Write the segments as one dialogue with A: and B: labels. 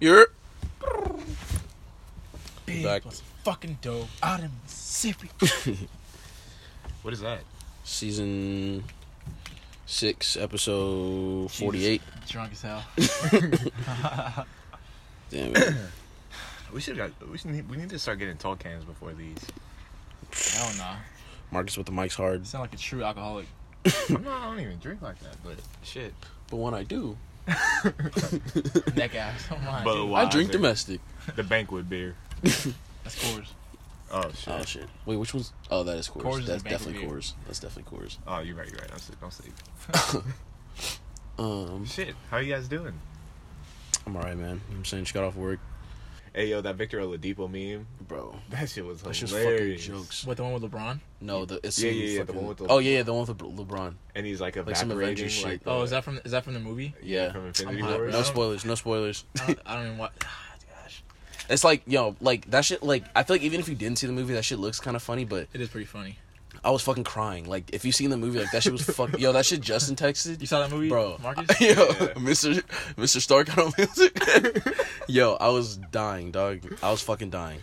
A: You're
B: Big
A: Back.
B: was fucking dope out in Mississippi.
C: What is that?
A: season six, episode forty-eight.
B: Drunk as hell.
A: Damn it.
C: We should got. We should need, we need to start getting tall cans before these.
B: Hell nah.
A: Marcus with the mic's hard.
B: You sound like a true alcoholic.
C: I'm not, I don't even drink like that, but shit.
A: But when I do,
B: Neck ass. Oh my.
C: But
B: dude.
C: why-
A: I drink
C: Wowzer.
A: domestic.
C: The banquet beer.
B: That's Coors.
C: Oh shit.
A: Oh shit. Wait, which one's? Oh, that is Coors.
B: Coors is
A: That's
B: Banquet
A: definitely
B: beer.
A: Coors. That's definitely Coors.
C: Oh, you're right. You're right. I'm sick. I'm sick.
A: Um,
C: Shit. How you guys doing?
A: I'm alright, man. You know what I'm saying just got off work,
C: Hey yo, that Victor Oladipo meme.
A: bro.
C: That shit was
A: That shit's
C: hilarious.
A: fucking jokes.
B: What the one with LeBron?
A: No, the it's
C: Yeah,
A: some
C: yeah, yeah, the
A: fucking-
C: one with the-
A: oh yeah, yeah, the one with Le- LeBron.
C: And he's like
A: Like some
C: evaporating.
A: Avengers
C: Like,
A: shit.
C: the-
B: Oh, is that from is that from the movie?
A: Yeah,
C: from Infinity
B: I'm hot,
C: War.
A: no
B: bro.
A: spoilers, no spoilers.
B: I don't, I don't even watch. Gosh,
A: It's like yo, like that shit. Like I feel like even if you didn't see the movie, that shit looks kind of funny. But
B: it is pretty funny.
A: I was fucking crying. Like if you seen the movie, like that shit was fuck. yo, that shit Justin texted.
B: You saw that movie,
A: bro,
B: Marcus?
A: yo, Mr. Mr. Stark on music. yo, I was dying, dog. I was fucking dying.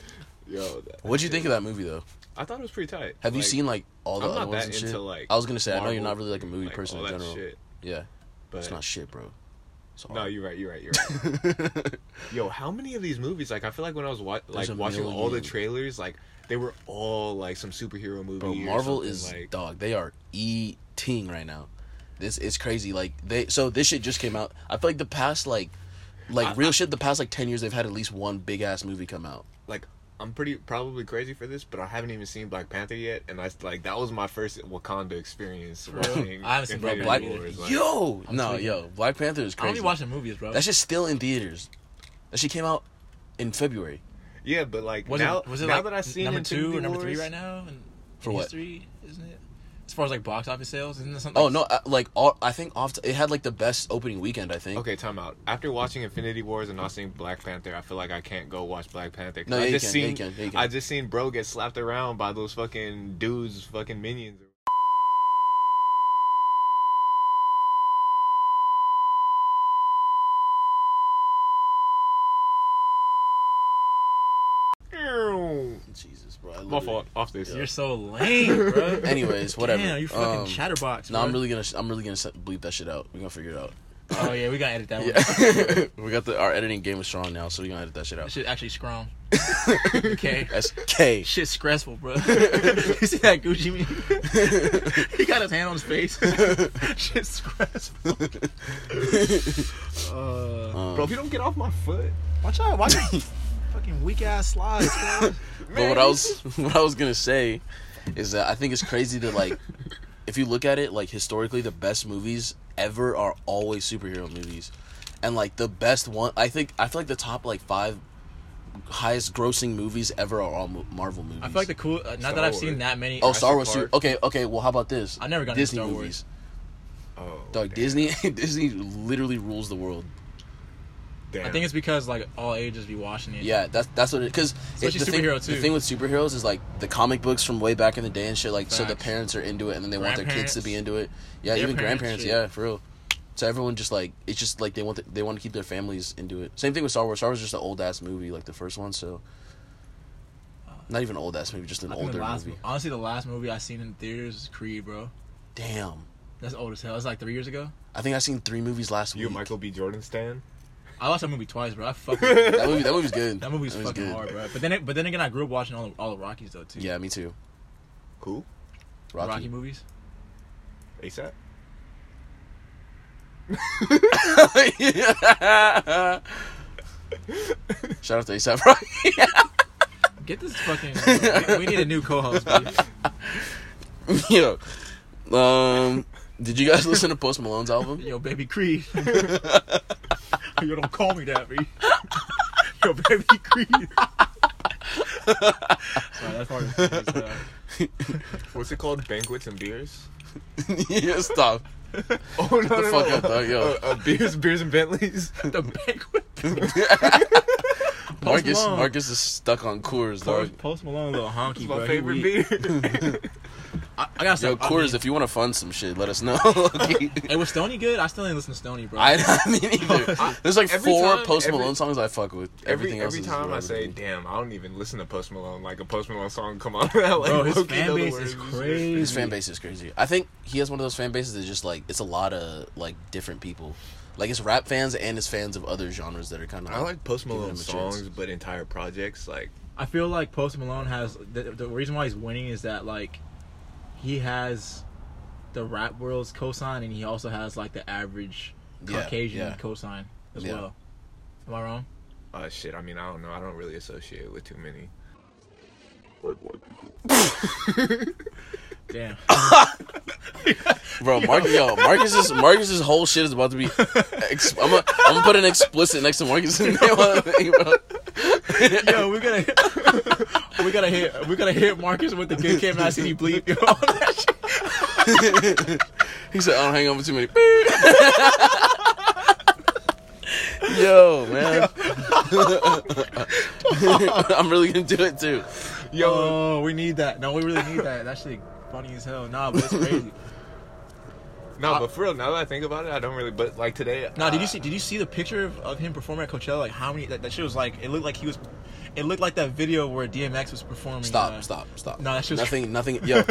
C: Yo, that-
A: What'd you think of that movie though?
C: I thought it was pretty tight.
A: Have you seen like all the
C: I'm
A: other
C: not
A: ones
C: that
A: and
C: into,
A: shit?
C: like,
A: I was gonna say I know you're not
C: Marvel,
A: really like a movie
C: like,
A: person
C: all
A: in
C: that
A: general.
C: shit,
A: Yeah,
C: But
A: it's not shit, bro. It's all
C: No, you're right. You're right. You're right. Yo, how many of these movies? Like, I feel like when I was wa- like
A: a
C: watching all the
A: million.
C: trailers, like they were all like some superhero movie.
A: Bro,
C: or
A: Marvel
C: something,
A: is
C: like,
A: dog. They are eating right now. This it's crazy. Like they so this shit just came out. I feel like the past like like
C: I-
A: real shit. The past like ten years, they've had at least one big ass movie come out.
C: like I'm pretty probably crazy for this, but I haven't even seen Black Panther yet, and I like that was my first Wakanda experience. watching
B: I haven't seen Black
C: Infinity
A: Black
C: War, is, like-
A: yo no
B: tweaking.
A: yo Black Panther is
B: I
A: crazy.
B: only watch the movies, bro.
A: that shit's still in theaters. That shit came out in February.
C: yeah, but like
B: was
C: now,
B: it was it
C: now
B: like
C: that I've seen
B: number
C: Infinity
B: two or number three
C: Wars-
B: right now? In,
A: For
B: in
A: what?
B: History, isn't it? As far as like box office sales, isn't it something?
A: Oh no, I, like all I think off it had like the best opening weekend. I think.
C: Okay, time out. After watching Infinity Wars and not seeing Black Panther, I feel like I can't go watch Black Panther. 'cause
A: No,
C: I
A: yeah, you
C: just
A: can, yeah,
C: seen
A: you can, yeah, you can.
C: I just seen bro get slapped around by those fucking dudes, fucking minions. Ew.
A: Jesus, bro. I
C: My
A: literally-
C: fault. Off this.
B: You're so lame, bro.
A: Anyways, whatever.
B: Damn, you fucking
A: Um,
B: chatterbox.
A: No,
B: bro.
A: I'm really gonna I'm really gonna set- bleep that shit out. We're gonna figure it out.
B: Oh yeah, we gotta edit that one.
A: Yeah. we got the our editing game is strong now, so we're gonna edit that shit
B: That
A: out.
B: shit actually strong. okay.
A: That's K.
B: Shit's stressful, bro. you see that Gucci meme? he got his hand on his face. Shit's stressful. uh,
C: Bro, if you don't get off my foot.
B: watch out! Watch out! fucking weak ass slides. bro.
A: But what I was what I was gonna say is that I think it's crazy that like if you look at it like historically the best movies ever are always superhero movies. And like the best one I think I feel like the top like five highest grossing movies ever are all mo- Marvel movies.
B: I feel like the cool. Uh, not
C: Star
B: that I've
C: Wars.
B: seen that many.
A: Oh, Star Wars.
C: Jurassic
A: Too. Okay, okay. Well, how about this?
B: I never got into
A: Disney
B: Star Wars.
A: movies.
C: Oh,
A: Dog,
C: damn.
A: Disney, Disney literally rules the world.
C: Damn.
B: I think it's because like all ages be watching it.
A: Yeah, that's that's what it because the
B: Especially
A: thing,
B: superhero,
A: the
B: too.
A: thing with superheroes is like the comic books from way back in the day and shit. Like, so the
B: Facts.
A: parents are into it, and then they want their kids to be
B: Grandparents.
A: into it. Yeah,
B: Their
A: even
B: parents,
A: grandparents.
B: shit.
A: Yeah, for real. So everyone just like it's just like they want the, they want to keep their families into it. Same thing with Star Wars. Star Wars is just an old ass movie, like the first one. So not even old ass movie, just an
B: I think the
A: older
B: last,
A: movie.
B: honestly, the last movie I seen in theaters is Creed, bro.
A: Damn,
B: That's old as hell. It's like three years ago.
A: I think I seen three movies last
C: you, a
A: week.
C: Michael B. Jordan stan.
B: I watched that movie twice, bro. I fucking
A: That movie, that movie's good.
B: that movie's fucking
A: good.
B: hard, bro. But then, it, but then again, I grew up watching all the, all the Rockies though too.
A: Yeah, me too.
C: Who?
A: Rocky.
B: Rocky movies.
C: ASAP.
A: Shout out to ASAP Rocky.
B: Get this fucking. we, we need a new co-host. Dude.
A: Yo, um, did you guys listen to Post Malone's album?
B: Yo, baby Creed. Yo, don't call me that, baby. Yo, baby Creed. Sorry, that part is is, uh,
C: What's it called? Banquets and beers.
A: yeah, stop.
C: Oh no,
A: the fuck up, dog, yo.
C: Uh, uh, beers, beers and Bentleys.
B: the banquet.
A: Marcus,
B: Malone.
A: Marcus is stuck on Coors, dog.
B: Post Malone, a little honky,
C: It's
B: bro.
C: my
B: He
C: favorite
B: weak.
C: beer.
B: I, I gotta say,
A: Yo,
B: I
A: Coors,
B: mean,
A: if you want to fund some shit, let us know.
B: hey, was Stony good? I still ain't listen to Stony, bro.
A: I, I mean, either.
D: I-
A: There's like
D: every
A: four
D: time-
A: Post
D: every-
A: Malone songs I fuck with.
D: Every
A: Everything else
D: every
A: is
D: time I
A: irrelevant to
D: say,
A: me.
D: "Damn, I don't even listen to Post Malone," like a Post Malone song come on. like,
B: Bro, his
D: low-key
B: fan
D: know the
B: base
D: words
B: is
D: and shit.
B: crazy.
A: his
D: Mm-hmm.
A: fan base is crazy. I think he has one of those fan bases that's just like it's a lot of like different people. Like it's rap fans and it's fans of other genres that are kind of.
D: I like Post
A: giving
D: Malone
A: him a chance.
D: songs, but entire projects like
B: I feel like Post Malone has the, the reason why he's winning is that like he has the rap world's cosign and he also has like the average
A: Yeah,
B: Caucasian
A: yeah.
B: cosign as
A: Yeah.
B: well. Am I wrong?
D: uh, shit. I mean, I don't know. I don't really associate with too many.
B: Damn.
A: Bro, Mark, yo, Marcus's Marcus's whole shit is about to be. Ex- I'm gonna I'm gonna put an explicit next to Marcus. in there, one thing, bro.
B: yo, we're gonna we're gonna hit we're gonna hit Marcus with the good Kid Mad City bleep. Yo, that shit.
A: He said, "I don't hang over too many." yo, man, I'm really gonna do it too.
D: Yo,
B: Oh, we need that. No, we really need that. That shit funny as hell. Nah, but it's crazy.
D: no,
A: uh,
B: I-
D: but for real, now that I think about it, I don't really. But like today,
B: Nah, did you
D: uh,
B: see? Did you see the picture of, of him performing at Coachella? Like how many? That, that shit was like. It looked like he was. It looked like that video where DMX was performing.
A: Stop,
B: uh,
A: stop, stop.
B: No, that's just-
A: nothing. Nothing. Yo,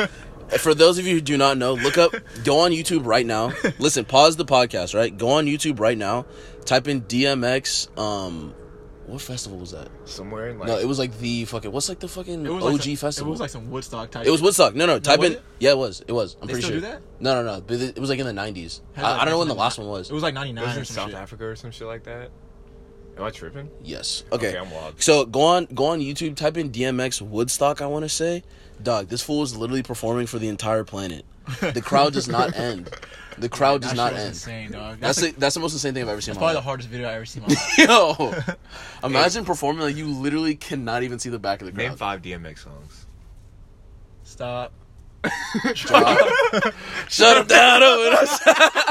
A: for those of you who do not know, look up. Go on YouTube right now. Listen, pause the podcast. Right, go on YouTube right now. Type in DMX. Um, what festival was that?
D: somewhere in like
A: No, it was like the fucking. What's like the fucking
B: It
A: OG
B: was like some-
A: festival?
B: It was like some Woodstock type.
A: It was Woodstock. No, no. Type
B: was
A: in.
B: it?
A: Yeah, it was. It was. I'm
B: They
A: pretty
B: still
A: sure.
B: do that?
A: No, no, no. But it it was like in the 90s.
B: Had,
A: I,
B: like,
A: I don't know when the
B: 1999.
A: last one was.
B: It was like ninety nine
D: was
B: or
D: in
B: some
D: South
B: shit.
D: Africa or some shit like that. Am I tripping?
A: Yes. Okay.
D: Okay, I'm wild.
A: So go on, go on YouTube. Type in DMX Woodstock. I want to say, dog, this fool is literally performing for the entire planet. The crowd does not end. The crowd
B: That
A: does
B: shit
A: not
B: was
A: end.
B: Insane, dog. That's,
A: That's
B: like,
A: the, that's the most insane thing I've ever seen.
B: that's probably
A: in my
B: the
A: life.
B: hardest video I ever seen. in My life.
A: Yo, imagine performing like you literally cannot even see the back of the
D: Name
A: crowd.
D: five DMX songs.
B: Stop.
A: Dog. Shut him down over there.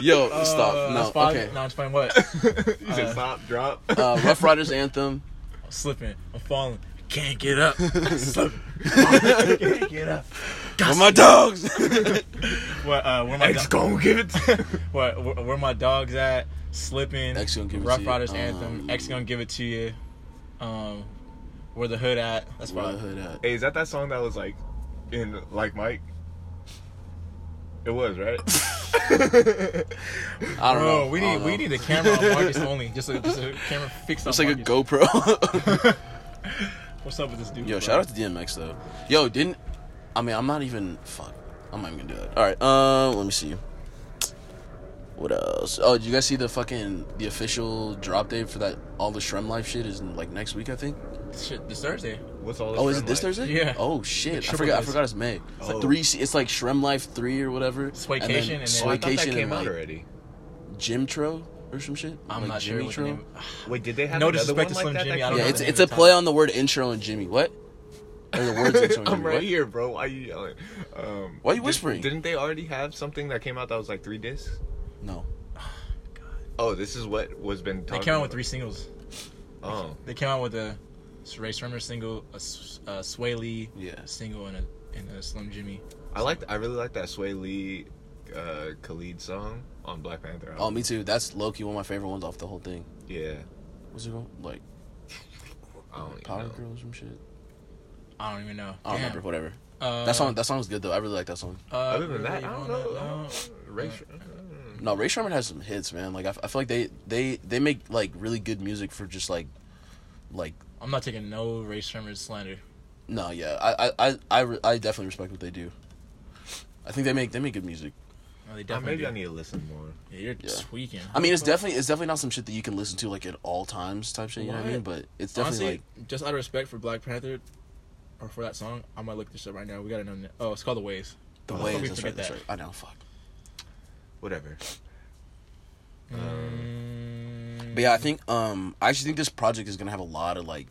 A: Yo,
B: Uh,
A: stop.
B: that's
A: No,
B: five-
A: okay.
B: No, I'm fine. What?
D: You said stop, drop.
A: Uh, Rough Riders anthem.
B: I'm slipping. I'm falling. Can't get up. slipping. Can't get up.
A: Where my dogs?
B: What? Uh, where my
D: X
B: do-
D: gonna give it. to-
B: What, where, where my dog's at, slipping.
A: X gonna give it
B: Rough
A: to you.
B: Riders anthem.
A: Um,
B: X gonna give it to you. Um, where the hood at? That's
A: Where the
B: probably.
A: hood at?
D: Hey, is that that song that was like in like Mike? It was right.
A: I don't know.
B: Bro, we
A: I don't
B: need we
A: know.
B: need a camera on Marcus only. Just a, just a camera fixed on
A: It's like a
B: Marcus.
A: GoPro.
B: What's up with this dude?
A: Yo,
B: bro?
A: shout out to DMX though. Yo, didn't I mean I'm not even fuck. I'm not even gonna do that. Alright, um let me see. What else? Oh, did you guys see the fucking the official drop date for that all the Shrem Life shit is in, like next week I think?
B: Shit, this Thursday.
D: What's all? This
A: Oh, is
D: from,
A: it this
D: like-
A: Thursday?
B: Yeah.
A: Oh shit. I
B: Triple
A: forgot I
B: Days.
A: forgot it's May. It's like
D: Oh.
A: three it's like Shrem Life three or whatever.
B: Swaycation and then-
D: Oh, I thought that
A: Swaycation
D: came
A: and
D: out
A: like
D: already.
A: Gymtro or some shit.
B: I'm
A: Like
B: not sure what the
A: Jimmytro?
B: name.
D: Wait, did they have
B: No
D: another
B: disrespect
D: one
B: to
D: like
B: Slim
D: that
B: Jimmy,
D: that
B: I don't
A: Yeah,
B: know
A: it's
B: the name
A: it's
B: of
A: a
B: the
A: play
B: song.
A: on the word intro and Jimmy. What? Or the words intro and Jimmy.
D: I'm right
A: What?
D: here, bro. Why you yelling? Um,
A: Why you
D: did-
A: whispering?
D: Didn't they already have something that came out that was like three discs?
A: No.
D: Oh, this is what was been.
B: They
D: Talking
B: came out with
D: about.
B: three singles.
D: Oh,
B: They came out with a Ray Sherman single, a, S- a Sway Lee
A: Yeah.
B: single, and a and a Slim Jimmy.
D: I liked. I really like that Sway Lee, uh, Khalid song on Black Panther.
A: Oh,
D: album.
A: me too. That's Loki, one of my favorite ones off the whole thing.
D: yeah.
A: What's it called? Like
D: I don't even
A: Power
D: know.
A: Girl or some shit.
B: I don't even know.
A: I don't
B: Damn.
A: remember. Whatever.
B: Uh,
A: that song. That song's good though. I really like that song.
B: Uh,
D: Other than that,
B: really
D: I don't
B: wanna
D: know. I
B: know.
D: don't- Race- mm,
A: No, Ray Sherman has some hits, man. Like I, f- I feel like they they they make like really good music for just like like
B: I'm not taking no Ray Sherman slander.
A: no yeah I I I I, re- I definitely respect what they do. I think they make they make good music.
B: No, they
D: Uh,
B: definitely.
D: maybe
B: do.
D: I need to listen more.
B: Yeah, you're
A: Yeah.
B: tweaking.
A: I mean, it's definitely it's definitely not some shit that you can listen to like at all times type shit. You know what I
B: What?
A: mean? But it's definitely
B: Honestly, just out of respect for Black Panther, or for that song, I might look this up right now. We gotta know. the- Oh, it's called The Ways.
A: like the
B: How
A: ways.
B: could we
A: That's right.
B: forget
A: That's right.
B: that?
A: I know. Fuck.
D: Whatever.
A: Uh,
B: Mm.
A: But yeah, I think um I actually think this project is gonna have a lot of like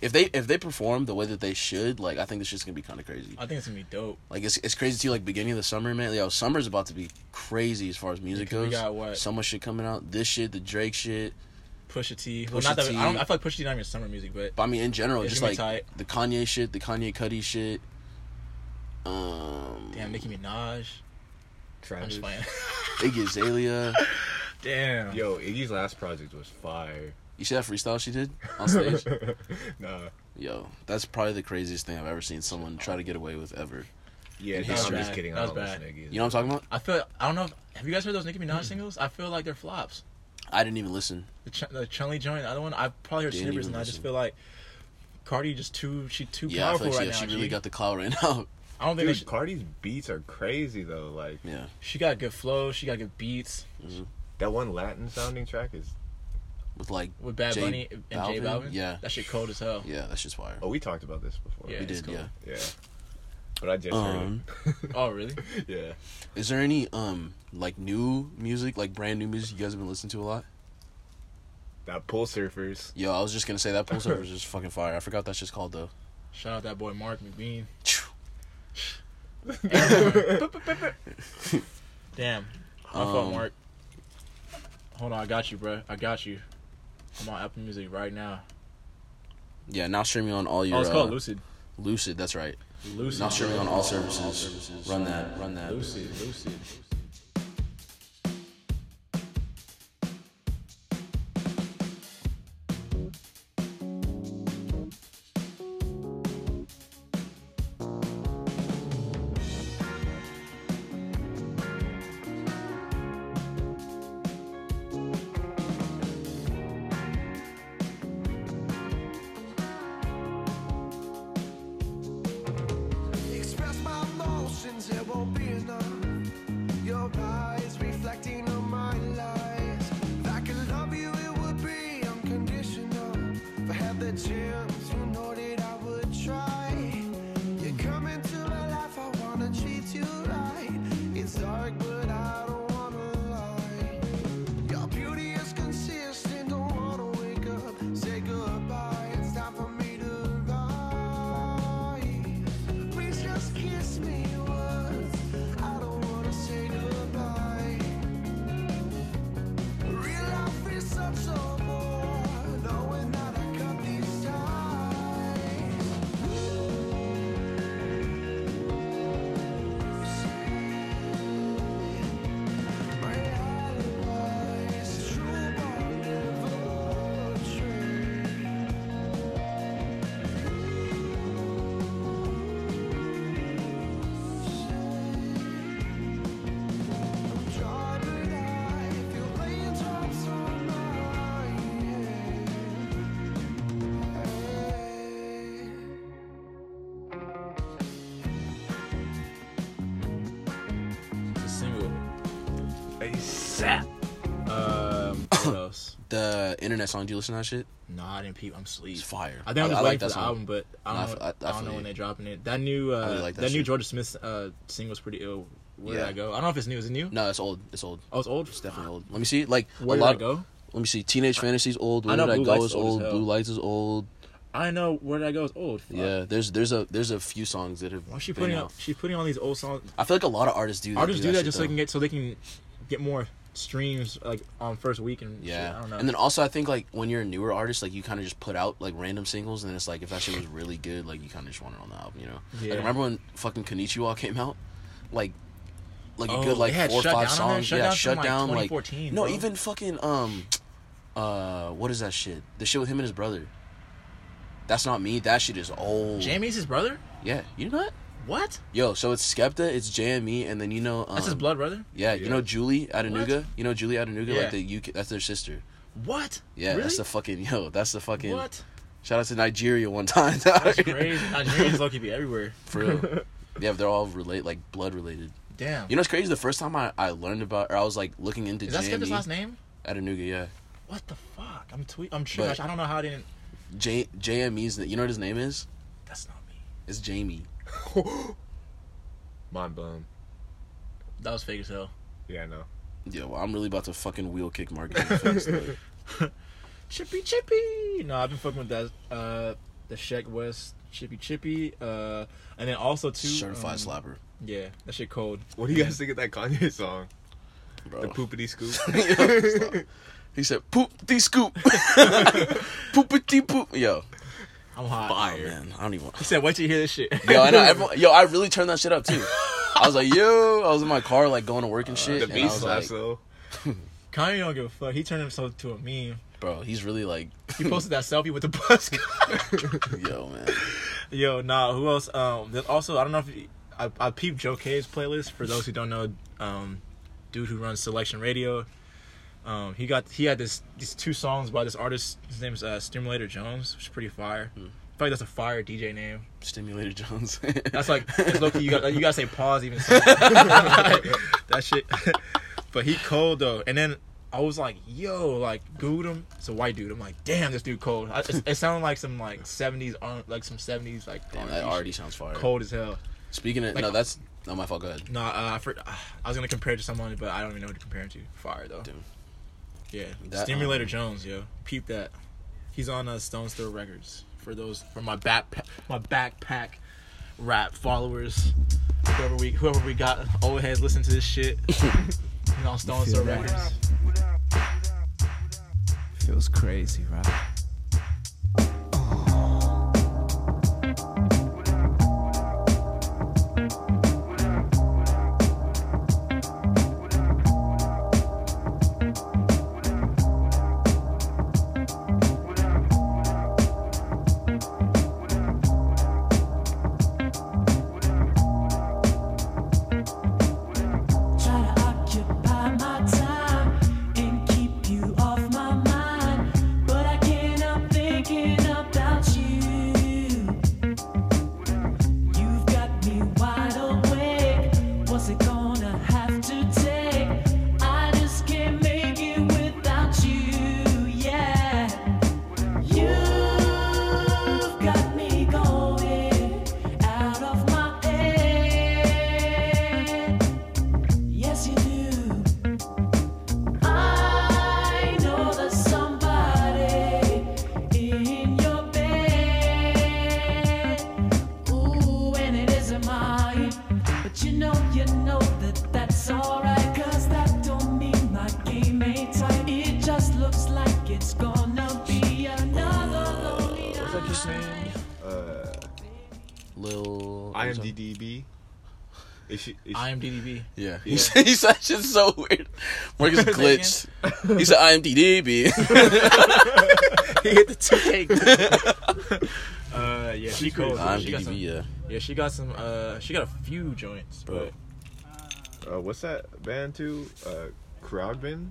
A: if they if they perform the way that they should, like I think this shit's gonna be kinda crazy.
B: I think it's gonna be dope.
A: Like it's it's crazy too, like beginning of the summer, man. Yo, summer's about to be crazy as far as music
B: Because we
A: goes.
B: got what?
A: So much shit coming out. This shit, the Drake shit,
B: Pusha T. Well,
A: Pusha
B: not that
A: T.
B: I, don't, I feel like Pusha T not even summer music, but
A: But I mean, in general,
B: Yeah,
A: just
B: give me
A: like
B: tight.
A: the Kanye shit, the Kanye Cudi shit. Um,
B: damn, Nicki Minaj. I'm
D: Travis.
B: just playing.
A: Iggy Azalea.
B: damn.
D: Yo, Iggy's last project was fire.
A: You see that freestyle she did on stage?
D: nah.
A: Yo, that's probably the craziest thing I've ever seen someone try to get away with ever.
D: Yeah,
A: That
D: nah,
A: was
D: I'm just
B: bad.
D: kidding.
B: That
D: I
B: was
D: don't listen
B: bad.
D: to Iggy.
A: You know what I'm talking about?
B: I feel. I don't know. If, have you guys heard those Nicki
A: Mm.
B: Minaj singles? I feel like they're flops.
A: I didn't even listen.
B: The, Ch- the Chun Li joint, the other one. I probably heard
A: Didn't
B: snippets,
A: even
B: and I just
A: listen.
B: feel like Cardi just too. She too
A: Yeah, I
B: powerful
A: feel like
B: right
A: she,
B: now.
A: she really
B: G.
A: got the clout right now.
B: I don't think they
D: Dude,
B: should-
D: Cardi's beats are crazy though. Like
A: Yeah,
B: she got good flow. She got good beats
D: that one Latin sounding track is.
A: with like
B: with Bad
A: J
B: Bunny and J
A: Balvin?
B: Balvin.
A: Yeah.
B: that shit cold as hell.
A: yeah, that's just fire.
D: Oh, we talked about this before.
B: Yeah.
A: we
B: it's
A: did,
B: cool.
A: yeah.
D: Yeah. But I just
A: Um,
B: Oh really?
D: heard it. Yeah.
A: Is there any um like new music, like brand new music you guys have been listening to a lot?
D: That pool surfers.
A: Yo, I was just gonna say that pool server is just fucking fire. I forgot that's just called though.
B: Shout out that boy Mark McBean. Damn. My fault,
A: Um,
B: Mark. Hold on, I got you, bro. I got you. I'm on Apple Music right now.
A: Yeah, now streaming on all your
B: Oh, it's called
A: uh,
B: Lucid.
A: Lucid. That's right.
B: Lucid.
A: Now streaming on all services. Run that. Run that.
B: Lucid. Lucid.
E: Express my emotions, it won't be enough. Your eyes reflecting on my lies. If I could love you, it would be unconditional. If I had the chance, you know that I would try. You come into my life, I wanna treat you right. It's dark, but I don't wanna lie. Your beauty is consistent, don't wanna wake up. Say goodbye, it's time for me to rise. Please just kiss me once. I don't wanna say goodbye. Real life is such a bore, knowing that I cut these ties. My alibis, true but never true. Driving high, feel raindrops on my head.
B: It's a single.
D: ASAP.
B: Um, what else?
A: The internet song. Do you listen to that shit?
B: Nah, I didn't peep. I'm asleep.
A: It's fire.
B: I think I'm just waiting
A: I like
B: for
A: that
B: the
A: song.
B: album, but I
A: No, I
B: don't,
A: f-
B: know,
A: I- I
B: I don't
A: feel
B: know when
A: you.
B: they're dropping it. That new, uh,
A: really like
B: that,
A: that
B: new
A: shit.
B: Georgia Smith uh, single's pretty ill. Where
A: Yeah.
B: did I go? I don't know if it's new. Is it new?
A: No, it's old. It's old.
B: Oh, it's old.
A: It's definitely old. Let me see. Like
B: Where
A: a
B: did
A: lot.
B: I go?
A: Let me see. Teenage Fantasy's old.
B: I
A: Where
B: know
A: did I
B: Blue
A: go
B: Lights
A: is
B: old as
A: old.
B: hell.
A: Blue Lights is old.
B: I know where did I go is old. Fuck.
A: Yeah, there's there's a there's a few songs that have.
B: Why is Oh, she
A: been
B: putting
A: out.
B: on? She's putting on these old songs.
A: I feel like a lot of artists do. that-
B: Artists do that
A: shit,
B: just so they
A: though.
B: can get so they can get more streams like on first week and
A: Yeah,
B: Shit. I don't know.
A: and then also I think like when you're a newer artist, like you kind of just put out like random singles, and then it's like if that shit was really good, like you kind of just want it on the album, you know?
B: Yeah.
A: Like remember when fucking Konichiwa came out, like, like a
B: Oh,
A: good like
B: they had
A: four or
B: Shut
A: five
B: Down on there?
A: songs,
B: Shut
A: yeah,
B: Down from,
A: shut
B: like,
A: down, like
B: 2014,
A: no,
B: bro.
A: even fucking um, uh, what is that shit? The shit with him and his brother. That's not me. That shit is old.
B: Jamie's his brother.
A: Yeah, you know that?
B: What?
A: Yo, so it's Skepta, it's JME, and then you know um,
B: That's his blood brother.
A: Yeah, you
D: Yeah.
A: know Julie Adenuga. You know Julie Adenuga,
B: Yeah.
A: like the UK. That's their sister.
B: What?
A: Yeah,
B: really?
A: that's the fucking yo. That's the fucking.
B: what?
A: Shout out to Nigeria one time.
B: That's crazy. Nigerians lucky be everywhere.
A: For real. Yeah, but they're all relate like blood related.
B: Damn.
A: You know, it's crazy. The first time I, I learned about, or I was like looking into
B: Is that Skepta's
A: JME
B: last name?
A: Adenuga. Yeah,
B: What the fuck? I'm tweet. I'm sure.
A: But-
B: I don't know how I didn't.
A: J JME's. You know what his name is?
B: That's not me.
A: It's Jamie.
D: Mind blown.
B: That was fake as hell.
D: Yeah, I know.
A: Yeah, well, I'm really about to fucking wheel kick Mark in the face. like.
B: Chippy Chippy. No, I've been fucking with that. Uh, the Sheck West Chippy Chippy. Uh, and then also too.
A: certified
B: um,
A: slapper,
B: Yeah, that shit cold.
D: What do you guys think of that Kanye song?
A: bro.
D: The poopity scoop.
A: Yo, stop. He said, poop de scoop. Poopity poop. Yo.
B: I'm hot. Oh,
A: Fire. man. I don't even want.
B: He said, "Wait till you hear this shit."
A: Yo, I know. Everyone, yo, I really turned that shit up too. I was like, yo. I was in my car, like, going to work
B: Uh,
A: and shit.
D: The
A: and I
D: beat
A: was
D: slaps
A: like,
D: though.
B: Kanye don't give a fuck. He turned himself to a meme.
A: bro, he's really like,
B: He posted that selfie with the bus.
A: yo, man.
B: Yo, nah. Who else? Um, there's also I don't know if you, I, I peeped Joe K's playlist. For those who don't know, um, dude who runs Selection Radio, um, he got he had this these two songs by this artist. His name's uh, Stimulator Jones, which is pretty fire.
A: Hmm.
B: I feel like that's a fire DJ name.
A: Stimulator Jones.
B: That's like it's low-key, you got you gotta say pause even. saying that. that shit. but he cold though, and then. I was like, yo, like, dude, him. It's a white dude. I'm like, damn, this dude cold. I, it, it sounded like some like '70s, R- like some '70s, like
A: Damn,
B: R&B
A: that
B: shit
A: already sounds fire.
B: cold as hell.
A: Speaking of,
B: Like-
A: no, that's not my fault. Go ahead.
B: No, uh, I, for, I was gonna compare it to someone, but I don't even know who to compare it to. Fire though.
A: Dude.
B: Yeah,
A: That,
B: Stimulator
A: um,
B: Jones, yo, peep that. He's on uh, Stone Throw Records for those for my backpack my backpack rap followers. Whoever we whoever we got old heads listen to this shit. He's on Stone Throw
F: that?
B: Records.
F: Feels crazy, right?
G: Try to occupy my time and keep you off my mind, but I can't help thinking about you. You've got me wide awake. What's it gonna have to take? I just can't make it without you. Yeah, you've got me going out of my head. Yes, you do. I know there's somebody in your bed. Ooh, and it isn't mine. But you know, you know that that's alright. Cause that don't mean my game ain't tight. It just looks like it's gonna be another lonely night.
D: Uh,
A: Lil.
D: IMDb. Is she, is she,
B: IMDb.
A: Yeah. He said, he said that shit's so weird. Marcus
B: Say
A: glitched. he said IMDb.
B: he hit the two cake. uh, yeah, she cold. though. She got some,
A: IMDb, yeah.
B: yeah, she got some. Uh, she got a few joints,
A: Bro.
B: but
D: uh, what's that band too? Uh, Kragbin.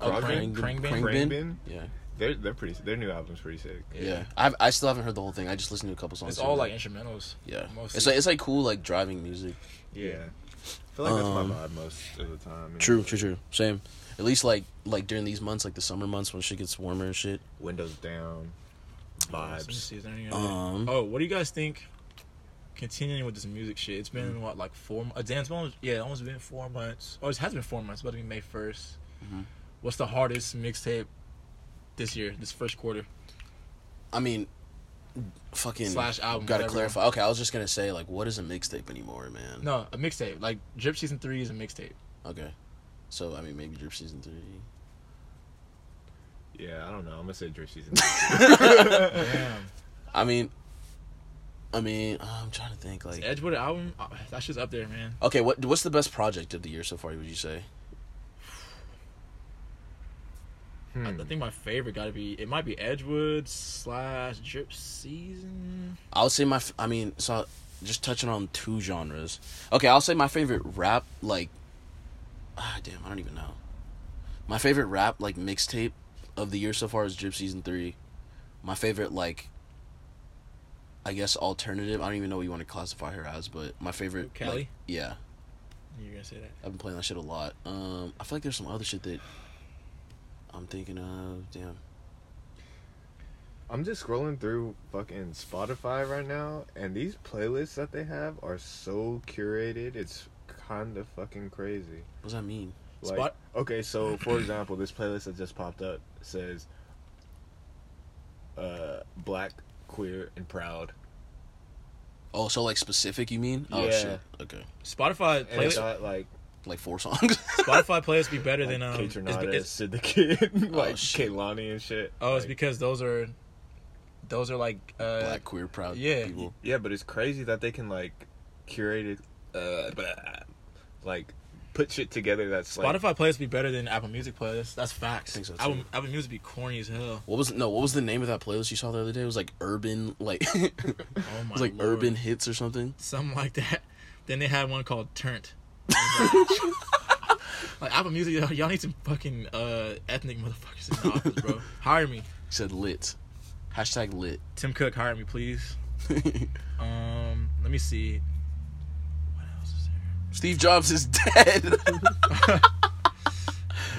B: Oh,
D: Kragbin.
B: Krang- Krang Band?
A: Krang
D: Krang
A: Band?
D: Band?
A: Yeah.
D: They're they're pretty. Their new album's pretty sick.
A: Yeah. I've, I still haven't heard the whole thing. I just listened to a couple songs.
B: it's
A: here
B: all
A: and
B: like
A: there.
B: instrumentals.
A: Yeah.
B: mostly.
A: It's like, it's like cool, like driving music.
D: Yeah. I feel like that's
A: Um,
D: my vibe most of the time. you
A: True,
D: know,
A: true, true. Same. At least like like during these months, like the summer months when shit gets warmer and shit.
D: Windows down.
B: Let me
D: Vibes.
B: see, is there any other-
A: Um,
B: oh, what do you guys think? Continuing with this music shit, it's
A: Mm.
B: been what like four. mo- Uh, Dan's been yeah, almost been four months. Oh, it has been four months. About to be May 1st
A: Mm-hmm.
B: What's the hardest mixtape this year? This first quarter
A: I mean, fucking
B: slash album.
A: Gotta
B: whatever.
A: clarify. Okay, I was just gonna say like, what is a mixtape anymore, man?
B: No, a mixtape. Like Drip Season Three is a mixtape.
A: Okay. So I mean, maybe Drip season three.
D: Yeah, I don't know. I'm gonna say Drift season.
B: Damn,
A: I mean, I mean, uh, I'm trying to think. Like,
B: Edgewood album. uh, That shit's up there, man.
A: okay, what what's the best project of the year so far? Would you say?
B: I,
A: Hmm.
B: I think my favorite gotta be. It might be Edgewood slash Drip Season.
A: I would say my. f- I mean, so just touching on two genres. Okay, I'll say my favorite rap like. Ah, damn, I don't even know. My favorite rap like mixtape of the year so far is Drip Season Three. My favorite like. I guess alternative. I don't even know what you want to classify her as, but my favorite.
B: Cali?
A: like, yeah,
B: You're gonna say that.
A: I've been playing that shit a lot. Um, I feel like there's some other shit that. I'm thinking of. Damn.
D: I'm just scrolling through fucking Spotify right now, and these playlists that they have are so curated. It's kind of fucking crazy.
A: What does that mean?
D: Like,
B: Spot-
D: okay, so for example, this playlist that just popped up says, "Uh, black, queer, and proud."
A: Oh, so like specific? You mean? Oh
D: Yeah.
A: shit. Okay.
B: Spotify
D: And it's
A: uh,
B: playlist.
D: got like
A: like four songs.
B: Spotify playlists be better than um.
C: Kate
B: it's be-
C: Renata,
B: it's-
C: Sid the Kid, like
A: shit.
C: Kehlani and Oh, shit.
B: oh, it's
C: Like,
B: because those are, those are like uh,
A: Black queer proud
B: yeah.
A: people.
C: yeah, but it's crazy that they can like curate it, uh, blah, like put shit together that's like
B: Spotify playlists be better than Apple Music playlists. That's facts.
A: think so, too.
B: Apple, Apple Music be corny as hell.
A: What was no? What was the name of that playlist you saw the other day? It was like urban, like it
B: Oh my.
A: was like
B: Lord.
A: urban hits or something.
B: something like that. Then they had one called Turnt. like Apple Music, y'all, y'all need some fucking uh, ethnic motherfuckers in the office, bro. Hire me,
A: It said lit, hashtag lit.
B: Tim Cook. Hire me, please. Um, let me see. What else is there?
A: Steve Jobs is dead.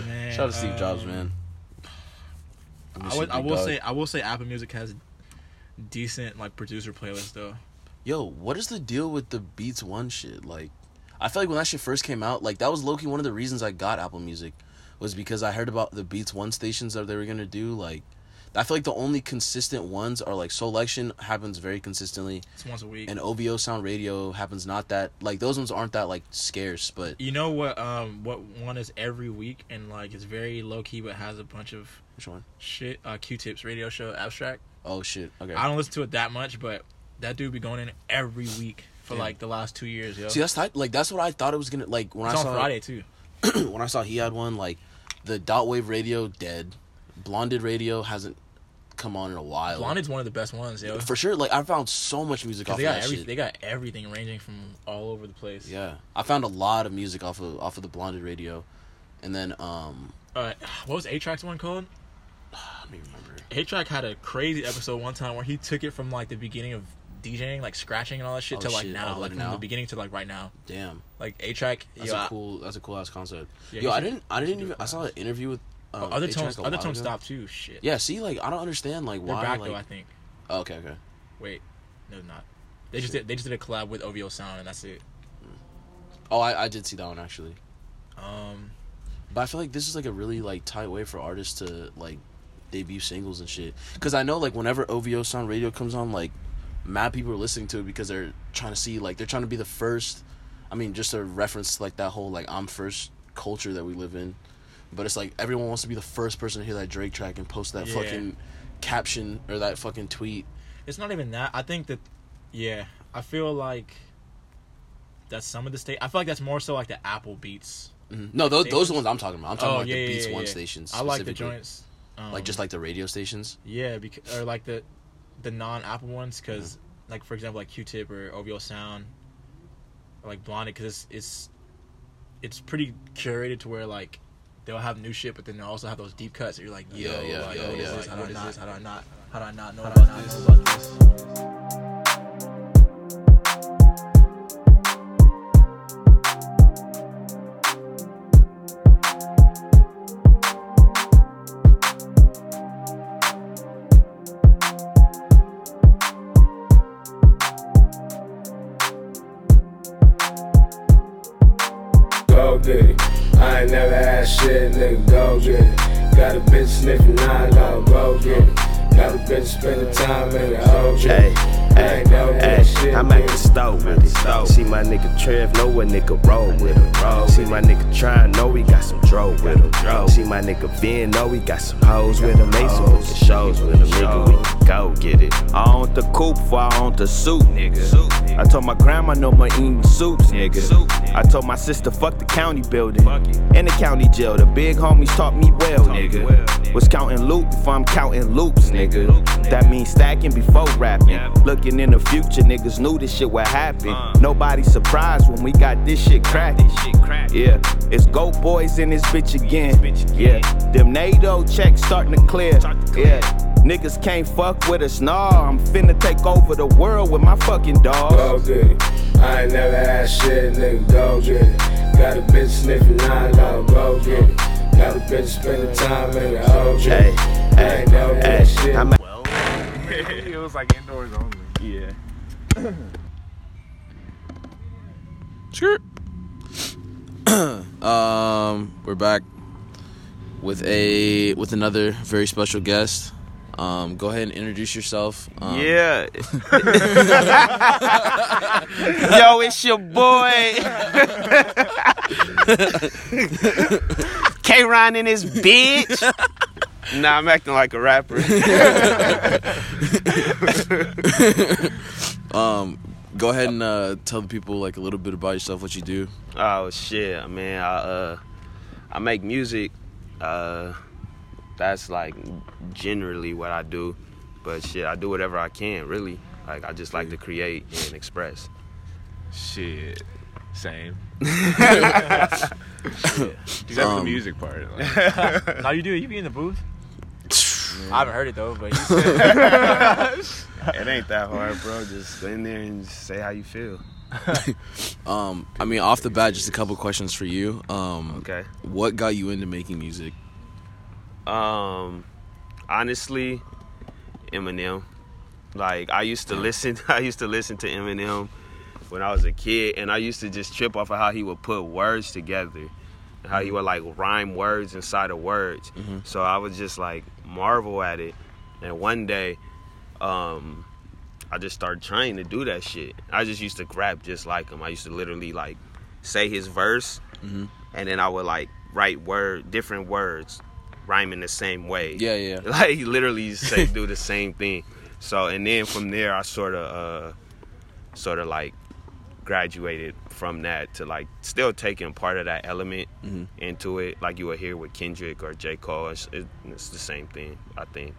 B: Man,
A: Shout out to Steve Jobs,
B: um,
A: man.
B: I would- I will say, I will say, Apple Music has decent like producer playlists though.
A: yo, what is the deal with the Beats One shit? Like, I feel like when that shit first came out, like that was Loki. One of the reasons I got Apple Music was because I heard about the Beats One stations that they were gonna do. Like, I feel like the only consistent ones are like Selection happens very consistently,
B: It's once a week.
A: and OVO Sound Radio happens not that like those ones aren't that like scarce, but
B: you know what? Um, what one is every week and like it's very low key, but has a bunch of
A: which one?
B: shit. Uh, Q-Tips radio show abstract.
A: Oh shit. Okay.
B: I don't listen to it that much, but that dude be going in every week for
A: Yeah.
B: like the last two years, yo.
A: See that's type like that's what I thought it was gonna like when
B: it's
A: I
B: on
A: saw
B: Friday too.
A: when I saw he had one, like the Dot Wave Radio dead, Blonded Radio hasn't come on in a while.
B: Blonded's one of the best ones, yo.
A: for sure. Like I found so much music
B: 'Cause
A: off
B: they
A: of
B: got
A: that
B: every,
A: shit.
B: they got everything ranging from all over the place.
A: yeah, I found a lot of music off of off of the Blonded Radio, and then um,
B: Uh, what was A Track's one called?
A: I don't even remember.
B: A Track had a crazy episode one time where he took it from like the beginning of DJing, like scratching and all that shit,
A: Oh,
B: to like
A: shit.
B: now,
A: Oh,
B: like from
A: now?
B: the beginning to like right now.
A: Damn,
B: Like A Track,
A: that's
B: yeah.
A: a cool that's a cool ass concept.
B: Yeah,
A: Yo,
B: he
A: I
B: should-
A: didn't I didn't
B: do
A: even
B: it
A: I saw an interview with um,
B: oh, other
A: A-Track
B: tones,
A: a
B: other
A: while
B: tones
A: ago.
B: stopped too. Shit.
A: Yeah, see, like I don't understand like
B: They're
A: why.
B: back
A: like,
B: though, I think.
A: Oh, okay, okay.
B: Wait, no, not. They just did, they just did a collab with OVO Sound and that's it.
A: Oh, I, I did see that one actually.
B: Um,
A: But I feel like this is like a really like tight way for artists to like debut singles and shit. Cause I know like whenever OVO Sound Radio comes on, like mad people are listening to it because they're trying to see like they're trying to be the first. I mean, just a reference to like that whole like I'm first culture that we live in. But it's like everyone wants to be the first person to hear that Drake track and post that
B: Yeah.
A: fucking caption or that fucking tweet.
B: It's not even that. I think that, yeah, I feel like that's some of the state. I feel like that's more so like the Apple Beats. Oh,
A: Mhm. No, those those are the
B: Stations?
A: ones I'm talking about. I'm talking about like the Beats One stations.
B: I like the
A: specifically.
B: joints. Um,
A: like just like the radio stations.
B: yeah, because or like the the non Apple ones because like for example like Q-Tip or OVO Sound, or like Blondie because it's it's it's pretty curated to where like they'll have new shit but then they'll also have those deep cuts that you're like yo
A: Yeah, yeah,
B: like,
A: yeah,
B: what is
A: yeah.
B: this? how do I
A: What is
B: not how do I not how do I not know about this?
H: go get it. I ain't never asked shit, nigga, go get it. Got a bitch sniffing nine, dog, go get it. Got a bitch spending time in the whole
I: Hey,
H: Hey,
I: hey,
H: no
I: hey,
H: shit,
I: I'm at the
H: nigga.
I: stove with it. See my nigga Trev, know a nigga roll with him. See my nigga Trine, know he got some dro with him. See my nigga Vin, know he got some hoes with him. Mason booking shows with him, nigga, we can go get it.
J: I own the coupe before I own the suit, nigga. I told my grandma no more eating soups, nigga. I told my sister fuck the county building and the county jail. The big homies taught me well, nigga. Was counting loot before I'm counting loops, nigga. That means stacking before rapping. Looking in the future, niggas knew this shit would happen. Nobody surprised when we got Uh. this shit cracking. Yeah, it's Go Boys in this bitch again. Yeah, them NATO checks starting to clear. Yeah. Niggas can't fuck with us, nah. I'm finna take over the world with my fucking
H: go
J: dogs.
H: get it. I ain't never asked shit, nigga, go get it. Got a bitch sniffing nine, dog, go get it. Got a bitch spending time in the whole
I: Hey, hey,
H: ain't never asked
I: hey,
H: shit.
I: I'm at
C: it was like indoors only.
J: Yeah.
A: Sure. um, we're back with a with another very special guest. Um, go ahead and introduce yourself. Um,
J: Yeah. Yo, it's your boy. K Ron in his bitch. nah, I'm acting like a rapper.
A: Um, go ahead and uh, tell the people like a little bit about yourself, what you do.
J: oh shit, man. I uh I make music. Uh that's like generally what I do. But shit, I do whatever I can, really. Like I just like to create and express.
C: Shit. Same. Except for the
A: Um,
C: music part. Like,
B: Now you do. You be in the booth. I haven't heard it though, but you
J: it ain't that hard, bro. Just go in there and just say how you feel.
A: Um, I mean, off the bat, just a couple questions for you. Um,
J: Okay.
A: What got you into making music?
J: Um, honestly, Eminem. Like I used to listen, I used to listen to Eminem when I was a kid, and I used to just trip off of how he would put words together, and how he would like rhyme words inside of words. So I would just like marvel at it, and one day, um. I just started trying to do that shit. I just used to rap just like him. I used to literally like say his verse, and then I would like write word different words rhyming the same way.
A: Yeah, yeah.
B: Uh,
J: Like literally say do the same thing. So and then from there I sort of uh sort of like graduated from that to like still taking part of that element into it like you were here with Kendrick or J Cole it's, it, it's the same thing I think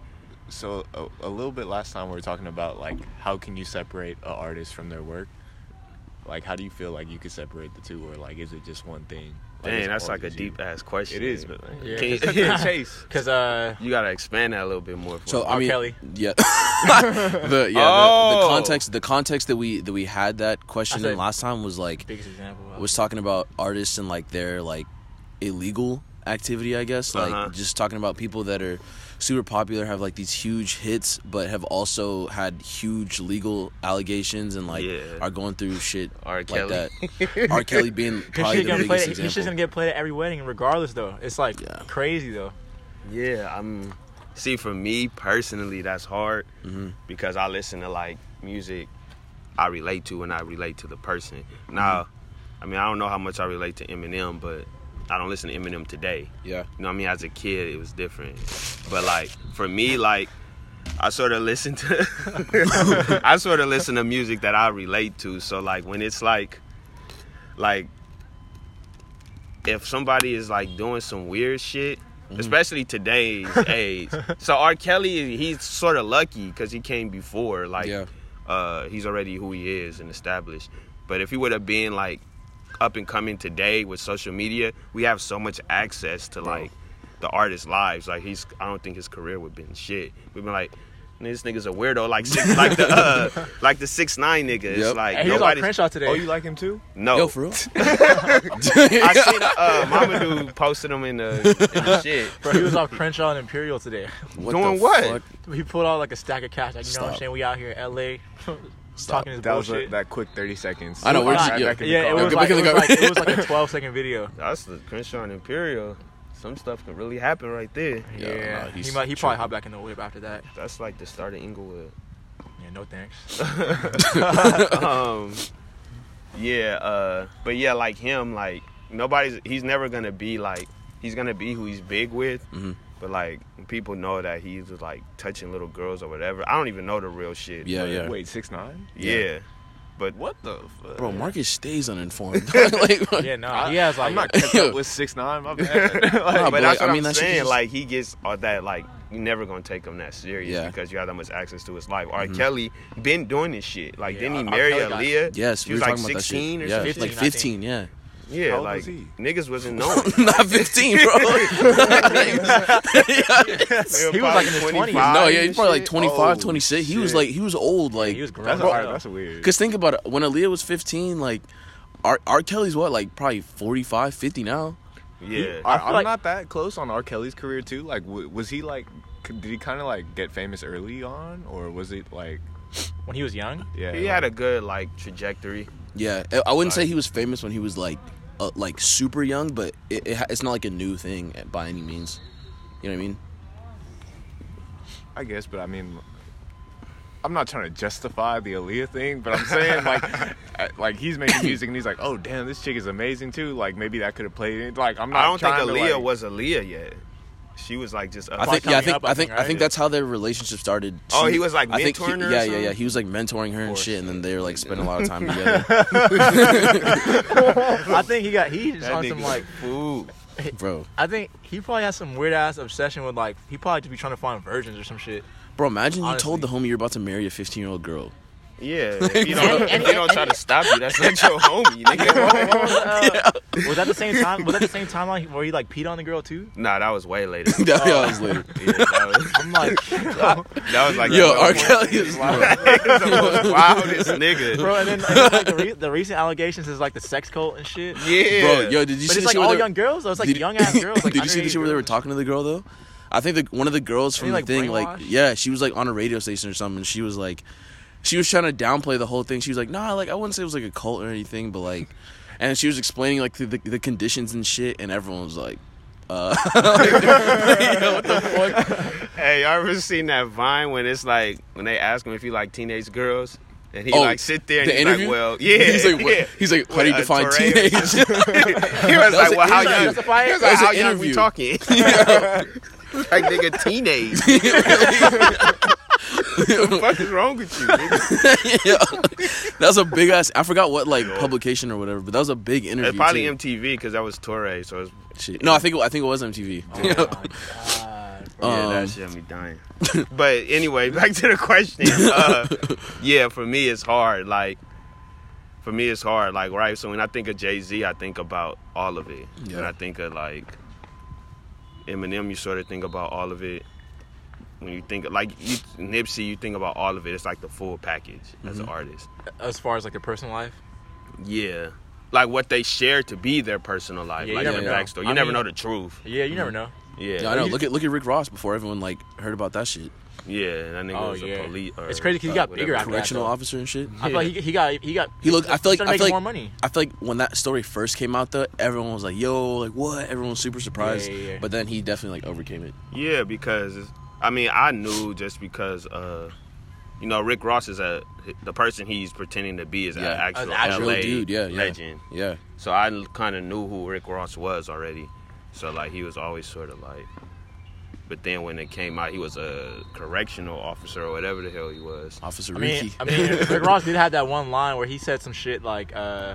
C: so a, a little bit last time we were talking about like how can you separate an artist from their work? Like how do you feel like you could separate the two, or like is it just one thing? Like, is
J: dang
C: it
J: that's
C: all
J: like a
C: just you?
J: deep ass question
C: It is, but like,
B: Yeah,
J: Can you-
B: 'cause-
J: yeah, Chase
B: because uh,
J: you gotta expand that a little bit more for
A: So
J: me.
A: I
B: R.
A: mean,
B: Kelly.
A: yeah, the yeah the, the
J: Oh.
A: context the context that we that we had that question
B: I
A: in
B: said-
A: last time was like
B: biggest example. uh, of-
A: was talking about artists and like their like illegal activity, I guess. Like
J: Uh-huh.
A: just talking about people that are super popular, have like these huge hits, but have also had huge legal allegations and like
J: Yeah.
A: are going through shit
J: R.
A: like
J: Kelly.
A: that. R. Kelly being
B: His
A: probably
B: shit
A: the
B: gonna, play,
A: biggest
B: his shit's
A: example.
B: gonna get played at every wedding, regardless. Though it's like
A: Yeah.
B: crazy though.
J: Yeah, I'm. Mm-hmm. See, for me personally, that's hard because I listen to like music I relate to and I relate to the person. Now, I mean, I don't know how much I relate to Eminem, but I don't listen to Eminem today.
A: yeah.
J: You know what I mean? As a kid, it was different. But like for me, like I sort of listen to, I sort of listen to music that I relate to. So like when it's like, like if somebody is like doing some weird shit. Especially today's age. So R. Kelly, he's sort of lucky because he came before. Like,
A: Yeah.
J: uh, he's already who he is and established. But if he would have been like up and coming today with social media, we have so much access to like the artist's lives. Like he's, I don't think his career would have been shit. We've been like, this nigga's a weirdo, like six, like the uh, like the six nine nigga. It's
A: Yep.
J: like
B: And he was on
J: nobody's-
B: Crenshaw today.
K: Oh, you like him too?
J: no.
A: Yo, for real.
J: I seen uh, Mama dude posted him in the, in the shit.
B: Bro, he was on Crenshaw and Imperial today.
A: What
J: Doing
A: the
J: what?
A: fuck?
B: He pulled out like a stack of cash. Like, you know what I'm
A: Stop.
B: saying? We out here in LA talking his
C: That was a,
B: bullshit.
C: that quick thirty seconds.
A: I know, where'd
B: Nah,
A: you-
B: yeah,
A: yeah.
B: it was,
A: Go
B: like, it,
A: back in
B: was
A: the
B: like,
A: garden.
B: it was like a 12 second video.
J: That's the Crenshaw and Imperial. Some stuff can really happen right there.
A: Yeah,
B: Yeah,
A: nah,
B: he
A: he's
B: might he probably hop back in the whip after that.
J: That's like the start of Inglewood.
B: Yeah, no thanks.
J: um yeah uh but yeah like him like nobody's he's never gonna be like he's gonna be who he's big with
A: Mm-hmm.
J: but like people know that he's just, like touching little girls or whatever i don't even know the real shit
A: Yeah,
J: but-
A: yeah.
C: Wait, six nine?
J: yeah, but
C: What the fuck?
A: Bro, Marcus stays uninformed. like,
B: Yeah, no, he has like
C: I'm not kept up with six nine. My bad.
J: Like,
A: Nah,
J: but
A: but,
J: that's what
A: I
J: I
A: mean,
J: am
A: that shit
J: saying.
A: just-
J: Like he gets all that. Like you never gonna take him that serious
A: Yeah. Mm-hmm.
J: because you have that much access to his life. R. Kelly been doing this shit. Like
B: Yeah,
J: didn't he
B: R.
J: marry
B: Kelly got-
J: Aaliyah?
A: yes,
J: she
A: we
J: was
A: were
J: like
A: talking about that shit.
J: 16 or
A: yeah,
J: something.
B: 15,
A: like
B: I think.
A: 15, yeah.
J: Yeah,
C: old
J: like
C: was he?
J: niggas wasn't knowing.
A: Not 15, bro.
B: He was, like, in his 20s.
A: No, yeah, he's probably like 25,
C: Oh,
A: 26. He was
C: shit.
A: like, he was old. Like,
B: he was grown.
C: That's a,
B: Bro,
C: hard- that's a weird.
A: Because think about it. When Aaliyah was 15, like, R. R. Kelly's what? Like, probably 45, 50 now?
J: Yeah.
C: I,
B: feel
C: I'm
B: like-
C: not that close on R. Kelly's career too. Like, w- was he like? c- Did he kind of like get famous early on, or was it like?
B: when he was young.
C: Yeah,
J: He had a good like trajectory.
A: Yeah. I- I wouldn't say he was famous when he was, like, uh, like super young, but it, it, ha- it's not like a new thing by any means. You know what I mean?
C: I guess, but I mean, I I'm not trying to justify the Aaliyah thing, but I'm saying like, I- like he's making music and he's like, oh damn, this chick is amazing too. Like maybe that could have played. in- Like I'm not.
J: I don't think
C: trying to,
J: Aaliyah
C: like-
J: was Aaliyah yet. She was like just.
A: I think, yeah, I think, I think, I think that's how their relationship started.
J: Oh,
A: too.
J: he was, like,
A: I think
J: mentoring
A: he,
J: her or
A: Yeah, yeah, yeah.
J: something?
A: He was like mentoring her and shit, and then they were like spending a lot of time together.
B: I think he got he just
A: That
B: on some
A: nigga's
B: like
J: food,
A: bro.
B: I think he probably has some weird ass obsession with like he probably just be trying to find virgins or some shit.
A: Bro, imagine you told the homie you're about to marry a 15 year old girl.
J: Yeah,
A: if you don't-
B: if they don't
J: try to stop you, that's not your homie, nigga.
B: Was that the same time? Was that the same timeline where he like peed on the girl too?
J: nah, that was way later.
A: That that was later.
J: Yeah, that was,
B: I'm like,
J: that was like
A: Yo,
J: the
A: R.
J: most-
A: Kelly is.
J: the most wildest nigga.
B: bro, and then, and then, like, the, re- the recent allegations is like the sex cult and shit.
J: Yeah,
A: Bro, yo, did you
B: But
A: see
B: it's
A: the
B: like
A: shit where
B: all
A: they-
B: young girls. though. It's like
A: Did-
B: young ass girls. Like,
A: Did you see the shit where they were
B: underage
A: talking to the girl though? I think the, one of the girls from
B: Maybe,
A: the
B: like,
A: thing, like,
B: brainwashed?
A: yeah, she was like on a radio station or something. And she was like, she was trying to downplay the whole thing. She was like, nah, like I wouldn't say it was like a cult or anything, but like, and she was explaining like the, the, the conditions and shit, and everyone was like, uh, yo, what the fuck?
J: Hey, y'all ever seen that Vine when it's like when they ask him if he like teenage girls, and he
A: Oh,
J: like sit there and
A: the
J: he's
A: interview?
J: like, well, yeah,
A: He's like, what-
J: yeah.
A: he's like, how do you
J: What, a
A: define
J: Tourette?
A: teenage?
J: he was
A: was
J: like,
A: a-
J: well, how young?
A: he was like,
B: justify it?
J: He was like,
A: That was
J: how
A: an
J: young we
A: interview.
J: talking? like nigga, teenage. what the fuck is wrong with you? Nigga?
A: Yo, that was a big ass. I forgot what like publication or whatever, but that was a big interview.
J: It's probably
A: too.
J: MTV because that was Torre, so it's
A: Shit. No, I think it- I think it was MTV.
J: Yeah,
A: Um,
J: that shit had me dying. but anyway, back to the question. Uh, yeah, for me it's hard. Like, for me it's hard. Like, right. So when I think of Jay Z, I think about all of it.
A: Yeah.
J: When I think of like Eminem, you sort of think about all of it. When you think like you, Nipsey, you think about all of it. It's like the full package as
B: Mm-hmm.
J: an artist.
B: As far as like their personal life,
J: Yeah. Like what they share to be their personal life,
B: Yeah, you
J: like
A: never
J: their
A: know.
J: backstory. You
B: I
J: never
B: mean-
J: know the truth.
B: yeah, you
A: Mm-hmm.
B: never know.
J: Yeah,
A: Yeah, I know. Look at look at Rick Ross before everyone like heard about that shit.
J: yeah. That nigga
B: Oh,
J: was
B: yeah.
J: a police. Or,
B: It's crazy 'cause he got
J: whatever.
B: bigger after that,
A: Correctional
B: though.
A: officer and shit.
B: I feel like he, he got he got.
A: He looked. I feel like.
B: started
A: I feel
B: making
A: like.
B: more money.
A: I feel like when that story first came out, though, everyone was like, "Yo, like what?" Everyone was super surprised.
B: Yeah, yeah, yeah.
A: But then he definitely like overcame it.
J: Yeah, because it's- I mean I knew just because uh you know Rick Ross is a the person he's pretending to be is
A: Yeah.
J: an actual,
B: An actual
J: LA
A: dude, yeah, yeah.
J: legend.
A: Yeah.
J: So I kind of knew who Rick Ross was already. So like he was always sort of like but then when it came out he was a correctional officer or whatever the hell he was.
A: Officer
B: I mean,
A: Ricky.
B: I mean, Rick Ross did have that one line where he said some shit like uh,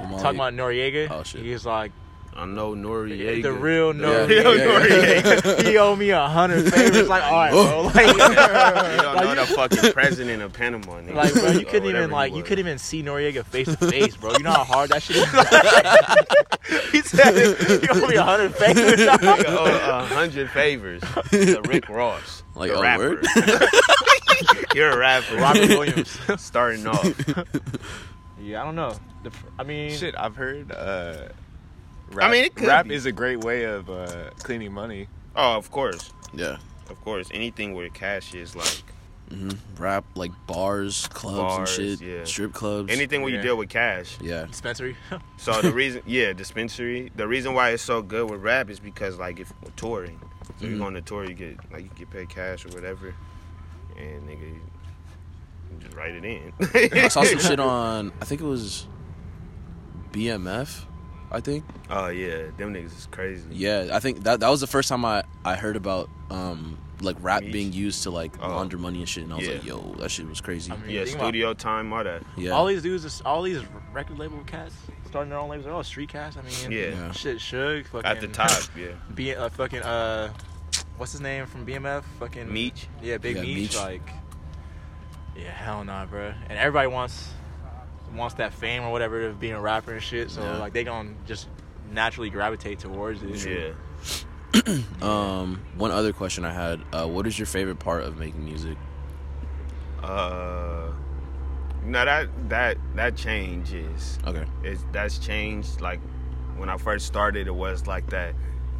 A: Omari.
B: talking about Noriega.
A: Oh, shit.
B: He was like
J: I know Noriega.
B: the real
A: Yeah,
B: Noriega.
A: yeah, yeah, yeah.
B: he owe me a hundred favors. Like, all right, bro. Like,
J: You don't know the fucking president of Panama. Nigga.
B: like bro,
J: Or
B: you couldn't
J: whatever
B: even
J: he
B: like you
J: was.
B: couldn't even see Noriega face to face, bro. You know how hard that shit is. he said, "You owe me a hundred favors."
J: Nigga owe a hundred favors to Rick Ross.
A: Like,
J: the
A: oh,
J: rapper.
A: word?
J: You're a rapper.
B: Robert Williams.
J: starting off.
B: Yeah, I don't know. The, fr- I mean,
C: Shit, I've heard. Uh, rap,
J: mean, it could
C: rap
J: be.
C: is a great way of uh, cleaning money.
J: Oh, of course,
A: yeah.
J: of course. Anything where cash is like
A: Rap like bars, clubs
J: Bars,
A: and shit.
J: yeah.
A: Strip clubs.
J: anything where you
B: Yeah.
J: deal with cash.
A: Yeah.
B: dispensary.
J: So the reason, yeah, dispensary. The reason why it's so good with rap is because like if we're touring, so
A: Mm-hmm.
J: you're going to tour, you get like you get paid cash or whatever, and nigga, you you just write it in.
A: I saw some shit on. I think it was BMF. I think.
J: oh yeah, them niggas is crazy.
A: Yeah, I think that that was the first time I I heard about um like rap
J: Me?
A: being used to like
J: Oh.
A: launder money and shit, and I was
J: Yeah.
A: like, yo, that shit was crazy.
B: I mean,
J: Yeah,
B: think about-
J: studio time, all that.
A: yeah,
B: All these dudes, is- all these record label cats starting their own labels. They're all street cats. I mean,
J: Yeah.
A: Yeah.
B: shit, Suge, fucking
J: At the top, yeah.
B: be uh, fucking uh, what's his name from BMF? Fucking
J: Meech.
B: Yeah, Big
A: Yeah,
B: Meech.
A: Meech.
B: Like, yeah, hell nah, bro. And everybody wants wants that fame or whatever of being a rapper and shit. So
A: Yeah.
B: like, they gonna just naturally gravitate towards it.
J: Yeah.
A: Um, one other question I had: uh, What is your favorite part of making music?
J: Uh, no, that that that changes.
A: Okay,
J: It's that's changed. Like when I first started, it was like that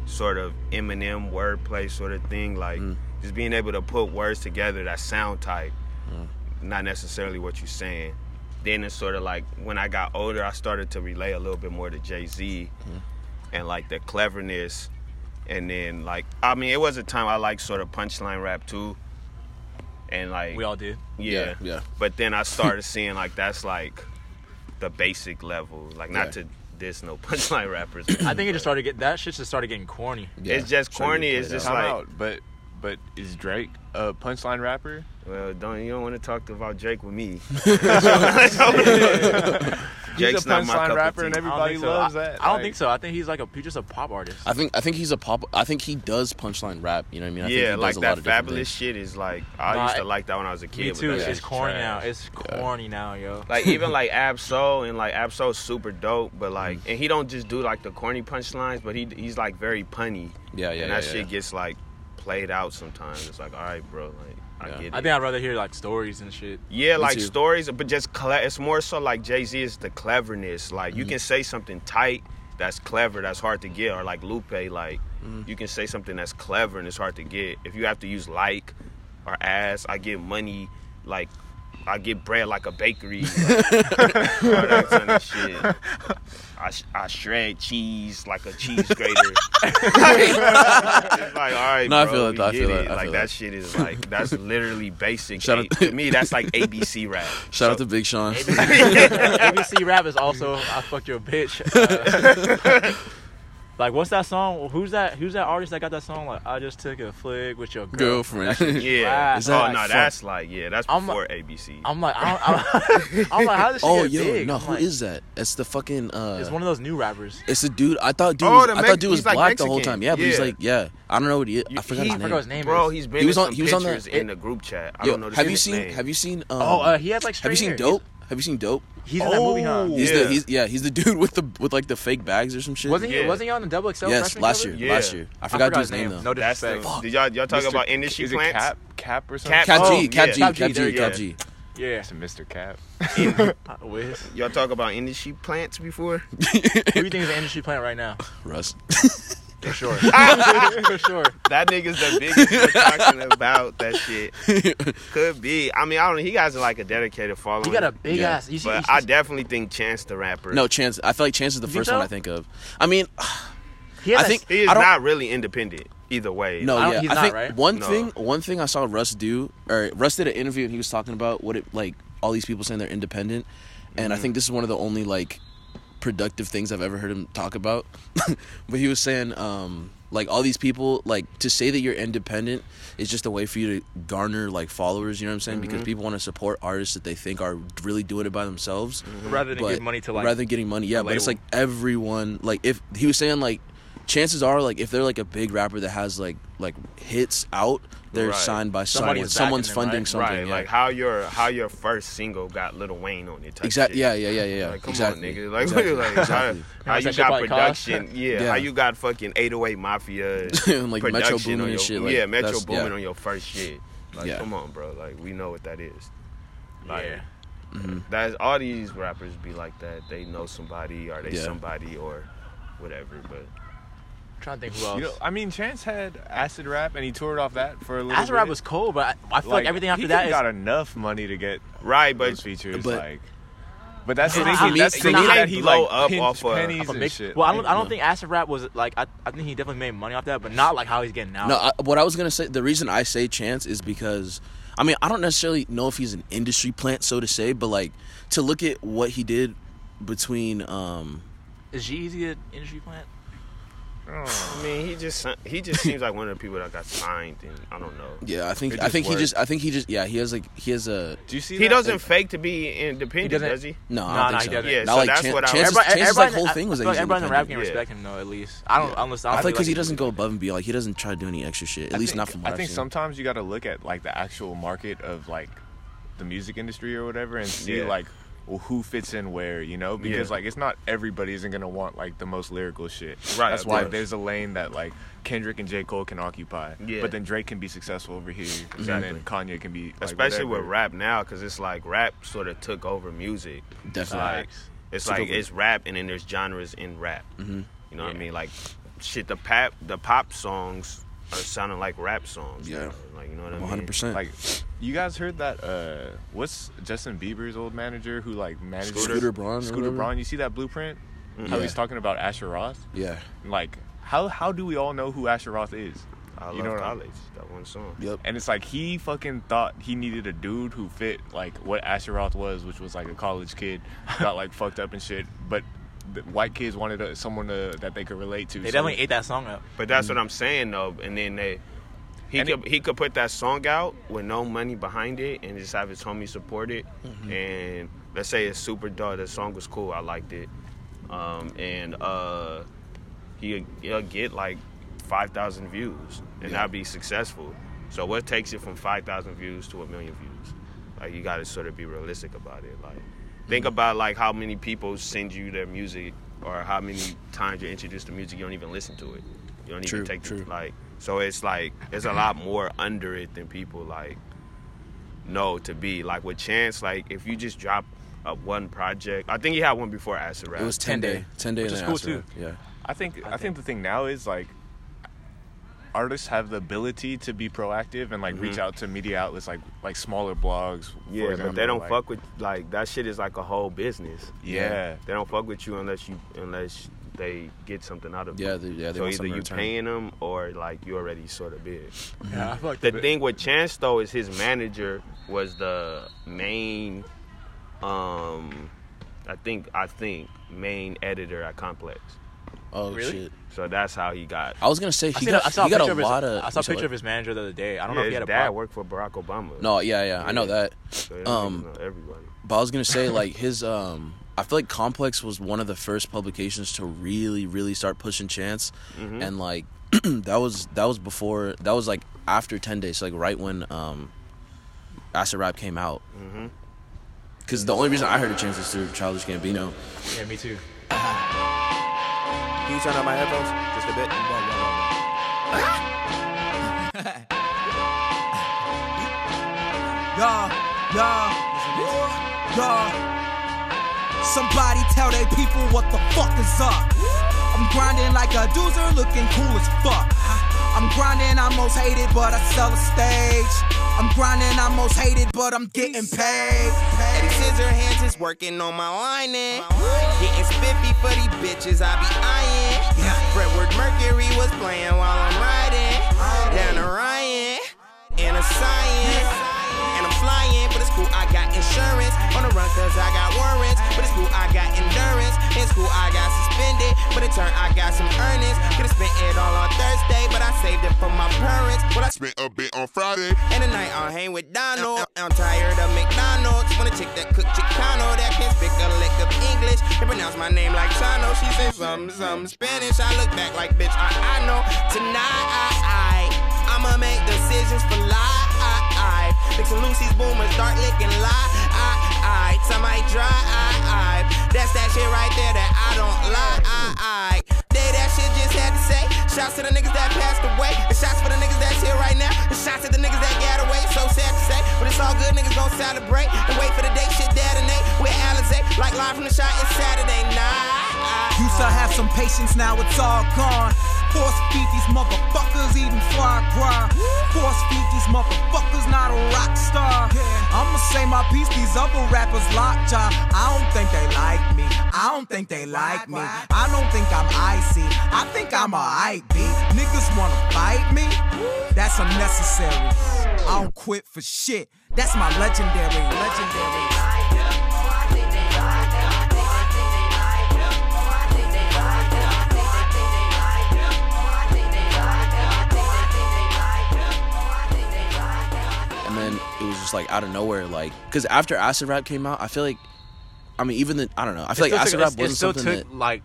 J: sort of Eminem wordplay sort of thing. Like just being able to put words together that sound tight, not necessarily what you're saying. Then it's sort of like when I got older, I started to relay a little bit more to Jay Z and like the cleverness. And then like I mean, it was a time I liked sort of punchline rap too and like
B: We all did.
J: yeah.
A: Yeah, yeah.
J: But then I started seeing like that's like the basic level, like not
B: Yeah.
J: to diss no punchline rappers.
B: I think it just started get that shit just started getting corny.
J: It's just corny. It's just like,
C: but but is Drake a punchline rapper?
J: Well, don't you don't want to talk about Drake with me?
C: He's a punchline rapper, and everybody loves that.
B: I don't think so. I think he's like a he's just a pop artist.
A: I think I think he's a pop. I think he does punchline rap. You know what I mean? I think he
J: yeah,
A: does
J: like
A: a lot
J: that
A: of different
J: fabulous shit
A: things.
J: is like I
A: Nah,
J: used to
A: it-
J: like that when I was a kid.
B: Me
J: but
B: too.
J: that
B: It's,
J: shit's
B: it's corny
J: trash.
B: now. It's corny now, yo.
J: like even like Ab Soul and like Ab Soul's super dope, but like
A: Mm.
J: and he don't just do like the corny punchlines, but he he's like very punny.
A: Yeah, yeah,
J: And that
A: yeah,
J: shit
A: yeah.
J: gets like played out sometimes. It's like, all right, bro, like I get it.
B: I think I'd rather hear like stories and shit.
J: yeah, like stories, but just cle- it's more so like Jay Z is the cleverness. Like you
A: Mm-hmm.
B: Mhm.
J: can say something tight that's clever, that's hard to get, or like Lupe, like
A: Mm-hmm.
J: you can say something that's clever and it's hard to get. If you have to use like or as, I get money, like I get bread like a bakery, like, all that kind of shit. I, sh- I shred cheese like a cheese grater. it's like, all right,
A: No, I
J: bro,
A: feel
J: we
A: that, I
J: get
A: feel
J: it.
A: that, I
J: like
A: feel
J: that
A: that.
J: shit is like that's literally basic.
A: Shout
J: A-
A: out-
J: to me, that's like ABC rap.
A: Shout out to Big Sean.
B: ABC rap is also I fuck your bitch. Uh, like what's that song? Who's that? Who's that artist that got that song? Like I just took a flick with your girlfriend.
A: Girlfriend.
J: Yeah.
B: Is
J: oh
B: that-
J: no,
B: fuck.
J: that's like yeah, that's
B: I'm
J: before ABC.
B: I'm like I don't, I'm, I'm like how does she
A: oh
B: get
A: yo,
B: big?
A: no,
B: I'm
A: who is Um,
B: like,
A: that? It's the fucking. uh
B: It's one of those new rappers.
A: It's a dude. I thought dude.
B: Oh,
A: was,
B: the
A: I
B: Mex-
A: thought dude was
B: he's, like,
A: black the whole
B: Mexican.
A: time. Yeah, but he's
B: Yeah.
A: like, yeah. I don't know what he. is. I forgot
B: he-
A: his
B: I
A: name.
B: forgot his name
J: Bro, he's been
A: He was
J: in
A: on.
J: some
A: He was on
J: pictures
A: the.
J: in the group chat. I
A: Yo,
J: don't know. This
A: have you
J: kid's
A: seen?
J: Name.
A: Have you seen? Um,
B: Oh, uh, he had, like,
A: Have you
B: straight
A: seen
B: hair.
A: Dope? Oh, Have you seen Dope?
B: He's in that movie, huh?
A: He's
B: Yeah.
A: the. He's yeah. He's the dude with the with like the fake bags or some shit.
B: Wasn't he? Wasn't he on the Double XL?
A: Yes,
B: freshman
A: last
B: cover?
A: year, last year. I forgot, dude's name, though.
B: No disrespect.
J: Fuck. Did y'all y'all talk
C: Mr.
J: about industry
C: is it
J: plants?
C: Cap- Cap or
A: Cap, G, Cap G, Cap G, Cap G,
B: Yeah.
C: It's a Mr. Cap.
J: Y'all talk about industry plants before?
B: Who do you think is an industry plant right now?
A: Russ.
B: For sure. For sure.
J: That nigga's the biggest we're talking about that shit. Could be. I mean, I don't know. He has like a dedicated following.
B: got a big Yeah. ass- you see-
J: but
B: you see-
J: I definitely think Chance the Rapper.
A: No chance. I feel like Chance is the
J: You
A: first one
J: so?
A: I think of. I mean,
J: He
A: I think
J: he is
A: I don't-
J: not really independent either way.
A: No, yeah, I think one
J: No.
A: thing, one thing I saw Russ do, or Russ did an interview and he was talking about what it like all these people saying they're independent, and I think this is one of the only like productive things I've ever heard him talk about. but he was saying, um, like all these people, like to say that you're independent is just a way for you to garner like followers. You know what I'm saying? Because
B: Mhm.
A: people want to support artists that they think are really doing it by themselves,
B: Mhm. Rather than
A: But-
B: give money to, like,
A: rather than getting money. Yeah,
B: a
A: but it's like
B: label.
A: everyone, like if he was saying like chances are like if they're like a big rapper that has like like hits out they're
J: Right.
A: signed by someone someone's funding something
J: Right,
A: yeah.
J: like how your how your first single got Lil Wayne on it. type
A: Exact-
J: shit.
A: yeah, yeah, yeah, yeah, yeah.
J: Like, come
A: Exactly.
J: on, nigga. Like,
A: Exactly.
J: like
A: Exactly.
J: how, how
A: How much
J: you
A: that shit
J: got
A: probably cost?
J: production? Yeah,
A: Yeah.
J: how you got fucking 808 Mafia
A: And, like, Metro
J: production on
A: Boomin and
J: your,
A: shit, like,
J: yeah, Metro
A: that's-
J: Boomin
A: yeah.
J: on your first shit. Like,
A: Yeah.
J: come on, bro. Like, we know what that is. Like,
B: Yeah.
A: Mhm.
J: That's all these rappers be like that. They know somebody, or they
A: Yeah.
J: somebody, or whatever. But
B: trying to think
J: Oh.
C: You know, I mean, Chance had acid rap, and he toured off that for a little.
B: Acid
C: bit.
B: Rap was cool, but I, I feel like, everything after
C: he
B: that
C: could've
B: is.
C: got enough money to get
J: right, but
C: those features
B: but-
C: like. But that's
B: For
C: thinking,
B: me-
C: that's
B: for
C: thinking
B: me,
C: that
B: I
C: he
B: blow
C: like
B: up
C: pinched
J: off of-
C: pennies
B: off a
C: and
B: mix-
C: shit.
B: Well, I
C: like-
B: don't, I don't think Acid Rap was like I, I think he definitely made money off that, but not like how he's getting now.
A: no I, what i was gonna say the reason i say chance is because i mean i don't necessarily know if he's an industry plant so to say but like to look at what he did between um
B: is Jeezy an industry plant?
J: I mean, he just he just seems like one of the people that got signed, and I don't know.
A: yeah i
J: It
A: think i
J: just
A: think he
J: worked.
A: just i think he just yeah he has like he has a
C: do you see
J: He doesn't fake to be independent,
B: He doesn't-
J: does he?
A: no,
B: Nah,
A: I
B: nah, he
A: don't think so.
B: doesn't.
J: Yeah,
A: Not
J: so
A: like
J: that's
A: Chan-
J: what I-
A: Chance's,
J: Everybody-
A: Chance's, like
B: everybody-
A: whole thing was
B: I
A: that
B: feel like
A: he's
B: everybody in the rap game
A: independent.
B: respect him though, at least. I don't unless I
A: I
B: don't
A: feel like because he
B: like
A: doesn't go above and beyond. Like he doesn't try to do any extra shit. At
C: I
A: least
C: think-
A: not from what
C: I
A: I've
C: think
A: seen.
C: sometimes you got to look at like the actual market of like the music industry or whatever and see
J: Yeah.
C: like well, who fits in where, you know? Because
J: Yeah.
C: like it's not everybody isn't gonna want like the most lyrical shit.
J: Right,
C: That's
J: of
C: why
J: course.
C: there's a lane that like Kendrick and J Cole can occupy,
J: Yeah.
C: but then Drake can be successful over here, and
J: Exactly.
C: then Kanye can be like,
J: Especially
C: whatever.
J: with rap now, because it's like rap sort of took over music.
A: Definitely.
J: Like, it's
A: Took
J: like
A: over.
J: it's rap, and then there's genres in rap.
A: Mhm.
J: You know what I mean? Like, shit, the pap, the pop songs are sounding like rap songs.
A: Yeah.
J: now. like you know what I mean?
A: 100%.
C: Like, you guys heard that? Uh, what's Justin Bieber's old manager who like managed
A: Scooter- Scooter Braun or
C: Scooter
A: whatever?
C: Braun. You see that blueprint? How
A: Yeah.
C: he's talking about Asher Roth?
A: Yeah.
C: Like, how how do we all know who Asher Roth is?
J: I
C: You know
J: love
C: what I-
J: college. That one song.
A: Yep.
C: And it's like he fucking thought he needed a dude who fit like what Asheroth was, which was like a college kid, got like fucked up and shit. But the white kids wanted a, someone to, that they could relate to.
B: They definitely ate that song up.
J: But that's what I'm saying though. And then they, he could he could put that song out with no money behind it and just have his homies support it. And let's say it's super dog. That song was cool. I liked it. Um, and uh, he he'll get like five thousand views, and that'd be successful. So what takes it from five thousand views to a million views? Like you got to sort of be realistic about it. Like think
A: Mm-hmm.
J: about like how many people send you their music or how many times you're introduced to music you don't even listen to it. You don't
A: True,
J: even take
A: true.
J: the like. So it's like there's a lot more under it than people like know to be. Like with Chance, like if you just drop a one project, I think he had one before Acid Rap.
A: It was 10 day. 10 day.
B: uh, Which
A: and
B: is
A: then
B: cool,
A: after that, Yeah.
C: I think I, think the thing now is like artists have the ability to be proactive and like reach out to media outlets like like smaller blogs. for
J: Mm-hmm. Yeah, but they
C: example,
J: don't
C: like-
J: fuck with like that shit is like a whole business.
C: Yeah.
J: They don't fuck with you unless you unless they get something out of it.
A: Yeah, they- yeah, they
J: so
A: want
J: either
A: something in
J: you
A: return.
J: paying them or like you already sort of bid.
B: Yeah, I fucked
J: The thing with Chance though is his manager was the main, um, I think I think main editor at Complex.
A: Oh,
B: Really?
A: shit.
J: So that's how he got.
A: I was going to say,
B: I,
A: he
B: seen
A: got,
B: a- I saw
A: he
B: a
A: got
B: picture
A: a
B: of his,
A: lot of.
B: I saw a
A: I'm sorry.
B: picture of his manager the other day. I don't know
J: Yeah,
B: if he
J: his
B: had a
J: dad
B: pro-
J: worked for Barack Obama.
A: No, yeah, yeah. I know
J: Yeah.
A: that.
J: So that nigga
A: um,
J: know everybody.
A: But I was gonna say like his um I feel like Complex was one of the first publications to really, really start pushing chance.
B: Mm-hmm.
A: And like that was that was before that was like after ten days, so, like right when um Acid Rap came out.
B: Mm-hmm.
A: Cause the only reason I heard of chance was through Childish Gambino.
B: Yeah, me too.
L: Can you turn on my headphones just a bit?
H: Nah, nah, nah. Somebody tell they people what the fuck is up. I'm grinding like a doozer, looking cool as fuck. I'm grinding, I'm most hated, but I sell a stage. I'm grinding, I'm most hated, but I'm getting paid. Eddie Scissor hands is working on my whining. Getting spiffy for these bitches, I be eyeing. Fredward Mercury was playing while I'm riding. Down to Ryan, in a science. And I'm flying, but it's cool, I got insurance. On the run, cause I got warrants. But it's cool, I got endurance. In school, I got suspended. But in turn, I got some earnings. Could've spent it all on Thursday, but I saved it for my parents. But I spent a bit on Friday. And tonight, I'll hang with Donald. I'm tired of McDonald's. Wanna chick that cook Chicano that can speak a lick of English. They pronounce my name like Chano. She says something, something Spanish. I look back like, bitch, I, I know. Tonight, I, I'ma make decisions for life. Fixing Lucy's boomers, start licking lie. I, I, somebody dry. I, I, that's that shit right there that I don't lie. I, I, they that shit just had to say. Shouts to the niggas that passed away. The shots for the niggas that's here right now. The shots at the niggas that got away. So sad to say, but it's all good. Niggas gon' celebrate and wait for the day. Shit, dad and Nate, we're Alizé, like live from the shot. It's Saturday night.
M: Used to have some patience, now it's all gone. Force feed these motherfuckers eating fly gras. Force feed these motherfuckers not a rock star. I'ma say my piece, these other rappers lockjaw. I don't think they like me. I don't think they like me. I don't think I'm icy. I think I'm a IB. Niggas wanna fight me? That's unnecessary. I don't quit for shit. That's my legendary, legendary.
A: And then it was just like out of nowhere, like because after Acid Rap came out, I feel like I mean even the I don't know, I feel like
B: still
A: Acid
B: took-
A: Rap
B: it-
A: wasn't
B: it still
A: something that
B: took like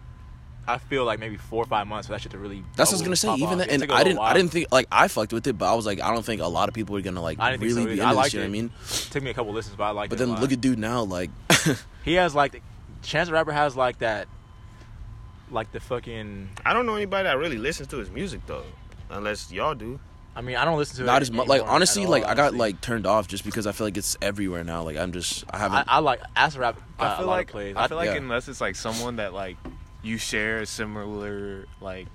B: I feel like maybe four or five months for that shit to really.
A: That's what I was
B: bubble
A: gonna say.
B: Oh, pop
A: Even
B: off.
A: that,
B: It
A: and
B: took a
A: I
B: little
A: didn't, I
B: while.
A: didn't think like I fucked with it, but I was like, I don't think a lot of people are gonna like
B: I didn't
A: really
B: think so
A: be
B: either.
A: into
B: I
A: this.
B: liked
A: You know
B: it.
A: what I mean?
B: Took me a couple listens, but I liked
A: But
B: it. a
A: then
B: lot.
A: look at dude now, like
B: he has like Chance the Rapper has like that, like the fucking.
J: I don't know anybody that really listens to his music though, unless y'all do.
B: I mean, I don't listen to it
A: not as much. Like
B: anymore
A: honestly,
B: at all,
A: like I got
B: honestly.
A: like turned off just because I feel like it's everywhere now. Like I'm just I
B: I,
A: haven't.
B: I like Acid Rap. Got
C: I feel
B: a lot
C: like
B: of plays.
C: I feel like
A: Yeah.
C: unless it's like someone that like you share a similar like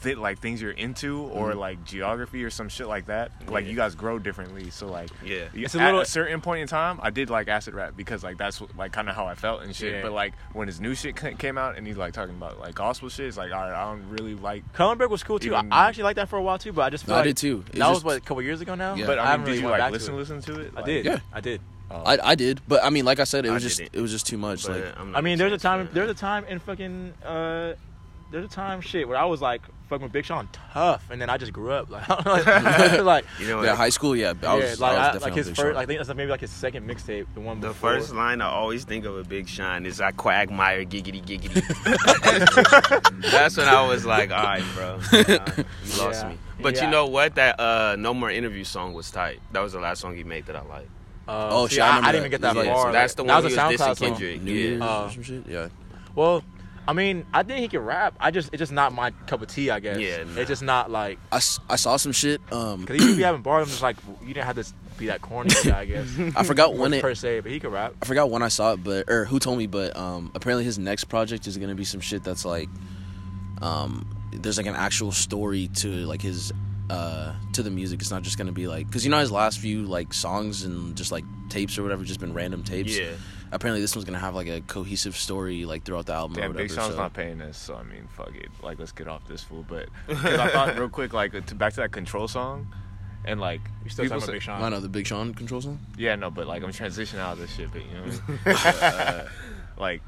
C: fit like things you're into or like geography or some shit like that. Like
B: Mm-hmm. Yeah.
C: you guys grow differently, so like
B: Yeah.
C: you-
B: It's a
C: at
B: little-
C: a certain point in time, I did like acid rap because like that's what, like kind of how I felt and shit.
B: Yeah.
C: But like when his new shit c- came out and he's like talking about like gospel shit, it's like all right, I don't really like.
B: Cronenberg was cool too.
C: Even-
B: I I actually liked that for a while too, but I just feel
C: No, I
B: like
C: did, too.
B: That
C: It's
B: was
C: just-
B: what a couple years ago now.
C: Yeah.
B: But I
C: I mean,
B: haven't
C: did
B: really
C: you,
B: went
C: like,
B: back
C: listen-
B: to it.
C: listen to it?
B: I
C: Like-
B: did.
C: Yeah.
B: I did.
A: I, I did, but I mean, like I said, it
B: I
A: was just
B: didn't.
A: it was just too much.
B: But,
A: like
B: I mean, there's a time. There's a time in fucking. Uh, there's a time shit where I was like fucking with Big Sean tough, and then I just grew up. Like, like
A: You know Yeah, what? high school, yeah, I was- I was
B: like,
A: definitely
B: like
A: on
B: his
A: Big
B: first.
A: Sean.
B: I think that's maybe like his second mixtape, the one.
J: The
B: before.
J: first line I always think of a Big Sean is I quagmire giggity giggity. That's when I was like, all right, bro, Nah, you lost
B: Yeah.
J: me. But
B: Yeah.
J: you know what? That uh, No More Interview song was tight. That was the last song he made that I liked.
B: Uh, Oh, see, shit, I I- remember I didn't that. even get that
J: Yeah,
B: far.
J: That's the
B: That
J: one
B: was
J: he
B: a
J: was
B: SoundCloud
J: dissing
B: song.
J: Kendrick.
B: New
J: yeah.
B: Year's or Uh, some
A: shit. Yeah.
B: Well, I mean, I think he can rap. I just it's just not my cup of tea. I guess. Yeah. It's just not like
A: I, s- I saw some shit. Um,
B: because he should be having bars. I'm just like you didn't have to be that corny. guy, I guess.
A: I forgot when it-
B: per se, but he could rap.
A: I forgot when I saw it, but or who told me, but um, apparently his next project is gonna be some shit that's like, um, there's like an actual story to like his, uh, to the music. It's not just gonna be like, cause you know his last few like songs and just like tapes or whatever, just been random tapes.
C: Yeah.
A: Apparently this one's gonna have like a cohesive story like throughout the album. or
C: Damn,
A: whatever,
C: Big Sean's
A: so.
C: not paying us, so I mean, fuck it. Like, let's get off this fool. But 'cause I thought real quick, like, to, back to that control song, and like,
A: You still
C: people
A: talking about
C: say-
A: Big Sean? I know, the Big Sean control song?
C: Yeah, no, but like, I'm transitioning out of this shit. But you know, what I mean? But, uh, like,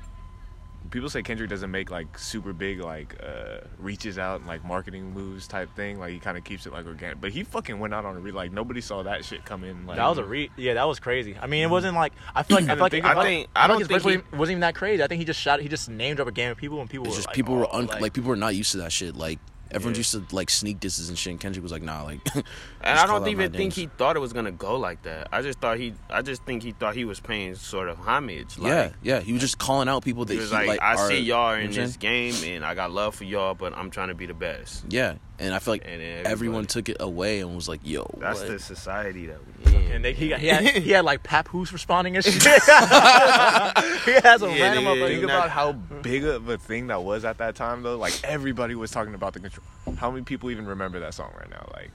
C: people say Kendrick doesn't make like super big like uh, reaches out and like marketing moves type thing. Like, he kind of keeps it like organic. But he fucking went out on a re like nobody saw that shit come in. Like,
B: that was a re. Yeah, that was crazy. I mean, it wasn't like I feel like I feel like
C: think-
B: I,
C: I
B: feel like-
C: think-
B: I,
C: I
B: don't
C: don't think
B: think his verse wasn't- wasn't even that crazy. I think he just shot. He just named up a gang of people, and people
A: It's
B: were
A: just
B: like,
A: people were
B: "Oh,"
A: un-
B: like-
A: like, people were not used to that shit. Like everyone's used to like sneak distances and shit. And Kendrick was like, nah, like. and
J: And I don't even think he thought it was gonna go like that. I just thought he, I just think he thought he was paying sort of homage. Like,
A: yeah, yeah, he was just calling out people that
J: he was
A: he,
J: like, I
A: are-
J: see y'all in
A: you know what I'm
J: this game, and I got love for y'all, but I'm trying to be the best.
A: saying? Yeah, and I feel like
J: And everybody-
A: everyone took it away and was like, yo,
J: That's
A: what?
J: the society that we in.
B: And they, he, got, he, had, he had like Papoose responding and shit. he had some
C: Yeah,
B: random
C: nigga,
B: motherfucker.
C: Think about how Mm-hmm. big of a thing that was at that time, though. Like everybody was talking about the control. How many people even remember that song right now? Like,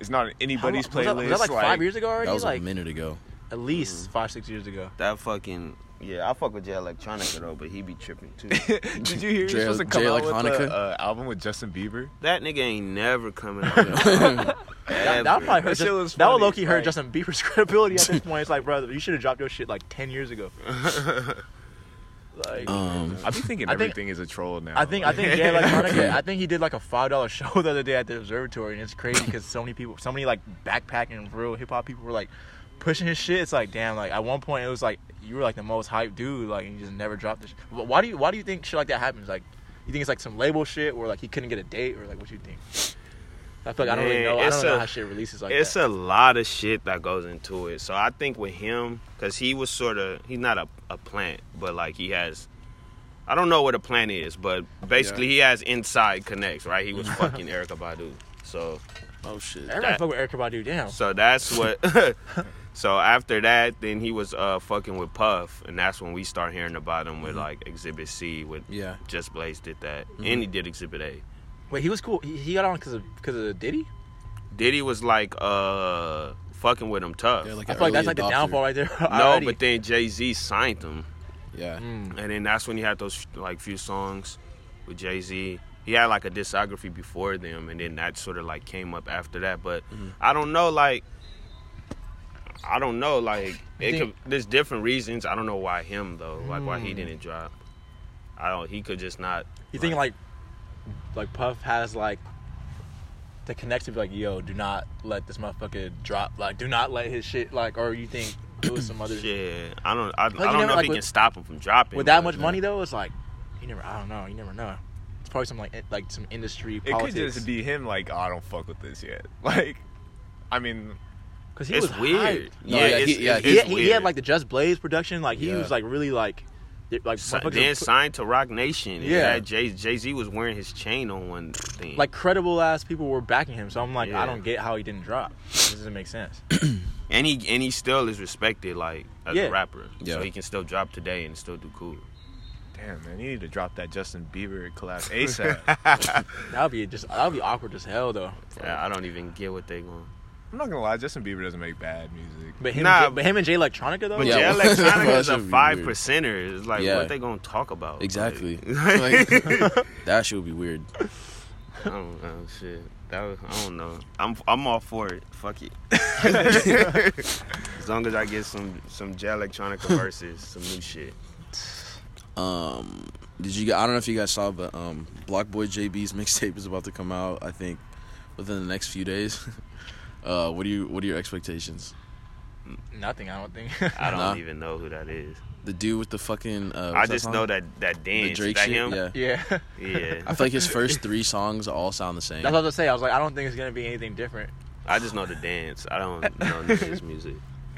C: it's not in anybody's
B: How
C: playlist.
B: long- was that- was that, like, five years ago already? That was a Like-
A: minute ago.
B: At least five, six years ago.
J: That fucking yeah, I fuck with Jay Electronica though, but he be tripping too.
C: Did you hear he's supposed to come out with a, uh, album with Justin Bieber?
J: That nigga ain't never coming out. with an album.
B: That, that
J: Ever.
B: probably hurt.
J: That shit
B: Just,
J: was
B: that would
J: funny,
B: low key hurt
J: like-
B: Justin Bieber's credibility at this point. It's like, brother, you should have dropped your shit like ten years ago. like,
A: Um,
C: I be thinking
B: I think-
C: everything is a troll now.
B: I think I think Jay Electronica. I think he did like a five dollar show the other day at the observatory, and it's crazy because so many people, so many like backpacking real hip hop people were like pushing his shit. It's like damn, like at one point it was like you were like the most hyped dude, like and you just never dropped the. Sh- Wh- why do you Why do you think shit like that happens? Like, you think it's like some label shit, or like he couldn't get a date, or like what you think? I feel like I don't really
J: Man,
B: know. I
J: it's
B: don't know
J: a-
B: how shit releases like
J: it's
B: that.
J: a lot of shit that goes into it. So I think with him, because he was sort of he's not a, a plant, but like he has. I don't know what a plant is, but basically he has inside connects, right? He was fucking Erica Badu, so.
A: Oh shit!
B: Everybody fuck with Erica Badu, damn.
J: So that's what. so after that, then he was uh fucking with Puff, and that's when we start hearing about him with
B: Mm-hmm.
J: like Exhibit C. With
A: Yeah.
J: Just Blaze did that,
B: Mhm.
J: and he did Exhibit A.
B: Wait, he was cool. He, he got on because of because of Diddy.
J: Diddy was like uh fucking with him tough.
B: like I an feel like that's early like the adopter. downfall right there
J: no,
B: already.
J: but then Jay Z signed him.
A: Yeah.
J: And then that's when he had those like few songs with Jay Z. He had like a discography before them, and then that sort of like came up after that. But
B: Mm-hmm.
J: I don't know, like. I don't know, like
B: You
J: it could,
B: think-
J: there's different reasons. I don't know why him though, like why he
B: Mm.
J: didn't drop. I don't. He could just not.
B: You think like like Puff has like the connection to be like, yo, do not let this motherfucker drop. Like, do not let his shit like or you think it was some other
J: Yeah, I don't. I, I
B: Like,
J: don't
B: you
J: know
B: never-
J: if
B: like,
J: he
B: with-
J: can stop him from dropping.
B: with that
J: but-
B: much money though, it's like you never I don't know, you never know. It's probably some like in- like some industry
C: it
B: politics.
C: could just be him. Like, oh, I don't fuck with this yet. Like, I mean,
B: 'Cause he was hyped.
C: No,
B: Like,
C: it's-
B: he,
C: it's
B: he had, he
C: weird.
B: had like the Just Blaze production. Like he
J: Yeah.
B: was like really like th- like
J: Si-
B: motherfuckers
J: then
B: put-
J: signed to Rock Nation.
B: Yeah.
J: Yeah, Jay Jay Z was wearing his chain on one thing.
B: like credible ass people were backing him. So I'm like, I
J: Yeah.
B: don't get how he didn't drop. This doesn't make sense.
J: and he and he still is respected like as
B: Yeah.
J: a rapper.
B: Yeah.
J: So he can still drop today and still do cool.
C: damn man, you need to drop that Justin Bieber collab ASAP.
A: that'll be just that'll be awkward as hell though.
J: Yeah, I don't even get what they want.
C: I'm not gonna lie, Justin Bieber doesn't make bad music.
A: But him and
J: Nah,
A: Jay- but him and Jay Electronica though.
J: But
A: Yeah.
J: Jay Electronica is
A: That
J: a
A: should be
J: five
A: weird.
J: percenter. It's like
A: Yeah.
J: what they gonna talk about?
A: Exactly.
J: Like-
A: Like, that shit would be weird.
J: I don't know. oh, Shit. That was, I don't know. I'm I'm all for it. Fuck it. as long as I get some some Jay Electronica verses, some new shit.
A: Um, did you? g- I don't know if you guys saw, but um, Block Boy JB's mixtape is about to come out. I think within the next few days. uh, what do you? What are your expectations?
B: Nothing. I don't think.
J: I don't
A: Nah.
J: even know who that is.
A: The dude with the fucking. Uh,
J: I
A: what's
J: just
A: song?
J: know that that dance.
A: The Drake
J: Is that
A: shit.
J: him?
A: Yeah.
B: Yeah.
J: Yeah.
A: I feel like his first three songs all sound the same.
B: That's what I was gonna say. I was like, I don't think it's gonna be anything different.
J: I just know the dance. I don't know his music.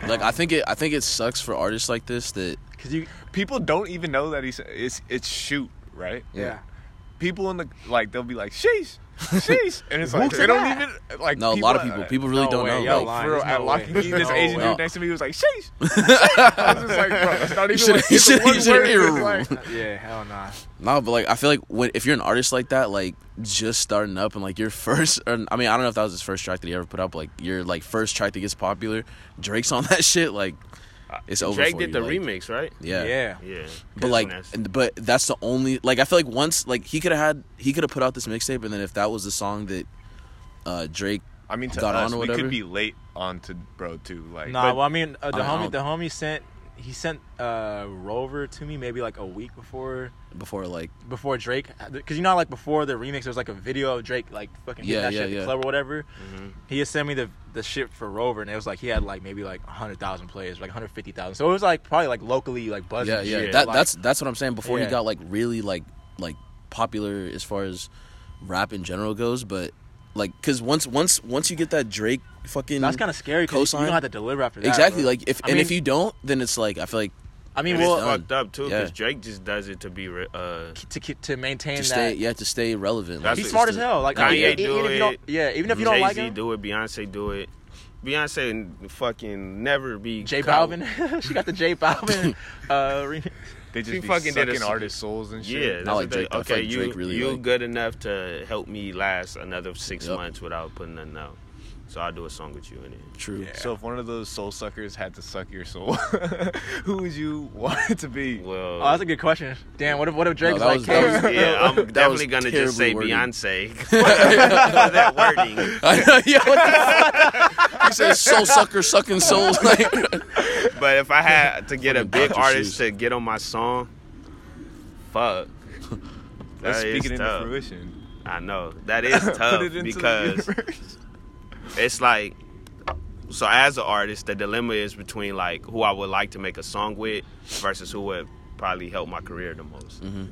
A: Like I think it. I think it sucks for artists like this that
B: Cause you
C: people don't even know that he's it's it's shoot right.
A: Yeah.
C: People in the like they'll be like sheesh, sheesh, and it's like
A: Who
C: they
A: can
C: don't
A: that?
C: even like.
A: No, a lot of people-
C: uh,
A: people really No don't way, know, y'all like- lying.
C: for real,
A: There's
C: at
A: no
C: Lock and
A: way.
C: Key, this
A: No
C: Asian
A: way.
C: dude next to me was like sheesh. sheesh." I was just like, bro, it's not
A: You
C: even.
A: should-
C: like,
A: you
C: it's
A: should-
C: a one
A: you should
C: word,
A: hear
C: it's
A: him.
C: like-
B: yeah, hell nah.
A: No, but like I feel like when if you're an artist like that, like just starting up and like your first, or, I mean I don't know if that was his first track that he ever put up. Like your like first track that gets popular, Drake's on that shit. Like it's over.
J: Drake
A: for
J: did the
A: you, like,
J: remix, right?
A: Yeah.
J: Yeah. Yeah.
A: But like, and- but that's the only like I feel like once like he could have had he could have put out this mixtape, and then if that was the song that uh Drake,
C: I mean, to
A: got
C: us,
A: on
C: we
A: or whatever,
C: could be late on to bro too. Like,
B: Nah,
C: but-
B: well, I mean, uh, the
A: I
B: homie,
A: don't-
B: the homie sent he sent uh, Rover to me maybe like a week before
A: before like
B: before Drake, because you know, how, like before the remix, there was like a video of Drake like fucking hitting
A: Yeah,
B: that
A: yeah,
B: shit at
A: yeah.
B: the club or whatever. He just sent me the the shit for Rover, and it was like he had like maybe like hundred thousand plays, like hundred fifty thousand. So it was like probably like locally like buzzing.
A: yeah, yeah,
B: shit,
A: that
B: like-
A: that's that's what I'm saying. Before
B: Yeah.
A: he got like really like like popular as far as rap in general goes, but like because once once once you get that Drake fucking
B: That's kinda scary 'cause you- you don't have to deliver after that,
A: Exactly.
B: bro.
A: Like if
B: I
A: and
B: mean-
A: if you don't, then it's like I feel like
B: I mean,
J: And
B: well, uh,
J: it's fucked up too
A: Yeah.
J: because Drake just does it to be re- uh,
B: to keep, to maintain
A: to
B: that.
A: stay yeah to stay relevant.
J: That's
B: He's
J: what-
B: smart as hell. Like e-,
J: Kanye
B: even-
J: do
B: even if you
J: it.
B: don't- yeah, even if you don't like
J: Jay-Z
B: him.
J: do it. Beyonce do it. Beyonce n- fucking never be
B: J
J: caught.
B: Balvin, she got the J Balvin. Uh, remix.
C: They just
J: She
C: be
J: fucking did a
C: sucking
J: s-
C: artist souls and shit.
J: Yeah, that's
C: Not
J: what
C: like
J: they,
C: Drake, though. I
J: okay,
C: feel like
J: you
C: Drake really,
J: you
C: like-
J: good enough to help me last another six
C: Yep.
J: months without putting nothing out. So I'll do a song with you in it.
A: True.
C: So if one of those soul suckers had to suck your soul, who would you want it to be?
J: Well,
B: Oh, that's a good question. Damn, what if what if Drake
C: that
B: was,
C: was-
B: like,
C: that
B: "Hey,
C: was-
J: Yeah, I'm
C: That was
J: definitely gonna just
C: terribly
J: say Beyonce
C: worded.
J: for that wording.
A: I know, yeah, what the fuck? He says soul sucker sucking souls. Like,
J: But if I had to get a big
A: Dr.
J: artist to get on my song, fuck.
C: That's
J: That is
C: speaking into
J: tough.
C: fruition.
J: I know that is
C: Put
J: tough
C: it into the
J: because it's like so as an artist, the dilemma is between like who I would like to make a song with versus who would probably help my career the most.
C: Mm-hmm.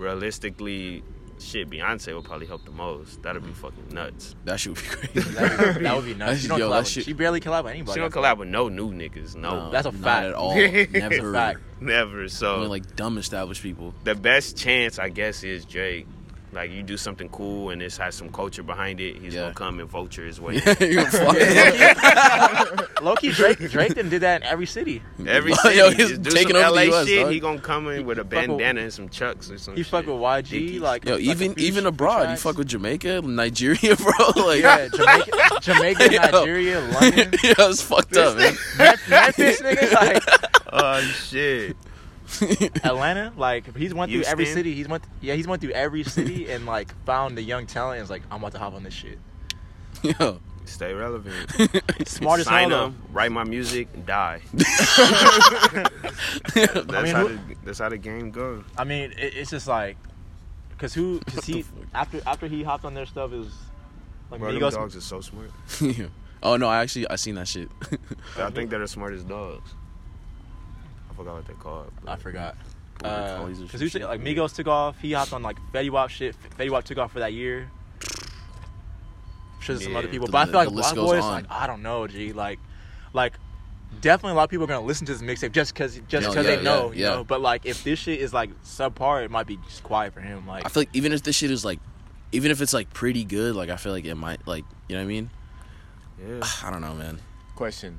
J: Realistically, shit, Beyonce would probably help the most. That'd be fucking nuts.
A: That should be crazy.
B: That would- that would be nuts. She don't collab with- she barely collab with anybody.
J: She don't collab with no new niggas. No,
A: No, That's a not fact. at all. Never. Fact.
J: Never. So
A: Only, like dumb established people.
J: the best chance, I guess, is Drake. Like you do something cool and this has some culture behind it, he's gonna come and vulture his way.
A: Yeah, he gonna
B: fly. Loki Drake Drake done did that in every city.
J: Every city, just do some LA shit. He gonna come in with a
B: fuck with-
J: bandana and some chucks or some.
B: He
J: shit.
B: fuck with YG, like
A: Yo,
B: like
A: even
B: a few
A: even abroad, you
B: tracks.
A: fuck with Jamaica, Nigeria, bro. Like,
B: yeah, Jamaica, Jamaica
A: Yo.
B: Nigeria, London,
A: yeah, it's fucked up, man.
B: Mem- Memphis, nigga, like
J: oh shit,
B: Atlanta, like he's went through every
J: Houston.
B: city. He's went, yeah, he's went through every city and like found the young talent. and is like, I'm about to hop on this shit.
A: Yo.
J: Stay relevant.
B: Smart as
J: Sign
B: hell,
J: up, write my music, die. that's,
B: I mean,
J: how
B: who-
J: the, that's how the game goes.
B: I mean, it, it's just like, cause who? Cause he after after he hopped on their stuff is like
J: Bro, them
B: Migos.
J: dogs are so smart.
A: Yeah. oh no, I actually I seen that shit.
J: I think they're the smartest dogs. I forgot what they called.
B: I forgot.
J: Border
B: Uh,
J: Collies or
B: Cause
J: some
B: who took, like Migos took off. He hopped on like Fetty Wap shit. Fetty Wap took off for that year. I'm sure, there's some
J: Yeah,
B: other people,
J: the-
B: but I feel like
J: the list
B: Black
J: goes
B: Boys.
J: on.
B: Like I don't know, G. Like, like definitely a lot of people are gonna listen to this mixtape just cause just
A: Yeah,
B: cause
A: yeah,
B: they know,
A: yeah,
B: you
A: yeah.
B: know. But like, if this shit is like subpar, it might be just quiet for him. Like,
A: I feel like even if this shit is like, even if it's like pretty good, like I feel like it might like you know what I mean.
J: Yeah.
A: I don't know, man.
C: Question: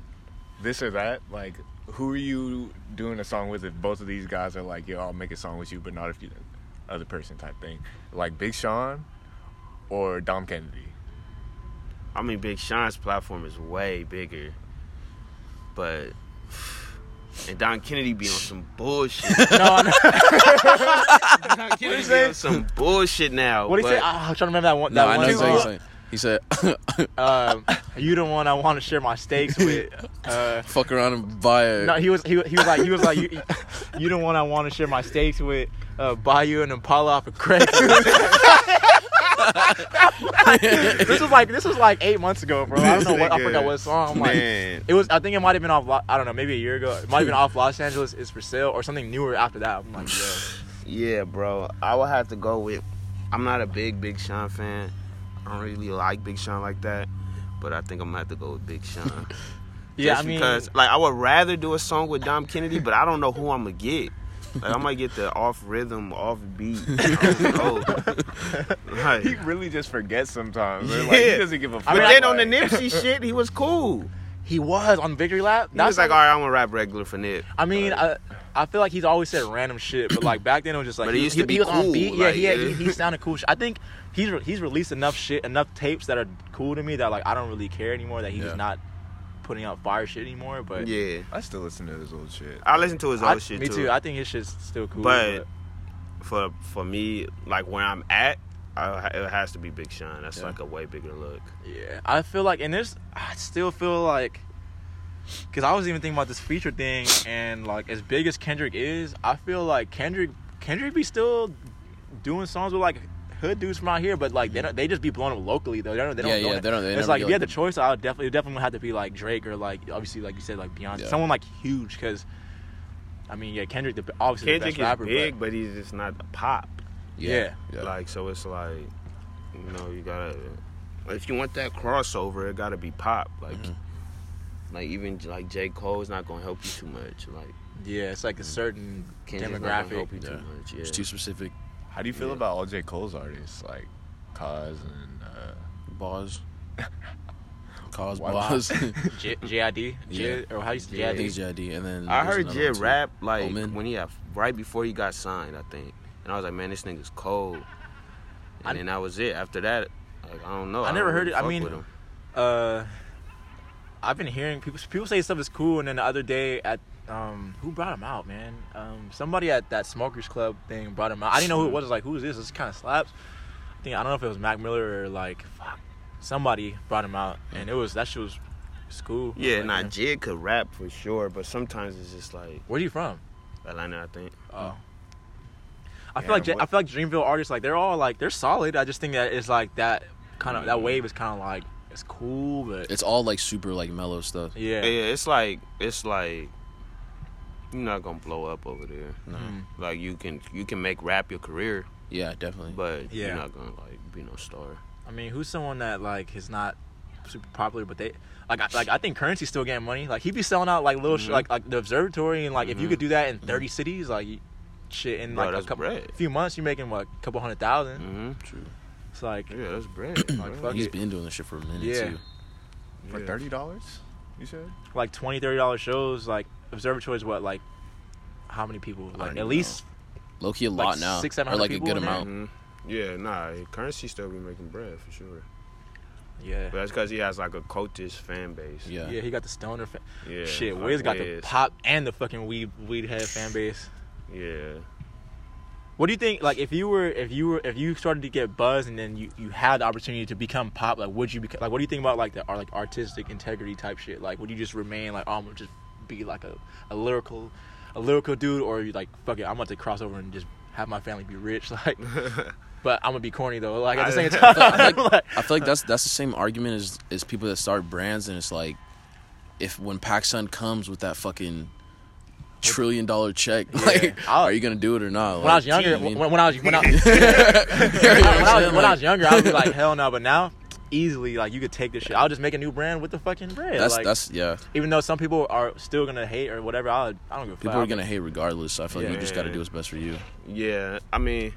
C: this or that, like who are you doing a song with if both of these guys are like, yo, I'll make a song with you, but not if you the other person type thing. Like Big Sean or Dom Kennedy.
J: I mean, Big Sean's platform is way bigger, but and Don Kennedy be on some bullshit. no, no. Don Kennedy be on some bullshit now.
B: What do you say?
J: but-
B: Ah, I'm trying to remember that one.
J: No,
B: That
J: I
B: one
J: know
B: song.
J: exactly what
A: He said,
B: um, "You the one I want to share my steaks with." Uh,
A: fuck around and buy a.
B: no, he was he, was- he was like he was like you, you the one I want to share my steaks with. Uh, buy you an Impala off of Craigslist. this was like this was like eight months ago, bro. I don't know what I forgot what song. I'm like,
J: Man.
B: it was. I think it might have been off. Lo- I don't know, maybe a year ago. It might have been off Los Angeles is for sale or something newer after that. I'm like, yo.
J: Yeah, bro. I would have to go with. I'm not a big Big Sean fan. I don't really like Big Sean like that. But I think I'm gonna have to go with Big Sean.
B: Yeah,
J: Just
B: I mean-
J: because like I would rather do a song with Dom Kennedy, but I don't know who I'm gonna get. Like I might get the off rhythm, off beat. I don't know. Like-
C: He really just forgets sometimes. man. Like, he doesn't give a fuck.
J: But then on the
C: Like-
J: Nipsey shit, he was cool.
B: He was on Victory Lap.
J: He was like, all right, I'm gonna rap regular for Nip.
B: I mean, I, I feel like he's always said random shit, but like back then it was just like
J: But it used to be
B: was
J: cool,
B: Yeah, he, had,
J: like,
B: he
J: yeah.
B: he sounded cool. sh- I think he's re- he's released enough shit, enough tapes that are cool to me that like I don't really care anymore that he's just not putting out fire shit anymore. But
J: Yeah.
C: I still listen to his old shit.
J: I listen to his
B: I-
J: old shit
B: Me
J: too.
B: too. I think his shit's still cool.
J: but for for me, like where I'm at, I, it has to be Big Sean. That's like a way bigger look.
B: Yeah, I feel like, and there's, I still feel like, because I was even thinking about this feature thing, and like as big as Kendrick is, I feel like Kendrick, Kendrick be still doing songs with like hood dudes from out here, but like they don't, they just be blown up locally though. They don't, they don't.
A: Yeah,
B: know
A: yeah,
B: that.
A: they don't- they
B: it's
A: never
B: like
A: do,
B: if you had
A: like-
B: the choice, I would definitely, it definitely would have to be like Drake or like obviously like you said like Beyonce,
J: Yeah.
B: someone like huge, because. I mean, yeah, Kendrick the obviously
J: Kendrick
B: the best rapper,
J: is
B: but-
J: big, but, he's just not the pop.
B: Yeah. Yeah.
J: Like so, it's like you know you gotta if you want that crossover, it gotta be pop. Like
B: Mm-hmm.
J: like even like J Cole's not gonna help you too much. Like
B: yeah, it's like a
A: Mm.
B: certain
J: Kendrick's not gonna help you too much. Yeah.
A: specific.
C: How do you feel
J: Yeah.
C: about all J. Cole's artists like Cause and uh
A: Boz? Cause
C: Why
A: Boz.
C: not?
B: J- JID, J- or how you say
A: I
B: JID?
A: think it's JID, and then
J: I
A: there's
J: heard
A: another
J: Jid
A: one, too.
J: rap like
A: Omen.
J: when he got right before he got signed, I think. And I was like, man, this nigga's cold. And then that was it. After that, like I don't know.
B: I
J: don't
B: never heard
J: really
B: it. I
J: fuck with
B: mean,
J: him.
B: uh, I've been hearing people people say stuff is cool, and then the other day at um, who brought him out, man? Um, somebody at that Smokers Club thing brought him out. I didn't know who it was. I was like, who is this? This kind of slaps. I think I don't know if it was Mac Miller or like fuck, somebody brought him out, and it was that shit was, it's cool.
J: Yeah,
B: Like,
J: nah,
B: man,
J: Jid could rap for sure, but sometimes it's just like
B: Where you from?
J: Atlanta, I think.
B: Oh.
J: Yeah,
B: I feel like J-
J: what-
B: I feel like Dreamville artists like they're all like they're solid. I just think that it's like that kind of
J: Mm-hmm.
B: that wave is kind of like it's cool, but
A: It's all like super like mellow stuff.
B: yeah.
J: Yeah, it's like it's like you're not gonna blow up over there.
A: No.
B: Hmm.
A: Mm.
J: Like you can you can make rap your career.
A: Yeah, definitely.
J: But
B: Yeah.
J: you're not gonna like be no star.
B: I mean, who's someone that like is not super popular, but they like I- like I think Currency's still getting money. Like he'd be selling out like little sh-
J: Mhm.
B: like like the observatory, and like if you
J: Mhm.
B: could do that in 30 cities, like you- shit in
J: Bro,
B: like a
J: that's
B: couple
J: bread.
B: few months, you're making what a couple hundred thousand.
J: Mm-hmm.
A: True.
B: It's like
J: Yeah, that's bread.
B: like
J: bro.
B: fuck
A: He's
B: it.
A: been doing this shit for a minute
B: Yeah.
A: too.
C: for thirty dollars? You said?
B: like 20 30 dollar shows. Like observatory is what like how many people? Like at
A: even
B: least
A: Low key a
B: Like
A: lot now,
B: six,
A: or
B: seven
A: like
B: hundred
A: a good
B: people in there?
A: amount.
J: Mhm. Yeah, nah, currency still be making bread for sure.
B: yeah.
J: But that's because he has like a cultist fan base.
A: Yeah.
B: Yeah, he got the stoner fan.
J: Yeah,
B: Shit,
J: fuck
B: Wiz got the
J: Wiz.
B: pop and the fucking weed weed head fan base.
J: Yeah.
B: What do you think? Like, if you were, if you were, if you started to get buzz, and then you you had the opportunity to become pop, like, would you become? Like, what do you think about like the art, like artistic integrity type shit? Like, would you just remain like, oh, I'm gonna just be like a, a lyrical, a lyrical dude, or you like, fuck it, I'm about to cross over and just have my family be rich, like, but I'm gonna be corny though, like at the same
A: I
B: time.
A: feel, I feel
B: like,
A: like, I feel like that's that's the same argument as as people that start brands and it's like if when PacSun comes with that fucking trillion dollar check, like are you gonna do it or not?
B: when I
A: Like,
B: was younger,
A: you know what I mean?
B: when, when I was when I, when, I, was, when I was younger, I would be like, hell no, but now. Easily, like you could take this shit. I'll just make a new brand with the fucking bread.
A: that's
B: like,
A: that's yeah.
B: even though some people are still gonna hate or whatever, I, I don't give a
A: People
B: fuck.
A: are gonna hate regardless. So I feel like you just gotta
J: Yeah.
A: do what's best for you.
J: Yeah, I mean,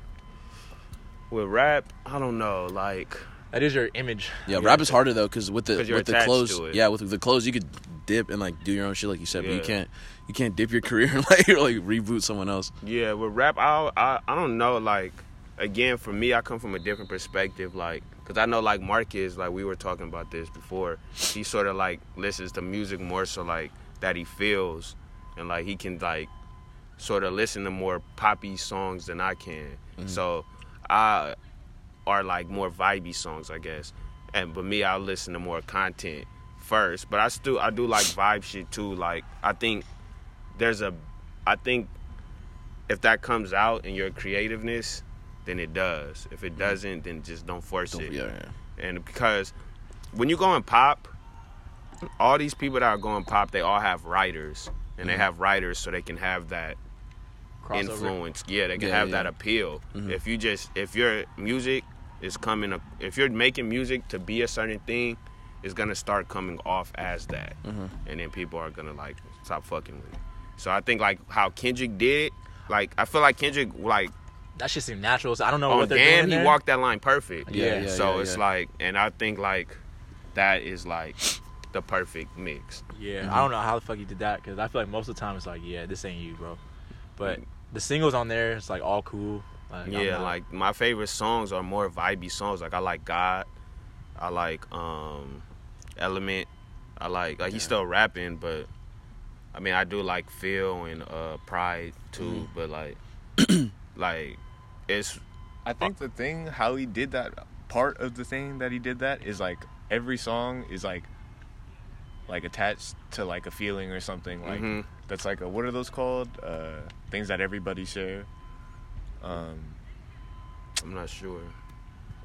J: with rap, I don't know. Like,
B: That is your image.
A: Yeah, rap is harder though because with the
J: 'Cause you're
A: with the
J: attached
A: clothes,
J: to it.
A: yeah, with the clothes you could dip and like do your own shit like you said, but
J: Yeah.
A: you can't you can't dip your career and like or, like reboot someone else.
J: Yeah, with rap, I, I I don't know. Like, again, for me, I come from a different perspective. Like, cause I know like Marcus, like we were talking about this before. He sort of like listens to music more so like that he feels, and like he can like sort of listen to more poppy songs than I can. So I are like more vibey songs, I guess. And but me, I listen to more content first. But I still I do like vibe shit too. Like I think there's a I think if that comes out in your creativeness, then it does. If it doesn't, then just don't force it. And because when you go and pop, all these people that are going pop, they all have writers, and they
B: Mm-hmm.
C: Mhm.
J: have writers so they can have that
C: Crossover.
J: influence. Yeah, they can
C: Yeah,
J: have
C: yeah.
J: that appeal.
B: Mm-hmm.
C: Mhm.
J: If you just if your music is coming, up, if you're making music to be a certain thing, it's gonna start coming off as that,
B: Mm-hmm.
C: Mhm.
J: and then people are gonna like stop fucking with it. So I think like how Kendrick did, it, like I feel like Kendrick like
B: That shit seemed natural. So I don't know
J: on
B: Oh, what they're
J: Dan,
B: doing.
J: Oh, he
B: there.
J: walked that line perfect.
B: Yeah, Yeah. yeah,
J: so
B: yeah,
J: it's
B: yeah.
J: like, and I think like that is like the perfect mix.
B: Yeah,
A: Mm-hmm.
B: I don't know how the fuck he did that because I feel like most of the time it's like, yeah, this ain't you, bro. But the singles on there, it's like all cool. Like, I'm
J: yeah,
B: not-
J: like my favorite songs are more vibey songs. Like I like God, I like um Element, I like like he's still rapping, but I mean I do like Phil and uh Pride too,
C: Mhm.
J: but like like it's
C: I think the thing how he did that part of the thing that he did that is like every song is like like attached to like a feeling or something like
J: Mhm.
C: that's like a what are those called uh things that everybody share um
J: I'm not sure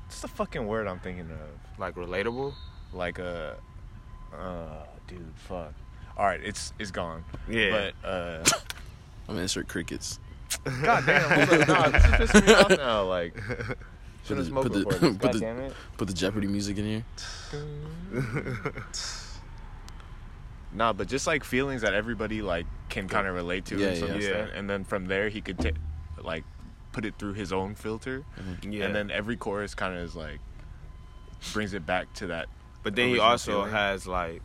C: what's the fucking word I'm thinking of
J: like relatable
C: like a uh dude fuck all right it's it's gone
J: Yeah.
C: but uh
A: I'm gonna insert crickets.
C: God damn, hold up, nah, this is pissing me off now, like-
A: Put
C: Should've
A: the,
C: smoked
A: put, the,
C: before this,
A: put, the,
C: goddammit.
A: put the Jeopardy music in here.
C: Nah, but just like feelings that everybody like can kind of relate to,
A: Yeah,
C: in some
A: yeah.
C: extent. and then from there he could ta- like put it through his own filter,
A: Mm-hmm.
J: Yeah.
C: and then every chorus kind of is like brings it back to that.
J: But then he
C: original
J: also
C: feeling.
J: has like,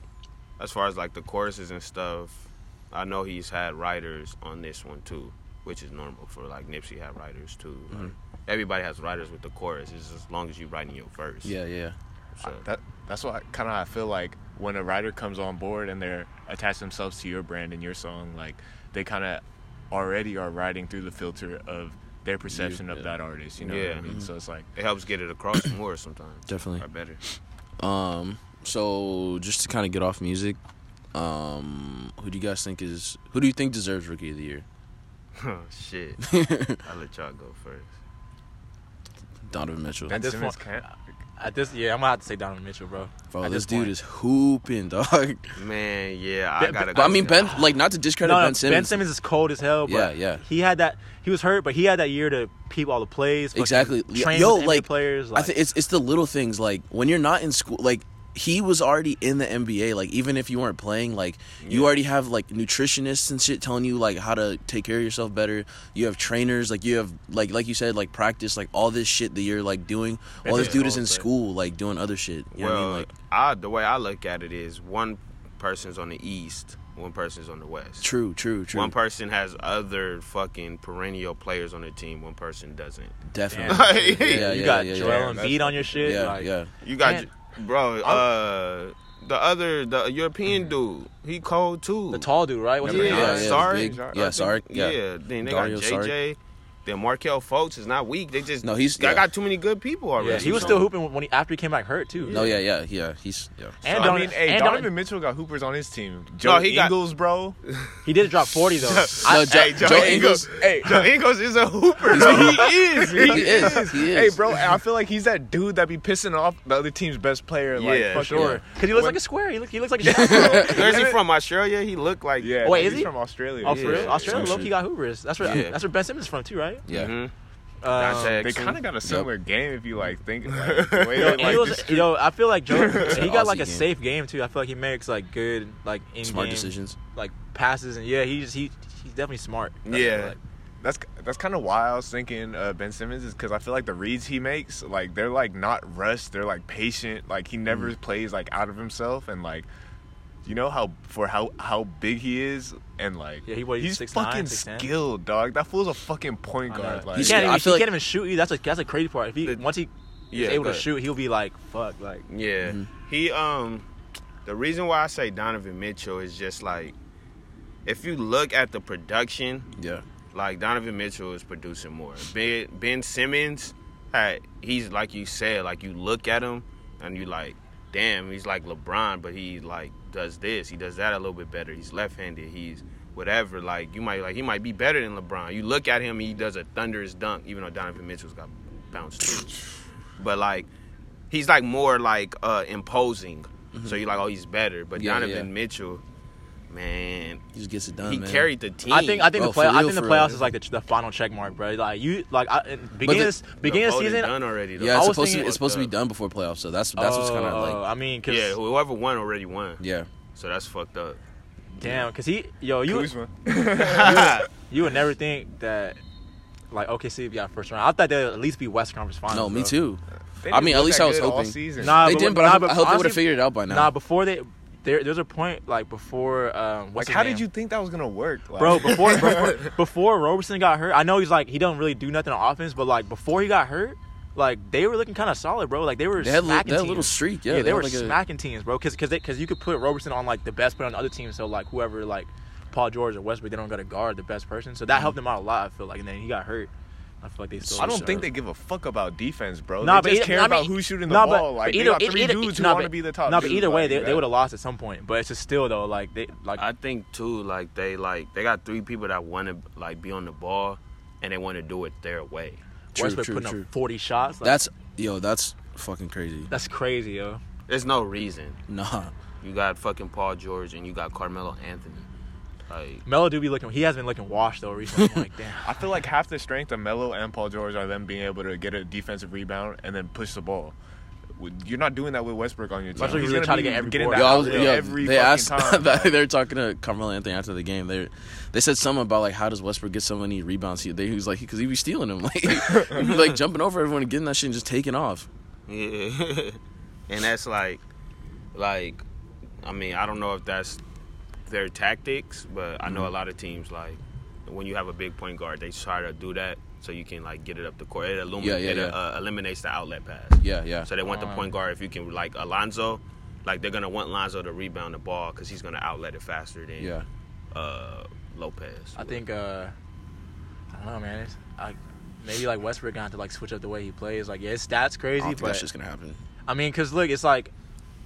J: as far as like the choruses and stuff, I know he's had writers on this one too, which is normal for like Nipsey had writers too. Like,
A: Mm-hmm.
C: Mhm.
J: Everybody has writers with the chorus. It's as long as you writing your verse.
A: yeah.
J: So
C: that that's why kind of I feel like when a writer comes on board and they're attached themselves to your brand and your song, like they kind of already are riding through the filter of their perception of
J: yeah.
C: that artist. You know what I mean? So it's like
J: it helps get it across more sometimes.
A: Definitely.
J: Or better.
A: Um, so just to kind of get off music, um, who do you guys think is who do you think deserves Rookie of the Year?
J: Oh shit! I'll let y'all go first.
A: Donovan Mitchell.
B: at this point, at this, yeah, I'm gonna have to say Donovan Mitchell, bro.
A: Bro,
B: At
A: this,
B: point.
A: dude is hooping, dog.
J: Man, yeah,
B: I But- gotta
A: But I
B: go.
A: mean, Ben, like, not to discredit
B: No, no,
A: Ben Simmons.
B: is cold as hell. But
A: Yeah, yeah.
B: He had that. He was hurt, but he had that year to peep all the plays. fucking
A: exactly. Yeah,
B: Train
A: Yo,
B: with NBA
A: like,
B: players.
A: I
B: Like,
A: think it's it's the little things like when you're not in school, like. He was already in the NBA. Like even if you weren't playing, like you already have like nutritionists and shit telling you like how to take care of yourself better. You have trainers, like you have like like you said, like practice, like all this shit that you're like doing.
J: Ben
A: While this
J: Simmons
A: dude is in
J: always played.
A: school, like doing other shit. You know what I mean?
J: Well,
A: Like
J: I the way I look at it is one person's on the east, one person's on the west.
A: true, true, true.
J: One person has other fucking perennial players on the team. One person doesn't.
A: Definitely.
J: Like-
A: Yeah, yeah, You got yeah, yeah, Joel yeah. Embiid
J: That's-
B: on your shit, Yeah, like- yeah.
J: You got,
B: Man.
J: J- bro. Uh, the other, the European dude, he cold too. The
B: tall dude, right?
A: What's
J: yeah,
A: his name? Yeah,
J: yeah,
A: yeah,
J: Sark.
A: big.
J: I
A: Yeah,
J: think-
A: Sark, yeah.
J: Yeah. Then they
A: Dario
J: got
A: Sark.
J: JJ. Then Markel Fultz is not weak. They just
A: No, he's-
J: I
A: yeah.
J: got too many good people already.
B: yeah, he was still hooping when he after he came back hurt too.
A: No, yeah, yeah, yeah. He's yeah.
B: And
C: So, I
B: Donovan-
C: mean, hey,
B: and
C: Donovan
B: Donovan-
C: Mitchell got hoopers on his team. Joe
J: he got-
C: Ingles, bro.
B: He did drop 40 though. I-
C: hey, Joe, Ingles. Hey,
J: Joe Ingles is a hooper.
C: bro. he is.
J: He is, he
C: Hey,
J: is.
C: bro, I feel like he's that dude that be pissing off the other team's best player. Like,
J: Yeah,
C: fuck
J: sure.
C: it.
B: Cause he looks like a square. He, look, he looks like a shot.
J: Where's he from? Australia. He looked like
C: Yeah.
B: Wait, is
C: he's
B: he
C: from Australia?
B: Oh, for
C: Yeah.
B: real? Australia,
C: Some
B: low key
C: shit.
B: got Hoopers. That's where
C: Yeah.
B: that's where Ben Simmons is from too, right?
A: Yeah.
J: Mm-hmm.
B: Um,
C: they kind of got a similar game if you like think. Like, the way
B: Yo,
C: they, like,
B: Ingles-
C: dis-
B: yo, I feel like Joe.
C: It's
B: he
C: an
B: got like
C: Aussie
B: a
C: game.
B: safe game too. I feel like he makes like good like in
C: Smart decisions.
B: like passes, and yeah, he just he he's definitely smart. That's what I
C: yeah.
B: like.
C: That's that's kind of why I was thinking uh, Ben Simmons is because I feel like the reads he makes, like they're like not rushed, they're like patient. Like he never plays like out of himself, and like You know how for how how big he is and like
B: Yeah, he weighs
C: he's
B: 6'9",
C: fucking
B: 6'10".
C: skilled, dog. That fool's a fucking point guard. Like
B: he can't, even, he can't even shoot you. That's a that's a crazy part. If he once he
J: yeah,
B: is able to
J: but-
B: shoot, he'll be like fuck. Like
J: Yeah. He um the reason why I say Donovan Mitchell is just like if you look at the production,
A: yeah.
J: Like Donovan Mitchell is producing more. Ben Ben Simmons, uh, he's like you said, like you look at him and you like, damn, he's like LeBron, but he like does this, he does that a little bit better. He's left-handed, he's whatever. Like you might like he might be better than LeBron. You look at him, he does a thunderous dunk, even though Donovan Mitchell's got bounced too. But like he's like more like uh imposing.
B: Mm-hmm.
J: So you're like, oh, he's better. But
A: Yeah,
J: Donovan
A: yeah.
J: Mitchell, man,
A: he just gets it done.
J: He
A: man.
J: carried the team.
B: I think I think
A: Bro,
B: the play,
A: for
B: I
A: real,
B: think the
A: for
B: playoffs
A: real.
B: is like the, the final check mark, bro. Like you like I, beginning
A: the-
B: this beginning
J: the
C: Oh,
B: of
J: vote is
B: season
J: done already, though.
A: Yeah, it's
B: I was
A: supposed to
B: thinking-
A: be, it's supposed to be done before playoffs, so that's that's what's kind of
B: Oh,
A: like
B: I mean, cause
J: yeah, whoever won already won.
A: yeah.
J: So that's fucked up.
B: Damn, cause he, yo, you,
J: Kuzma.
B: you, you would never think that, like OKC would be out first round. I thought they'd at least be West Conference Finals.
A: No, me
B: bro.
A: too. They I didn't mean, at look least that I was good all hoping. season. They didn't, but I hope- I hope they would've
B: honestly,
A: figured it out by now.
B: Nah, before they, there, there's a point like before. Um,
C: Like,
B: what's his
C: how
B: name?
C: did you think that was gonna work, Like-
B: Bro, before, before before Roberson got hurt, I know he's like he don't really do nothing on offense, but like before he got hurt, like they were looking kind of solid, bro. Like they were
A: They had li-
B: smacking
A: they had a
B: teams.
A: little streak, yeah,
B: they,
A: they had,
B: were
A: like, a-
B: smacking teams, bro. Because because because you could put Roberson on like the best player on the other team. So like whoever like Paul George or Westbrook, they don't got to guard the best person. So that helped him out a lot. I feel like, and then he got hurt. I feel like they still.
C: Mm. I don't think they give a fuck about defense, bro.
B: Nah,
C: they
B: but
C: just
B: either-
C: care
B: I mean,
C: about who's shooting the
B: nah, but-
C: ball. like
B: but
C: they
B: either-
C: got three
B: either-
C: dudes
B: nah,
C: who want to
B: but-
C: be the top.
B: nah, but
C: dude,
B: either way,
C: like, Ah,
B: they, they
C: that-
B: would have lost at some point. But it's just still though, like they like
J: I think too, like they like they got three people that want to like be on the ball, and they want to do it their way.
A: True, Westbrook true, putting up true.
B: 40 shots.
A: that's yo, that's fucking crazy.
B: that's crazy, yo.
J: There's no reason.
A: Nah.
J: You got fucking Paul George and you got Carmelo Anthony. Like
B: Melo do be looking. He has been looking washed though recently. I'm like damn.
C: I feel like half the strength of Melo and Paul George are them being able to get a defensive rebound and then push the ball. With- You're not doing that with Westbrook on your team.
B: Westbrook
C: He's
B: really
C: gonna
B: trying to
C: be
B: get every
C: getting
B: board.
C: that
B: Yo, I
C: out
B: was-
C: there
B: yo,
C: every
A: they
C: fucking
A: asked
C: time.
A: that, they were talking to Carmelo Anthony after the game. They they said something about like how does Westbrook get so many rebounds? He, they, he was like because he be stealing them, like he be, like jumping over everyone and getting that shit and just taking off.
J: Yeah. and that's like like I mean, I don't know if that's their tactics, but I know
A: Mm-hmm.
J: a lot of teams like when you have a big point guard, they try to do that so you can like get it up the court. It, elimin-
A: Yeah, yeah,
J: it
A: yeah.
J: Uh, eliminates the outlet pass.
A: Yeah, yeah.
J: So they want the
A: Um,
J: point guard if you can like Alonzo, like they're gonna want Lonzo to rebound the ball because he's gonna outlet it faster than
A: Yeah.
J: uh, Lopez.
B: I think uh, I don't know, man. It's, I, maybe like Westbrook gonna have to like switch up the way he plays. Like, yeah, his stats
A: I
B: crazy,
A: don't think
B: but
A: that's just gonna happen.
B: I mean, cause look, it's like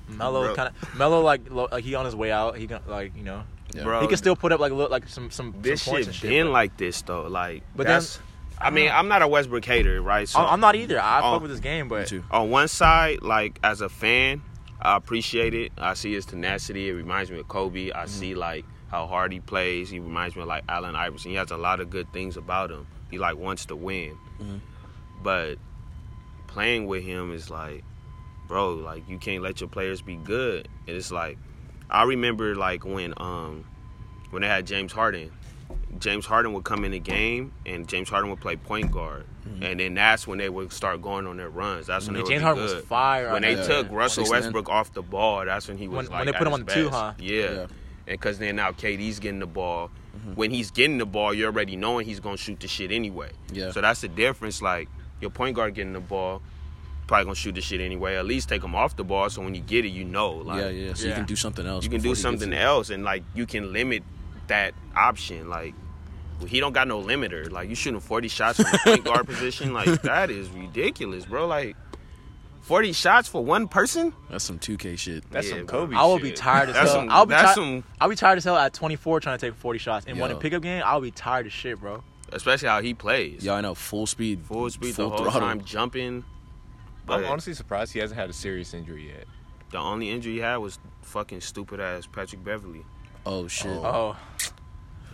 B: Melo
A: Bro.
B: kind of Melo like lo, like he on his way out. He gonna like you know,
J: Oh, Yeah. Bro,
B: he can still put up like look like some some,
J: this
B: some points
J: shit
B: and shit.
J: been like this though. Like,
B: But
J: but
B: then-
J: that's. I mean, I'm not a Westbrook hater, right?
B: I- I'm not either. I
J: on-
B: fuck with this game, but
J: on one side, like as a fan, I appreciate it. I see his tenacity. It reminds me of Kobe. I see like how hard he plays. He reminds me of like Allen Iverson. He has a lot of good things about him. He like wants to win, but playing with him is like, bro, like you can't let your players be good. And it's like, I remember like when um when they had James Harden. James Harden would come in the game, and James Harden would play point guard, and then that's when they would start going on their runs. That's when
B: Yeah,
J: they
B: Mm-hmm.
J: would
B: James
J: be
B: Harden was
J: good.
B: fire out
J: When they
B: there.
J: took
B: Yeah.
J: Russell
B: Six man.
J: Westbrook off the ball, that's when he was
B: When-
J: like
B: when they
J: at
B: put him
J: his
B: on the two,
J: best.
B: huh?
J: Yeah,
B: Yeah.
J: and because then now KD's getting the ball.
A: Mm-hmm.
J: When he's getting the ball, you're already knowing he's gonna shoot the shit anyway.
A: Yeah.
J: So that's the difference. Like your point guard getting the ball, probably gonna shoot the shit anyway. At least take him off the ball, so when you get it, you know. Like,
A: yeah, yeah. So you can do something else.
J: you can
A: before
J: do
A: he gets
J: something
A: it.
J: else, and like you can limit that option. Like he don't got no limiter. Like you shooting forty shots from the point guard position, like that is ridiculous, bro. Like forty shots for one person.
A: That's some 2K shit.
J: That's Yeah, some bro. Kobe
B: I will be
J: shit.
B: tired as
J: That's
B: hell.
J: some-
B: I'll be
J: that's
B: tired.
J: some-
B: I'll be tired as hell at 24 trying to take 40 shots. And when
A: Yo.
B: a pickup game, I'll be tired as shit, bro.
J: Especially how he plays.
A: Yeah, I know. Full speed.
J: Full speed
A: Full
J: the whole
A: throttle.
J: time, jumping.
C: I'm
J: But
C: honestly surprised he hasn't had a serious injury yet.
J: the only injury he had was fucking stupid ass Patrick Beverly.
A: Oh shit.
B: Oh.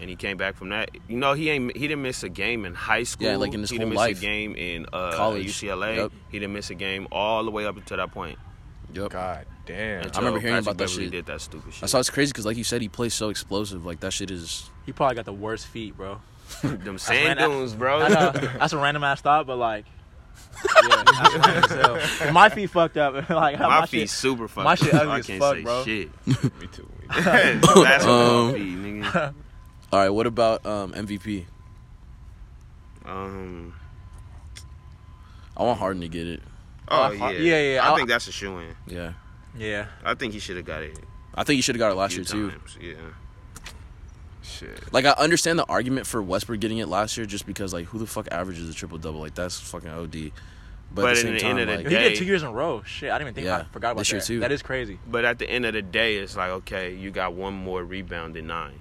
J: And he came back from that. You know, he ain't he didn't miss a game in high school.
A: Yeah, like in his
J: he
A: whole
J: didn't miss
A: life.
J: a game in uh,
A: College.
J: UCLA.
A: Yep.
J: He didn't miss a game all the way up until that point.
A: Yep.
C: God damn.
A: I remember hearing about that
J: Beverly
A: shit.
J: did that stupid shit.
A: I saw it's crazy because like you said, he plays so explosive. Like that shit is.
B: He probably got the worst feet, bro.
J: Them
B: That's
J: sand
B: ran-
J: dunes, bro.
B: I know. That's a random ass thought, but like, Yeah, that's funny as hell. But my feet fucked up. like
J: My feet
B: shit-
J: super fucked
B: My shit
J: up.
B: ugly
J: I
B: as
J: can't
B: fuck,
J: say
B: bro.
J: shit. Me too.
A: Um, All right, what about um, MVP?
J: Um,
A: I want Harden to get it.
J: Oh
A: Uh,
J: yeah,
A: Har- yeah, yeah,
J: I,
A: I-
J: think that's a shoe in.
A: Yeah,
B: Yeah.
J: I think he should have got it.
A: I think you should have got it last
J: a few
A: year too.
J: times, Yeah. Shit.
A: Like I understand the argument for Westbrook getting it last year, just because like who the fuck averages a triple double? Like that's fucking od. But, at
J: But
A: the
J: in
A: same
J: the
A: time,
J: end of the
A: like,
B: He did two years in a row. Shit, I didn't even think. I
A: Yeah,
B: forgot about
A: this year
B: that.
A: too.
B: That is crazy.
J: But at the end of the day, it's like okay, you got one more rebound than nine.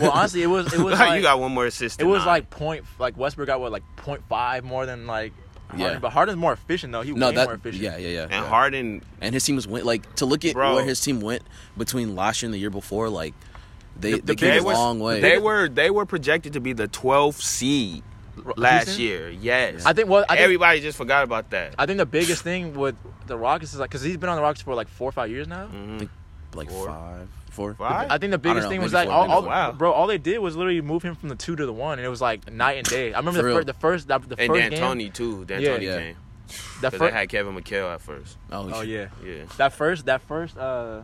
B: Well, honestly, it was. It was
J: Like,
B: like,
J: you got one more assist.
B: It
J: than
B: was
J: nine.
B: like point. Like Westbrook got what like point five more than like. Harden.
A: Yeah.
B: But Harden's more efficient though. He
A: no,
B: way
A: that
B: more efficient.
A: yeah, yeah, yeah.
J: and
A: yeah.
J: Harden
A: and his team was went like to look at
J: Bro.
A: where his team went between last year and the year before. Like they
J: The- the
A: they came a
J: biggest-
A: long way.
J: They were they were projected to be the 12th seed last
B: Houston?
J: year. Yes,
B: I think- well, I think-
J: everybody just forgot about that.
B: I think the biggest thing with the Rockets is like because he's been on the Rockets for like four or five years now.
A: like five, four.
B: I think the
A: don't
B: biggest
A: know,
B: thing was like
A: maybe four,
B: all,
A: maybe
B: all
A: four.
B: bro, all they did was literally move him from the two to the one, and it was like night and day. I remember
J: For
B: the,
J: real.
B: fir- the first the, the
J: and
B: first
J: Dan
B: game.
J: Tony too. Dan Tony came.
B: That
J: Because
B: fir-
J: they had Kevin McHale at first.
B: Oh yeah,
J: yeah.
B: That first, that first uh,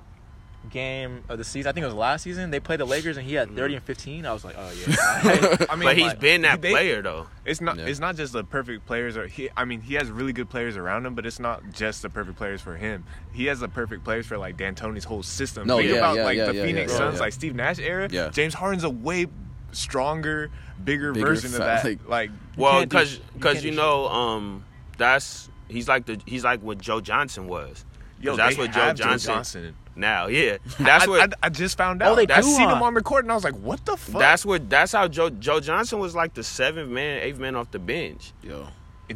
B: game of the season, I think it was last season. They played the Lakers, and he had thirty and fifteen. I was like, oh yeah.
J: I mean,
C: he's
J: he's been that player though.
C: It's not.
J: Yeah.
C: It's not just the perfect players. Or he. I mean, he has really good players around him, but it's not just the perfect players for him. He has the perfect players for like D'Antoni's whole system.
A: No,
C: Think
A: yeah,
C: about
A: yeah,
C: like
A: yeah,
C: the
A: yeah,
C: Phoenix
A: yeah,
C: Suns,
A: yeah.
C: like Steve Nash era.
A: Yeah.
C: James Harden's a way stronger, bigger,
A: Bigger,
C: version of
A: fat-
C: that.
A: like-
C: Like,
J: Well, because because you know, um, that's he's like the he's like what Joe Johnson was. 'Cause
C: Yo,
J: that's
C: they
J: what Joe
C: have Joe
J: Johnson,
C: Johnson.
J: now. Yeah, that's
C: I,
J: what
C: I, I just found
J: Oh,
C: out.
J: they
C: I
J: do,
C: seen
J: huh?
C: him on record, and I was like, "What the fuck?"
J: That's what. That's how Joe Joe Johnson was like the seventh man, eighth man off the bench.
A: Yo.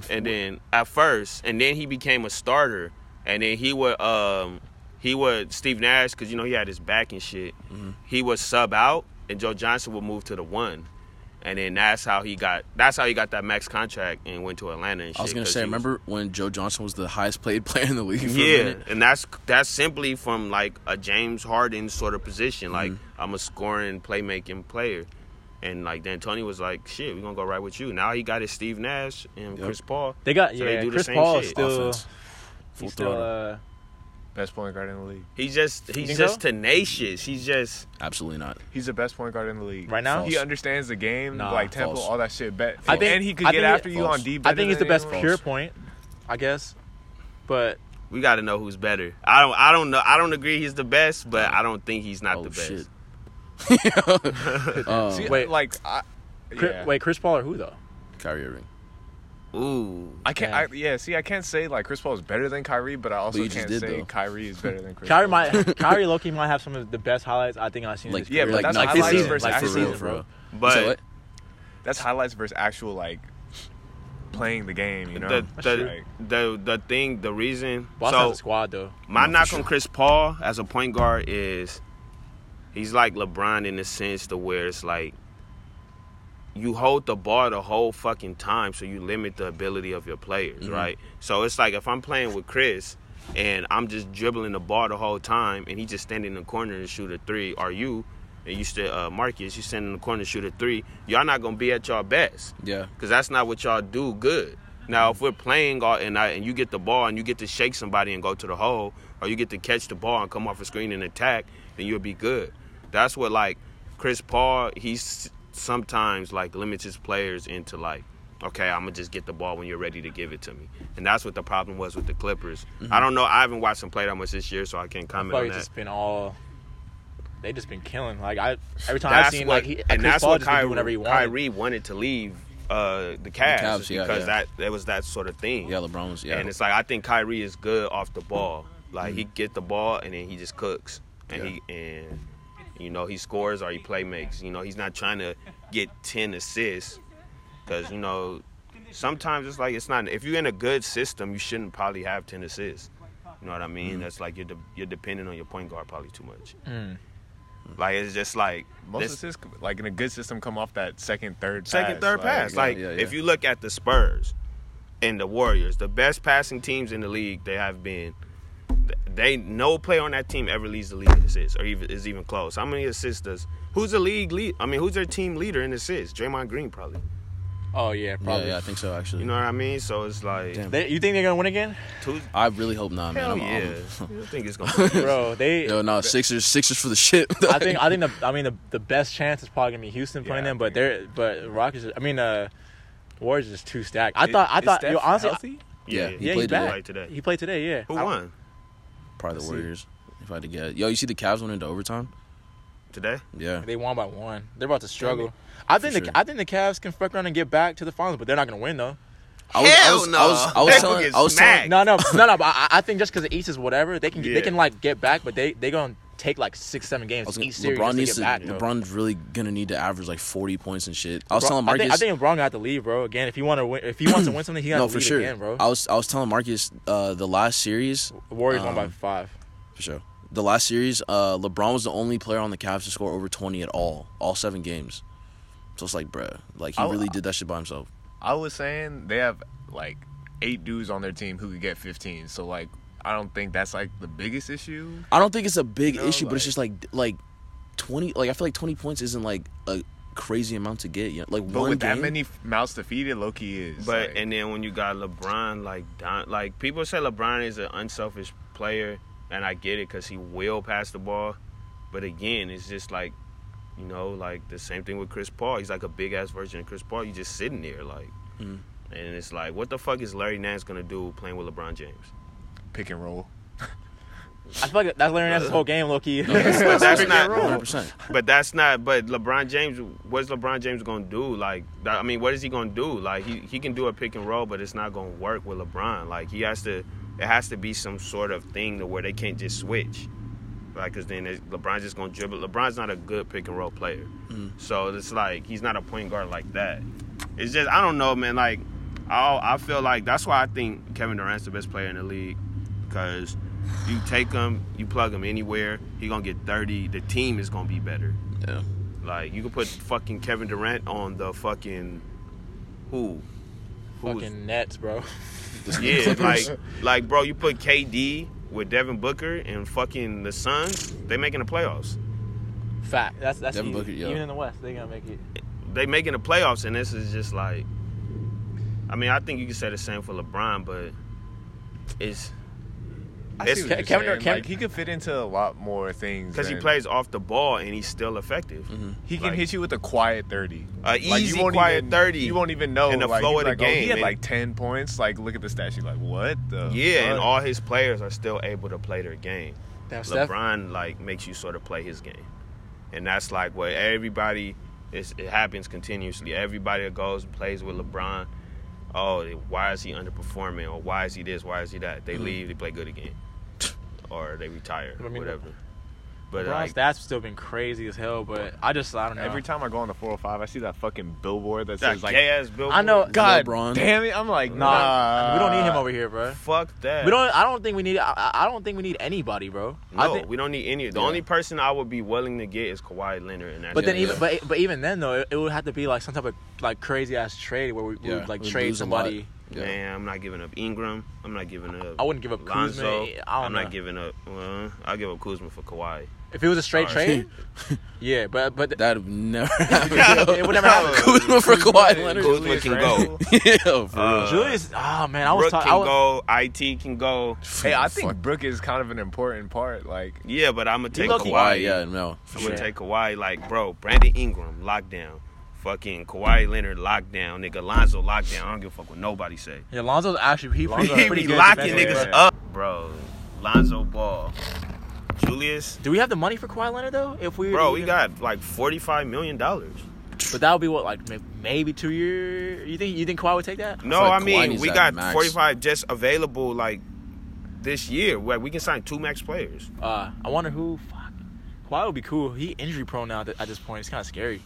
J: And then at first, and then he became a starter, and then he would um he would Steve Nash because you know he had his back and shit.
C: Mm-hmm.
J: He would sub out, and Joe Johnson would move to the one. And then that's how he got. That's how he got that max contract and went to Atlanta and shit.
A: I was gonna
J: 'cause
A: say,
J: he was-
A: remember when Joe Johnson was the highest played player in the league? For a
J: yeah,
A: minute?
J: and that's that's simply from like a James Harden sort of position. Like
B: Mm-hmm.
J: I'm a scoring, playmaking player, and like then Tony was like, "Shit, we're gonna go right with you." Now he got his Steve Nash and
A: Yep.
J: Chris Paul.
B: They got
J: so
B: yeah.
J: They do
B: Chris
J: the same
B: Paul is
J: shit.
B: still
A: Full
B: he's still
A: throttle.
B: uh,
C: best point guard in the league.
J: He's just
C: You
J: he's
C: think
J: just
C: so?
J: tenacious. He's just
A: absolutely not.
C: He's the best point guard in the league
B: Right now?
C: He
B: False.
C: understands the game,
B: Nah.
C: like tempo,
B: False.
C: all that shit. Bet.
B: I think
C: and he could
B: I
C: get
B: think-
C: after you on D.
B: I
C: better
B: think he's the
C: than
B: best
C: anyone.
B: pure point. I guess, but
J: we got to know who's better. I don't I don't know. I don't agree he's the best, but I don't think he's not
B: Oh,
J: the best.
A: Um,
C: See,
B: wait,
C: like, I,
B: Chris,
C: yeah.
B: wait, Chris Paul or who though?
A: Kyrie Irving.
J: Ooh,
C: I can't. I, yeah, see, I can't say like Chris Paul is better than Kyrie, but I also
A: you just
C: can't
A: did,
C: say
A: though.
C: Kyrie is better than Chris.
B: Kyrie
C: Paul.
B: might, Kyrie Loki might have some of the best highlights I think I've seen. in
A: Like
B: his
C: yeah,
B: career.
C: but
A: like,
C: that's
A: like
C: highlights
A: this season,
C: versus
A: like for
C: actual,
A: real, for real.
J: But-
A: So what?
C: that's highlights versus actual like playing the game. You know,
J: the
C: That's
J: the,
C: right.
J: the the thing the reason
C: Boston
J: so
C: has a
B: squad though.
J: My
C: No, for
J: knock
C: sure.
J: on Chris Paul as a point guard is he's like LeBron in the sense to where it's like you hold the ball the whole fucking time, so you limit the ability of your players,
C: Mm-hmm.
N: Mhm.
J: right? So it's like if I'm playing with Chris and I'm just dribbling the ball the whole time, and he just standing in the corner and shoot a three, or you and you still uh, Marcus, you stand in the corner and shoot a three, y'all not gonna be at y'all best.
A: Yeah.
J: Cause that's not what y'all do good. Now if we're playing all and I, and you get the ball and you get to shake somebody and go to the hole, or you get to catch the ball and come off a screen and attack, then you'll be good. That's what like Chris Paul, he's sometimes like limits his players into like, okay, I'm gonna just get the ball when you're ready to give it to me. And that's what the problem was with the Clippers.
B: Mhm.
J: I don't know, I haven't watched him play that much this year, so I can't comment
B: Probably
J: on that.
B: just been all. They just been killing. Like I, every time I've
J: That's
B: seen
J: what-
B: like he,
J: and
B: Chris
J: that's
B: Paul
J: what
B: just been
J: Kyrie,
B: doing whatever he wanted.
J: Kyrie wanted to leave uh, the Cavs,
A: Cavs,
J: is
A: yeah,
J: because
A: yeah.
J: that that was that sort of thing.
A: Yeah, LeBron was. Yeah,
J: And it's like I think Kyrie is good off the ball. Like he get the ball and then he just cooks and he and you know he scores or he play makes. You know he's not trying to get ten assists because you know sometimes it's like it's not. If you're in a good system, you shouldn't probably have ten assists. You know what I mean? That's like you're de- you're depending on your point guard probably too much.
C: Mm.
J: Like it's just like
C: most
J: this-
C: assists, like in a good system, come off that second, third,
J: second,
C: pass,
J: third pass. Like if you look at the Spurs and the Warriors, the best passing teams in the league they have been. They no player on that team ever leads the league in assists or even is even close. How many assists does who's the league lead? I mean, who's their team leader in assists? Draymond Green probably.
B: Oh yeah, probably.
A: Yeah, I think so actually.
J: You know what I mean? So it's like
B: They, you think they're gonna win again?
J: Tuesday.
A: I really hope not, man.
J: Hell
A: I'm- I'm-
J: yeah. You think it's gonna be-
B: Bro, they-
A: Yo, no, Sixers, Sixers for the shit.
B: I think I think the I mean the, the best chance is probably gonna be Houston playing them, but they're but Rockets. I mean, uh, Warriors is too stacked. I
A: Is-
B: thought I
A: is
B: thought
A: Steph
B: yo, honestly,
A: healthy?
B: yeah,
A: Yeah,
B: yeah,
A: he
B: he's
A: played today.
B: back.
A: Played today.
B: He played today. Yeah,
J: Who
B: I-
J: won?
A: Probably the
B: Let's see.
A: Warriors. If I had to guess, yo, you see the Cavs went into overtime
J: today?
A: Yeah,
B: They won by one. They're about to struggle.
A: it.
B: I think
A: For
B: the
A: sure.
B: I think the Cavs can fuck around and get back to the finals, but they're not gonna win though.
A: I was- I Hell was- I no. was- I was They telling- gonna get I was telling- smacked.
B: no, no, no, no. But I, I think just because the East is whatever, they can
A: Yeah.
B: they can like get back, but they they gonna take like six seven games
A: I was gonna,
B: each series
A: LeBron
B: to
A: needs
B: get
A: to.
B: back. though.
A: LeBron's really gonna need to average like forty points and shit. I was
B: LeBron-
A: telling
B: I
A: Marcus.
B: think, I think LeBron gonna have to leave, bro. Again, if he want to win, if he wants to win something, he got to
A: no,
B: leave
A: for sure.
B: again, bro.
A: I was I was telling Marcus uh, the last series.
B: Warriors won by
A: um,
B: five.
A: For sure. The last series, uh, LeBron was the only player on the Cavs to score over twenty at all, all seven games. So it's like, bruh, like he
C: I-
A: really did that shit by himself.
C: I was saying they have like eight dudes on their team who could get 15. So like, I don't think that's like the biggest issue.
A: I don't think it's a big
C: You know,
A: issue, but it's just like like twenty. Like I feel like twenty points isn't like a crazy amount to get. You know? Like
C: But
A: one
C: with
A: game.
C: that many mouths defeated, low key is.
J: But and then when you got LeBron, like Don, like people say LeBron is an unselfish player, and I get it because he will pass the ball. But again, it's just like, you know, like the same thing with Chris Paul. He's like a big ass version of Chris Paul. You just sitting there, like,
A: Mm.
J: and it's like, what the fuck is Larry Nance gonna do playing with LeBron James?
C: Pick and roll.
B: I feel like that's Larry Nance's whole game, low key.
J: but that's not.
A: percent
J: But that's not. But LeBron James, what's LeBron James gonna do? Like, that- I mean, what is he gonna do? Like, he, he can do a pick and roll, but it's not gonna work with LeBron. Like, he has to. It has to be some sort of thing to where they can't just switch. Like, cause then it's- LeBron's just gonna dribble. LeBron's not a good pick and roll player. So it's like he's not a point guard like that. It's just I don't know, man. Like I I feel like that's why I think Kevin Durant's the best player in the league because you take him, you plug him anywhere, he gonna get thirty. The team is gonna be better.
A: Yeah.
J: Like you can put fucking Kevin Durant on the fucking who?
B: Fucking Nets, bro.
J: Yeah, like like bro, you put KD with Devin Booker and fucking the Suns, they making the playoffs.
B: Fact. That's that's
J: Devin
B: easy.
J: Booker, yeah.
B: even in the West, they gonna make it.
J: they making the playoffs, and this is just like, I mean, I think you can say the same for LeBron, but it's
C: I see what you're saying.
J: Durant-
C: like, he could fit into a lot more things
J: because he
C: than-
J: plays off the ball and he's still effective.
C: He can hit you with a quiet thirty,
J: a
C: Like,
J: easy
C: won't
J: quiet
C: even-
J: thirty.
C: You won't even know
J: in the
C: like,
J: flow
C: you'd
J: of
C: be
J: the
C: like, oh,
J: game.
C: he had
J: and-
C: like ten points. Like, look at the stat sheet. Like, what the?
J: yeah, and
C: fuck?
J: all his players are still able to play their game.
C: Damn, Steph-
J: LeBron like makes you sort of play his game, and that's like what everybody. It's, it happens continuously. Everybody that goes and plays with LeBron, oh, why is he underperforming? Or why is he this? Why is he that? They
B: Mhm.
J: leave, they play good again, or they retire,
B: I mean,
J: whatever. But
B: But
J: like,
B: LeBron's stats still been crazy as hell. But I just I don't know.
C: Every time I go on the 405, I see that fucking billboard that,
J: That
C: says like
J: gay-ass billboard.
B: I know.
C: God damn it! I'm like,
B: nah,
C: nah.
B: we don't need him over here, bro.
J: Fuck that.
B: We don't. I don't think we need. I, I- I don't think we need anybody, bro. I
J: no,
B: think,
J: we don't need any. The
B: Yeah.
J: only person I would be willing to get is Kawhi Leonard, and that's
B: But then
J: it.
B: even but but even then though, it, it would have to be like some type of like crazy ass trade where we, we would like trade somebody.
J: Man, I'm not giving up Ingram. I'm not giving up.
B: I wouldn't give up Kuzma.
J: Lonzo.
B: I don't
J: I'm
B: know.
J: not giving up. Well, I'll give up Kuzma for Kawhi.
B: If it was a straight
J: Sorry.
B: trade, yeah, but but
A: that'd never
B: it would never happen.
A: Kuzma for Kawhi Leonard.
J: Kuzma can go.
A: Yo, for
J: Uh,
A: real.
B: Julius, oh man, I
J: Brook
B: was ta- I
J: can
B: was-
J: go. It can go.
C: Hey, I think Brook is kind of an important part. Like,
J: Yeah, but I'm gonna take
C: low-key-
J: Kawhi.
C: Kawhi, yeah, no, for
J: I'm gonna
C: sure.
J: take Kawhi. Like, bro, Brandon Ingram lockdown. Fucking Kawhi Leonard lockdown. Nigga Lonzo lockdown. I don't give a fuck what nobody say.
B: Yeah, Lonzo's actually he
J: Lonzo
B: pretty,
J: be
B: pretty good.
J: locking
B: defensively,
J: niggas
B: bro.
J: up, bro. Lonzo Ball, Julius.
B: Do we have the money for Kawhi Leonard though? If we were
J: Bro,
B: to
J: we
B: even-
J: got like forty-five million dollars.
B: but that would be what like may- maybe two year. You think you think Kawhi would take that?
J: No, I mean we got forty-five just available like this year where we can sign two max players.
B: Uh, I wonder who. Fuck, Kawhi would be cool. He injury prone now at at this point. It's kind of scary.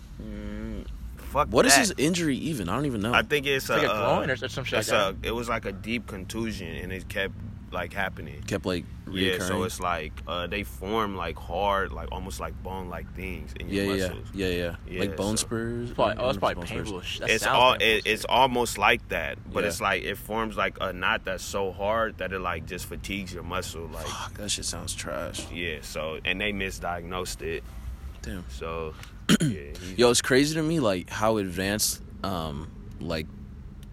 J: Fuck.
A: What is
J: that.
A: his injury even? I don't even know.
J: I think it's,
B: It's like a
J: uh,
B: groin or some shit
J: it's a-
B: like
J: it was like a deep contusion, and it kept like happening.
A: kept like
J: Yeah, so
A: reoccurring.
J: it's like uh, they form like hard, like almost like bone like things in
A: yeah,
J: your
A: yeah,
J: muscles.
A: yeah, yeah, yeah. Like bone
J: so- oh,
A: spurs. I
B: oh,
A: don't know if bone spurs.
J: it's all it, it's almost like that, but
A: Yeah.
J: it's like it forms like a knot that's so hard that it like just fatigues your muscle. Like
A: that shit sounds trash.
J: Yeah, so and they misdiagnosed it.
A: Damn.
J: So yeah, he's-
A: Yo, it's crazy to me like how advanced um like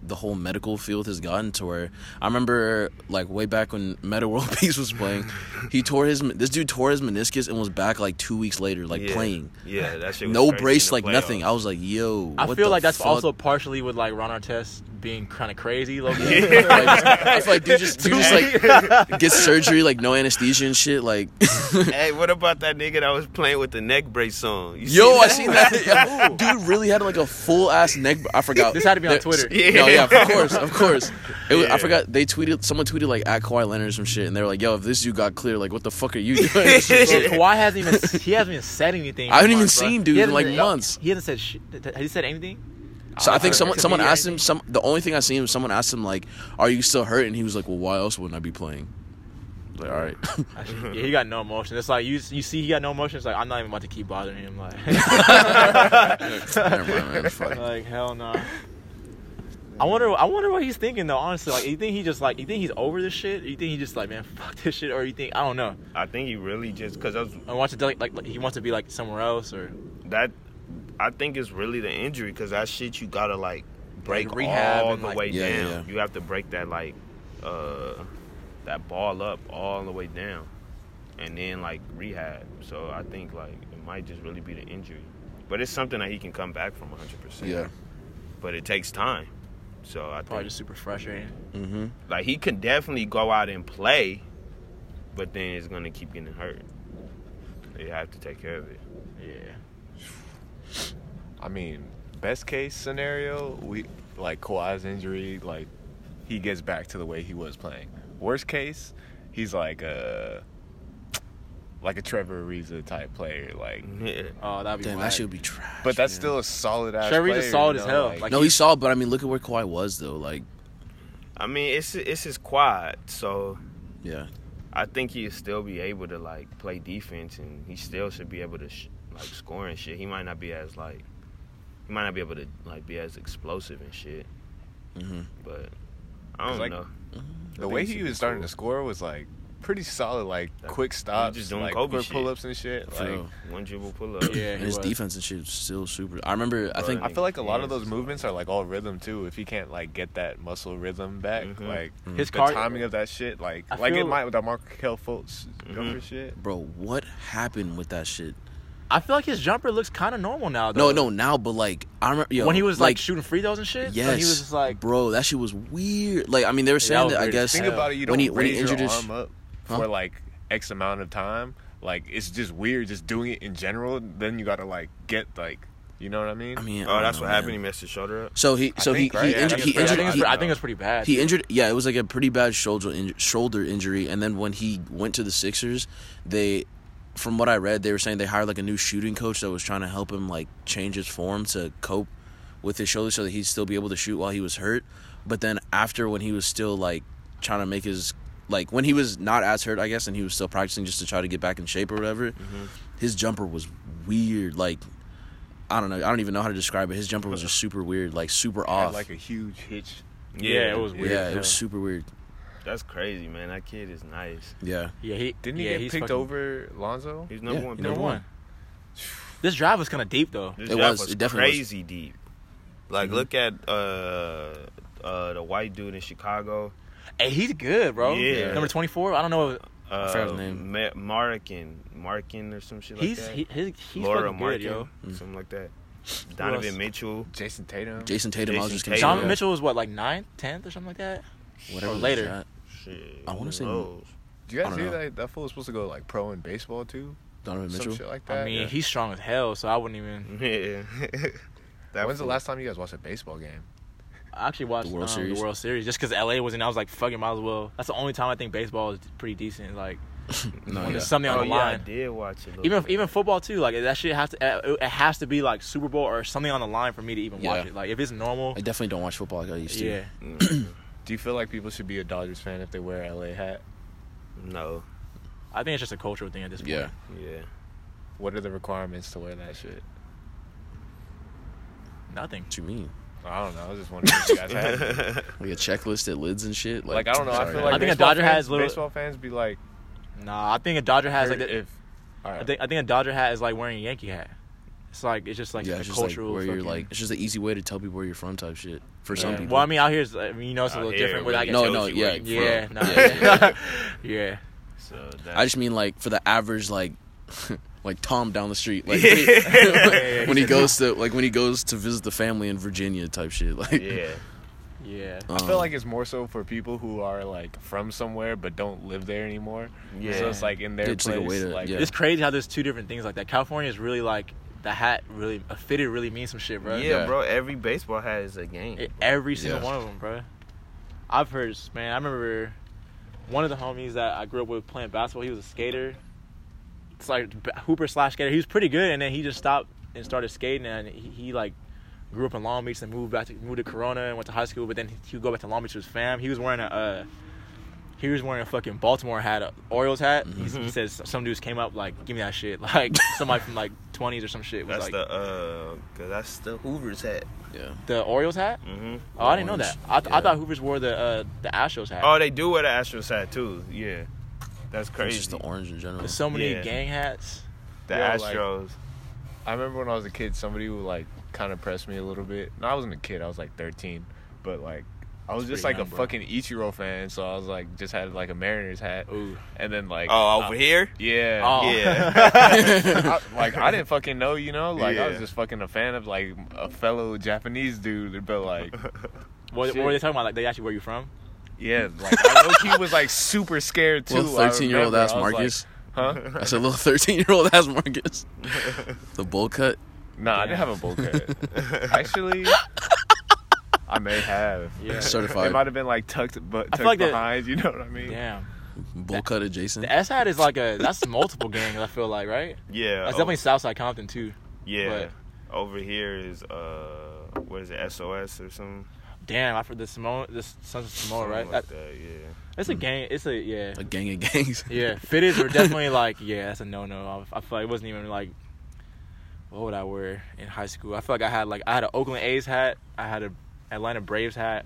A: the whole medical field has gotten to where I remember like way back when Meta World Peace was playing, he tore his this dude tore his meniscus and was back like two weeks later, like
J: Yeah.
A: playing.
J: Yeah, that shit was
A: no
J: crazy in
A: brace,
J: the
A: like nothing.
J: playoffs.
A: I was like, yo,
B: I
A: what
B: feel
A: the
B: like that's
A: fuck?
B: also partially with like Ron Artest being kind of crazy. Low key.
A: I feel like dude just, dude just like gets surgery, like no anesthesia and shit. Like,
J: hey, what about that nigga that was playing with the neck brace on? You
A: yo, I seen that dude really had like a full ass neck. I forgot.
B: This had to be on Twitter.
A: Yeah. No, yeah, of course, of course. It was,
J: Yeah.
A: I forgot they tweeted. Someone tweeted like at Kawhi Leonard or some shit, and they were like, "Yo, if this dude got clear, like, what the fuck are you doing?"
B: Bro, Kawhi hasn't even he hasn't even said anything. in
A: I haven't even
B: months, bro.
A: seen dude
B: He
A: in,
B: hasn't
A: like,
B: said-
A: months.
B: He hasn't said shit. Has he said anything?
A: So I think
B: Uh,
A: someone
B: to
A: someone
B: me, I
A: asked him some. The only thing I seen him, someone asked him like, "Are you still hurt?" And he was like, "Well, why else wouldn't I be playing?" I was Like, all right.
B: Actually, yeah, he got no emotion. It's like you you see he got no emotion. It's like I'm not even about to keep bothering him. Like,
A: Never mind, man, fuck.
B: like hell no. I wonder. I wonder what he's thinking though. Honestly, like you think he just like you think he's over this shit. You think he just like man fuck this shit, or you think I don't know.
J: I think he really just because I was
B: I want to like, like like, he wants to be like somewhere else or
J: that I think it's really the injury because that shit you gotta like break
B: Like rehab
J: all
B: and,
J: the
B: like-
J: way
B: Yeah,
J: down.
B: yeah.
J: You have to break that like uh that ball up all the way down, and then like rehab. So I think like it might just really be the injury, but it's something that he can come back from 100. percent
A: Yeah.
J: but it takes time. So I
B: probably
J: think
B: just super frustrating.
A: Mm-hmm.
J: like he can definitely go out and play, but then it's gonna keep getting hurt. They have to take care of it.
B: Yeah.
C: I mean, best case scenario, we like Kawhi's injury, like he gets back to the way he was playing. Worst case, he's like a like a Trevor Ariza type player, like.
B: Oh, that'd be
A: Damn,
B: whack.
A: that shit would be trash.
C: But that's still a solid ass.
B: Trevor Ariza
C: player,
B: solid
C: you
B: as
C: know,
B: hell.
C: like-
B: Like,
A: no, he saw, but I mean, look at where Kawhi was though. Like,
J: I mean, it's it's his quad, so
A: yeah,
J: I think he'll still be able to like play defense, and he still should be able to sh- like score and shit. He might not be as like he might not be able to like be as explosive and shit,
A: Mhm.
J: but I don't
C: Like, mm-hmm.
J: know.
C: The way he was starting to score was like pretty solid, like quick stops,
J: just doing
C: like
J: Kobe
C: quick
J: shit.
C: pull ups and shit.
A: For
C: Like,
A: real.
J: one dribble pull up.
B: Yeah,
A: and his defense and shit was still super. I remember. I think.
C: I feel like a lot of those movements are like all rhythm too. If he can't like get that muscle rhythm back,
A: Mm-hmm.
C: like
B: His
C: the
B: car-
C: timing of that shit, like
B: I
C: like it
B: feel-
C: might with that Markel Fultz
A: Mm-hmm.
C: jumper shit.
A: Bro, what happened with that shit?
B: I feel like his jumper looks kind of normal now.
A: No,
B: Though.
A: no, now, but like I remember yo,
B: when he was like, shooting free throws and shit.
A: Yes,
B: when he was just like
A: bro, that shit was weird. Like I mean, they were
B: that
A: saying
B: was
A: that, I
B: weird.
A: guess
C: Think about it. You don't
A: when he when
C: raise
A: he injured
C: your
A: his
C: arm up
A: Huh?
C: for like X amount of time. Like it's just weird, just doing it in general. Then you gotta like get like, you know what I mean? I
A: mean,
J: Oh, that's what happened. He messed his shoulder up.
A: So he,
C: I
A: so
C: think,
A: he,
C: right?
A: he
C: Yeah, I
A: injured,
C: think
A: he
C: it's pretty-
A: injured.
C: I
A: he-
C: think- I think it's
B: pretty bad.
A: He injured. Yeah, it was like a pretty bad shoulder inju- shoulder injury. And then when he went to the Sixers, they, from what I read, they were saying they hired like a new shooting coach that was trying to help him like change his form to cope with his shoulder so that he'd still be able to shoot while he was hurt. But then after when he was still like trying to make his like when he was not as hurt, I guess, and he was still practicing just to try to get back in shape or whatever,
C: Mm-hmm.
A: his jumper was weird. Like I don't know. I don't even know how to describe it. His jumper was just super weird, like super
C: Had,
A: off.
C: like a huge hitch.
J: Yeah, it was
A: yeah, it was super weird.
J: That's crazy, man. That kid is nice.
A: Yeah.
B: yeah he
C: Didn't he
B: yeah,
C: get
B: he's
C: picked
B: fucking-
C: over Lonzo?
J: He's number
A: Yeah,
J: one.
A: number
J: pick.
A: one.
B: This drive was kind of deep though.
J: This
A: It
J: draft
A: was. It definitely was. Mm-hmm.
J: crazy deep. Like look at uh uh the white dude in Chicago.
B: Hey, he's good, bro.
J: Yeah.
B: Number twenty four. I don't know.
J: Uh,
A: forgot his name.
J: Ma- Markin, Markin or some shit like
B: He's-
J: that.
B: he- his- he's fucking good, yo.
A: Mm-hmm.
J: something like that. Donovan
B: else?
J: Mitchell,
C: Jason Tatum.
A: Jason Tatum. I was
J: Jason
A: just
J: Tatum.
A: gonna say,
B: John
A: yeah.
B: Mitchell was what like 9th, 10th or something like that.
A: Whatever
B: or
A: was
B: later.
A: that?
J: Shit, Oh.
A: I wanna
J: who
A: say-
J: knows?
C: Do you
A: I
C: guys
A: don't
C: hear
A: know.
C: that that fool is supposed to go like pro in baseball too?
A: Donovan
C: Some
A: Mitchell.
C: shit like that.
B: I mean,
C: Yeah.
B: he's strong as hell, so I wouldn't even.
J: Yeah. that
C: When's the
J: fool.
C: last time you guys watched a baseball game?
B: I actually watched um, the
A: World
B: World, Series.
A: Series?
B: just because LA was in. I was like, fucking might as well. That's the only time I think baseball is pretty decent. Like,
A: No,
B: when
A: yeah.
B: there's something
J: Oh,
B: on the
J: yeah, I
B: line.
J: did watch it.
B: even even football too, like that shit has to uh, it has to be like Super Bowl or something on the line for me to even watch
A: Yeah.
B: it. Like if it's normal,
A: I definitely don't watch football like I used to.
B: yeah.
C: Do you feel like people should be a Dodgers fan if they wear a LA hat?
J: no.
B: I think it's just a cultural thing at this point.
A: Yeah.
J: Yeah.
C: What are the requirements to wear that shit?
B: nothing.
A: What you mean?
C: I don't know. I was just wondering if you guys had. it.
A: Like a checklist at lids and shit.
C: Like
A: Like,
C: I don't know. I
A: sorry,
C: feel like
B: I think a
C: baseball
B: Dodger
C: fans,
B: has little-
C: baseball fans be like,
B: Nah, I think a Dodger has like
C: if,
B: the,
C: all right,
B: I think I think a Dodger hat is like wearing a Yankee hat. It's like it's just like
A: yeah,
B: a
A: it's just like
B: cultural.
A: where you're
B: fucking-
A: like it's just an easy way to tell people where you're from type shit for some
B: Yeah.
A: people.
B: Well, I mean, out here, it's, I mean, you know, it's a
A: Out
B: little
A: here,
B: different. But I
A: really
B: guess
A: No, tells no, you where yeah, you
B: yeah,
A: from.
B: nah,
A: Yeah, yeah,
B: yeah. yeah.
J: So
A: I just mean like for the average like like Tom down the street like
B: Yeah.
A: when he,
B: Yeah,
A: when
B: he's
A: he
B: a-
A: goes to like when he goes to visit the family in Virginia type shit like
B: Yeah.
C: I feel
A: Um,
C: like it's more so for people who are like from somewhere but don't live there anymore. Yeah. So it's like in their place. Like
B: It's crazy how there's two different things like that. California is really like the hat really a fitted really means some shit, bro.
J: Yeah, bro. Every baseball hat is a game.
B: E- Every single one of them, bro. I've heard, man. I remember one of the homies that I grew up with playing basketball. He was a skater. It's like b- hooper slash skater. He was pretty good, and then he just stopped and started skating. And he, he like grew up in Long Beach and moved back to moved to Corona and went to high school. But then he would go back to Long Beach with his fam. He was wearing a uh, he was wearing a fucking Baltimore hat, a Orioles hat. He's He, says some dudes came up like, give me that shit. Like somebody from like twenties or some shit was
J: That's
B: like
J: the uh, cause that's the Hoover's hat.
A: Yeah.
B: the Orioles hat.
J: Mm-hmm.
B: Oh, I didn't know that. I, th- I thought Hoover's wore the uh, the Astros hat.
J: Oh, they do wear the Astros hat too. Yeah, that's crazy.
A: just the orange in general.
B: There's so many
C: Yeah.
B: gang hats.
C: The
J: Yo, like-
C: Astros. I remember when I was a kid, somebody who like kind of pressed me a little bit. No, I wasn't a kid. I was like 13, but like I was
J: That's
C: just
J: pretty
C: like
J: young,
C: a
J: bro.
C: fucking Ichiro fan, so I was like just had like a Mariners hat, and then like
J: Oh, over
C: I-
J: here?
C: yeah,
J: Oh.
C: yeah. I- like I didn't fucking know, you know, like I was
J: Yeah.
C: just fucking a fan of like a fellow Japanese dude, but like.
B: What, what
C: shit.
B: were they talking about? Like they actually where you from?
C: Yeah, like I low key was like super scared too.
A: little
C: I
A: thirteen year old
C: remember.
A: ass
C: I was like,
A: Marcus.
C: huh?
A: I said little thirteen year old ass Marcus. the bowl cut.
C: No, I didn't have a bowl cut. Actually, I may have.
A: Yeah. Certified.
C: It might have been like tucked, but
B: I
C: tucked
B: feel like that-
C: behind. you know what I mean?
B: Damn.
A: Bowl cut adjacent.
B: The S hat is like a that's multiple gangs. I feel like right.
J: Yeah,
B: That's
J: oh.
B: definitely Southside Compton too.
J: Yeah, over here is uh, what is it? SOS or something?
B: But damn, I for the Samoa, this Sons of Samoa,
J: Something
B: right?
J: like
B: That-
J: that, Hmm. yeah.
B: It's a gang. It's a yeah.
A: A gang of gangs.
B: Yeah, fitteds were definitely like yeah. That's a no no. I, I feel like it wasn't even like. What would I wear in high school? I feel like I had like I had an Oakland A's hat. I had a Atlanta Braves hat.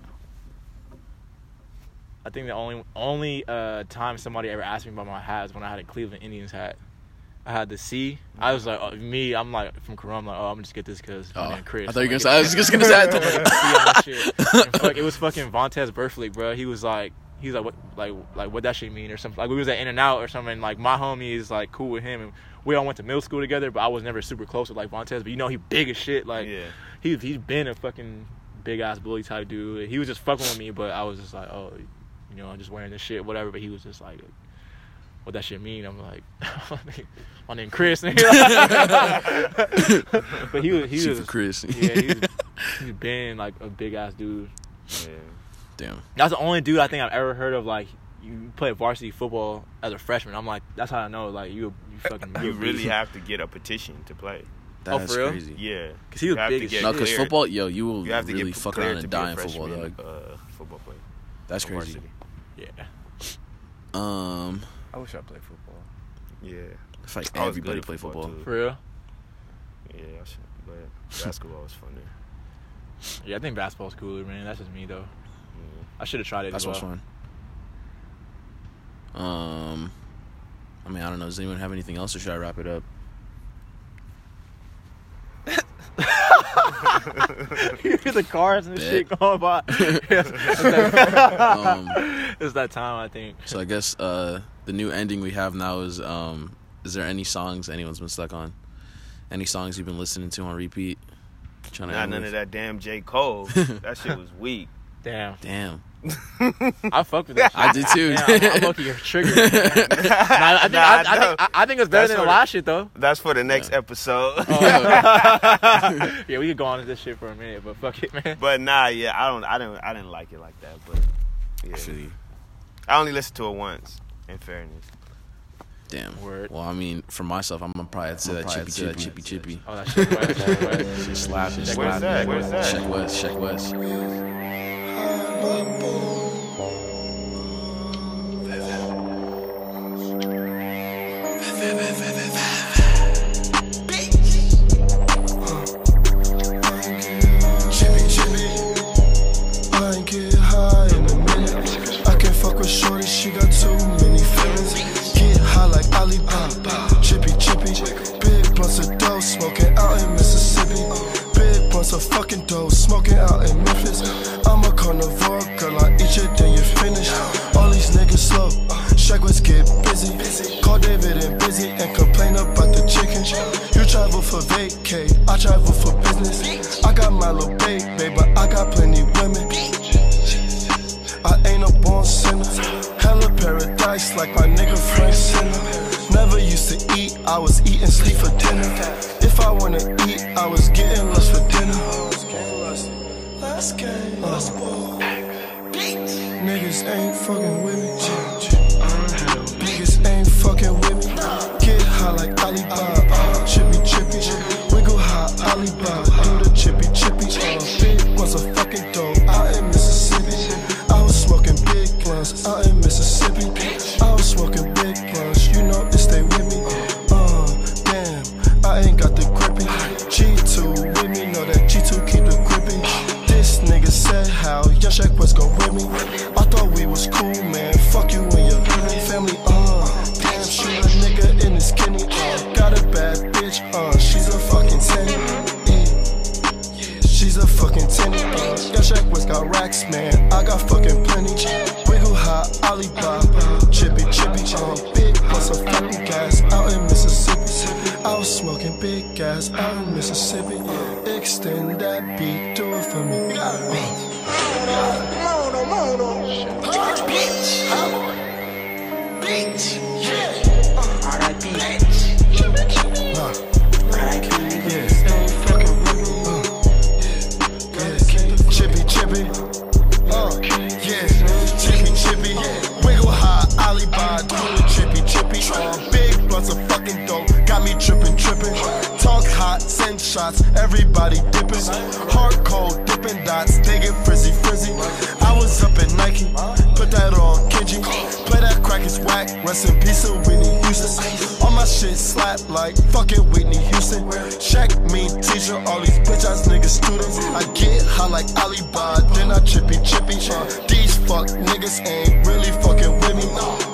B: I think the only only uh, time somebody ever asked me about my hat is when I had a Cleveland Indians hat. I had the C. I was like, oh, me, I'm like from Corona. I'm like, oh, I'm just get this because my
A: Oh,
B: name Chris.
A: I thought you
B: I'm
A: were
B: like,
A: gonna say- I was just gonna say-
B: I'm like, get the C on that shit. And fuck, it was fucking Vontez Burflick, bro. He was like, he was like, what, like, like what that shit mean or something. Like we was at In and Out or something. Like my homie is like cool with him, and we all went to middle school together. But I was never super close with like Vontez. But you know, he big as shit. Like,
J: Yeah.
B: he he's been a fucking big ass bully type dude. He was just fucking with me, but I was just like, oh, you know, I'm just wearing this shit, whatever. But he was just like, what that shit mean? I'm like, my name Chris. but he was he
A: Shit
B: was
A: for Chris.
B: Yeah, he was, he's been like a big ass dude.
A: Damn.
B: That's the only dude I think I've ever heard of like. You play varsity football as a freshman. I'm like, that's how I know. Like you, you fucking.
J: You
B: you're a
J: really
B: beast.
J: have to get a petition to play.
A: Oh, That's for real? crazy.
J: Yeah,
B: 'Cause he was
J: You have
B: big
J: to
B: as
J: get
B: shit.
A: No, because
J: cleared.
A: football, yo, you will
J: You have to
A: really
J: get
A: fuck
J: cleared
A: around
J: to
A: and
J: be a
A: die in football,
J: freshman,
A: dog.
J: Uh, football player.
A: That's
J: for
A: crazy.
J: varsity.
B: Yeah.
A: Um,
C: I wish I played football.
J: Yeah.
A: it's like
J: I was
A: everybody
J: good at
A: play football.
J: too.
B: For real?
J: Yeah, I should, but basketball was funner.
B: Yeah, I think basketball's cooler, man. That's just me though. I should have tried it.
A: That's
B: as well.
A: what's fun. Um, I mean, I don't know. Does anyone have anything else, or should I wrap it up?
B: you hear the cars and
A: Bet.
B: shit going by. Yes, it's, that, it's that time, I think.
A: So I guess uh, the new ending we have now is: um, Is there any songs anyone's been stuck on? Any songs you've been listening to on repeat? Trying
J: Not none of that damn J Cole. that shit was weak.
B: Damn.
A: Damn.
B: I fuck with that. Shit.
A: I did too.
B: Damn, I'm lucky you're triggered. nah, I, think, I, I, think, I, I think it's better
J: That's
B: than the
J: what-
B: last shit though.
J: That's for the next episode.
B: Oh. yeah, we could go on to this shit for a minute, but fuck it, man.
J: but nah, yeah, I don't, I didn't, I didn't like it like that. But yeah, I only listened to it once. In fairness,
A: Damn. Well, I mean, for myself, I'm gonna probably have to say
J: I'ma
A: that
J: probably
A: chippy,
J: say
A: chippy,
J: that
A: chippy, chippy.
B: Oh, that shit wet, that shit wet.
A: Shit slapping.
B: Where's
A: slapping.
B: that? Where's that?
A: Check west. Check west.
N: Jimmy, Jimmy. I ain't get high in a minute. I can fuck with shorty, she got too many feelings. Get high like Alibaba. Chippy, chippy. Big blunts of dope, smoking out in Mississippi. visit. Call David and busy and complain about the chicken. You travel for vacay, I travel for business. I got my little babe, but I got plenty women. I ain't a born sinner. Hella paradise like my nigga Frank Sinner. Never used to eat, I was eating sleep for dinner. If I wanna eat, I was getting lust for dinner. Let's get lost, boy. Niggas ain't fucking with me. Niggas ain't fucking with me. Get high like Alibaba. Uh, chippy chippy. Wiggle high Alibaba. Do the chippy chippy. Uh, big was a fucking dog out in Mississippi. I was smoking big blunts out in Mississippi. I was smoking big blunts. You know it stay with me. Uh, damn, I ain't got the grippy. G2 with me. Know that G2 keep the grippy. This nigga said how your check was gon' with me. I thought we was cool, man. Fuck you and your family. Uh, damn, shoot a nigga in his kidney. Uh, got a bad bitch. Uh, she's a fucking ten. Yeah, She's a fucking ten. Uh, your check was got racks, man. I got fucking plenty. Wiggle high, Alibaba, chippy chippy. Uh, big bus of fucking gas out in Mississippi. I was smoking big gas out in Mississippi. Extend that beat, do it for me. Mono, mono, bitch, bitch, yeah. R.I.P. Nah. R.I.P. Yeah. Ain't fucking with me. Uh. Yeah. Chippy, chippy. Uh. Yeah. Chippy, chippy. Wiggle high, Alibaba, do the chippy, chippy. Uh. Big blunts of fucking dope, got me trippin', trippin'. Talk hot, send shots, everybody dippin'. Hard cold, dippin' dots, they get frizzy, frizzy. I was up in Nike, put that on Kenji. Play that crack is whack, rest in peace to Whitney Houston. All my shit slap like fucking Whitney Houston. Shaq, me, teacher, all these bitch ass niggas students. I get high like Alibaba, then I chippy chippy. Uh, these fuck niggas ain't really fucking with me.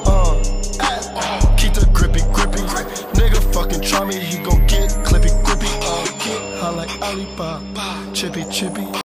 N: Uh, at all. Keep the grippy grippy. Nigga fucking try me, he gon' get clippy grippy. Uh, get high like Alibaba, chippy chippy.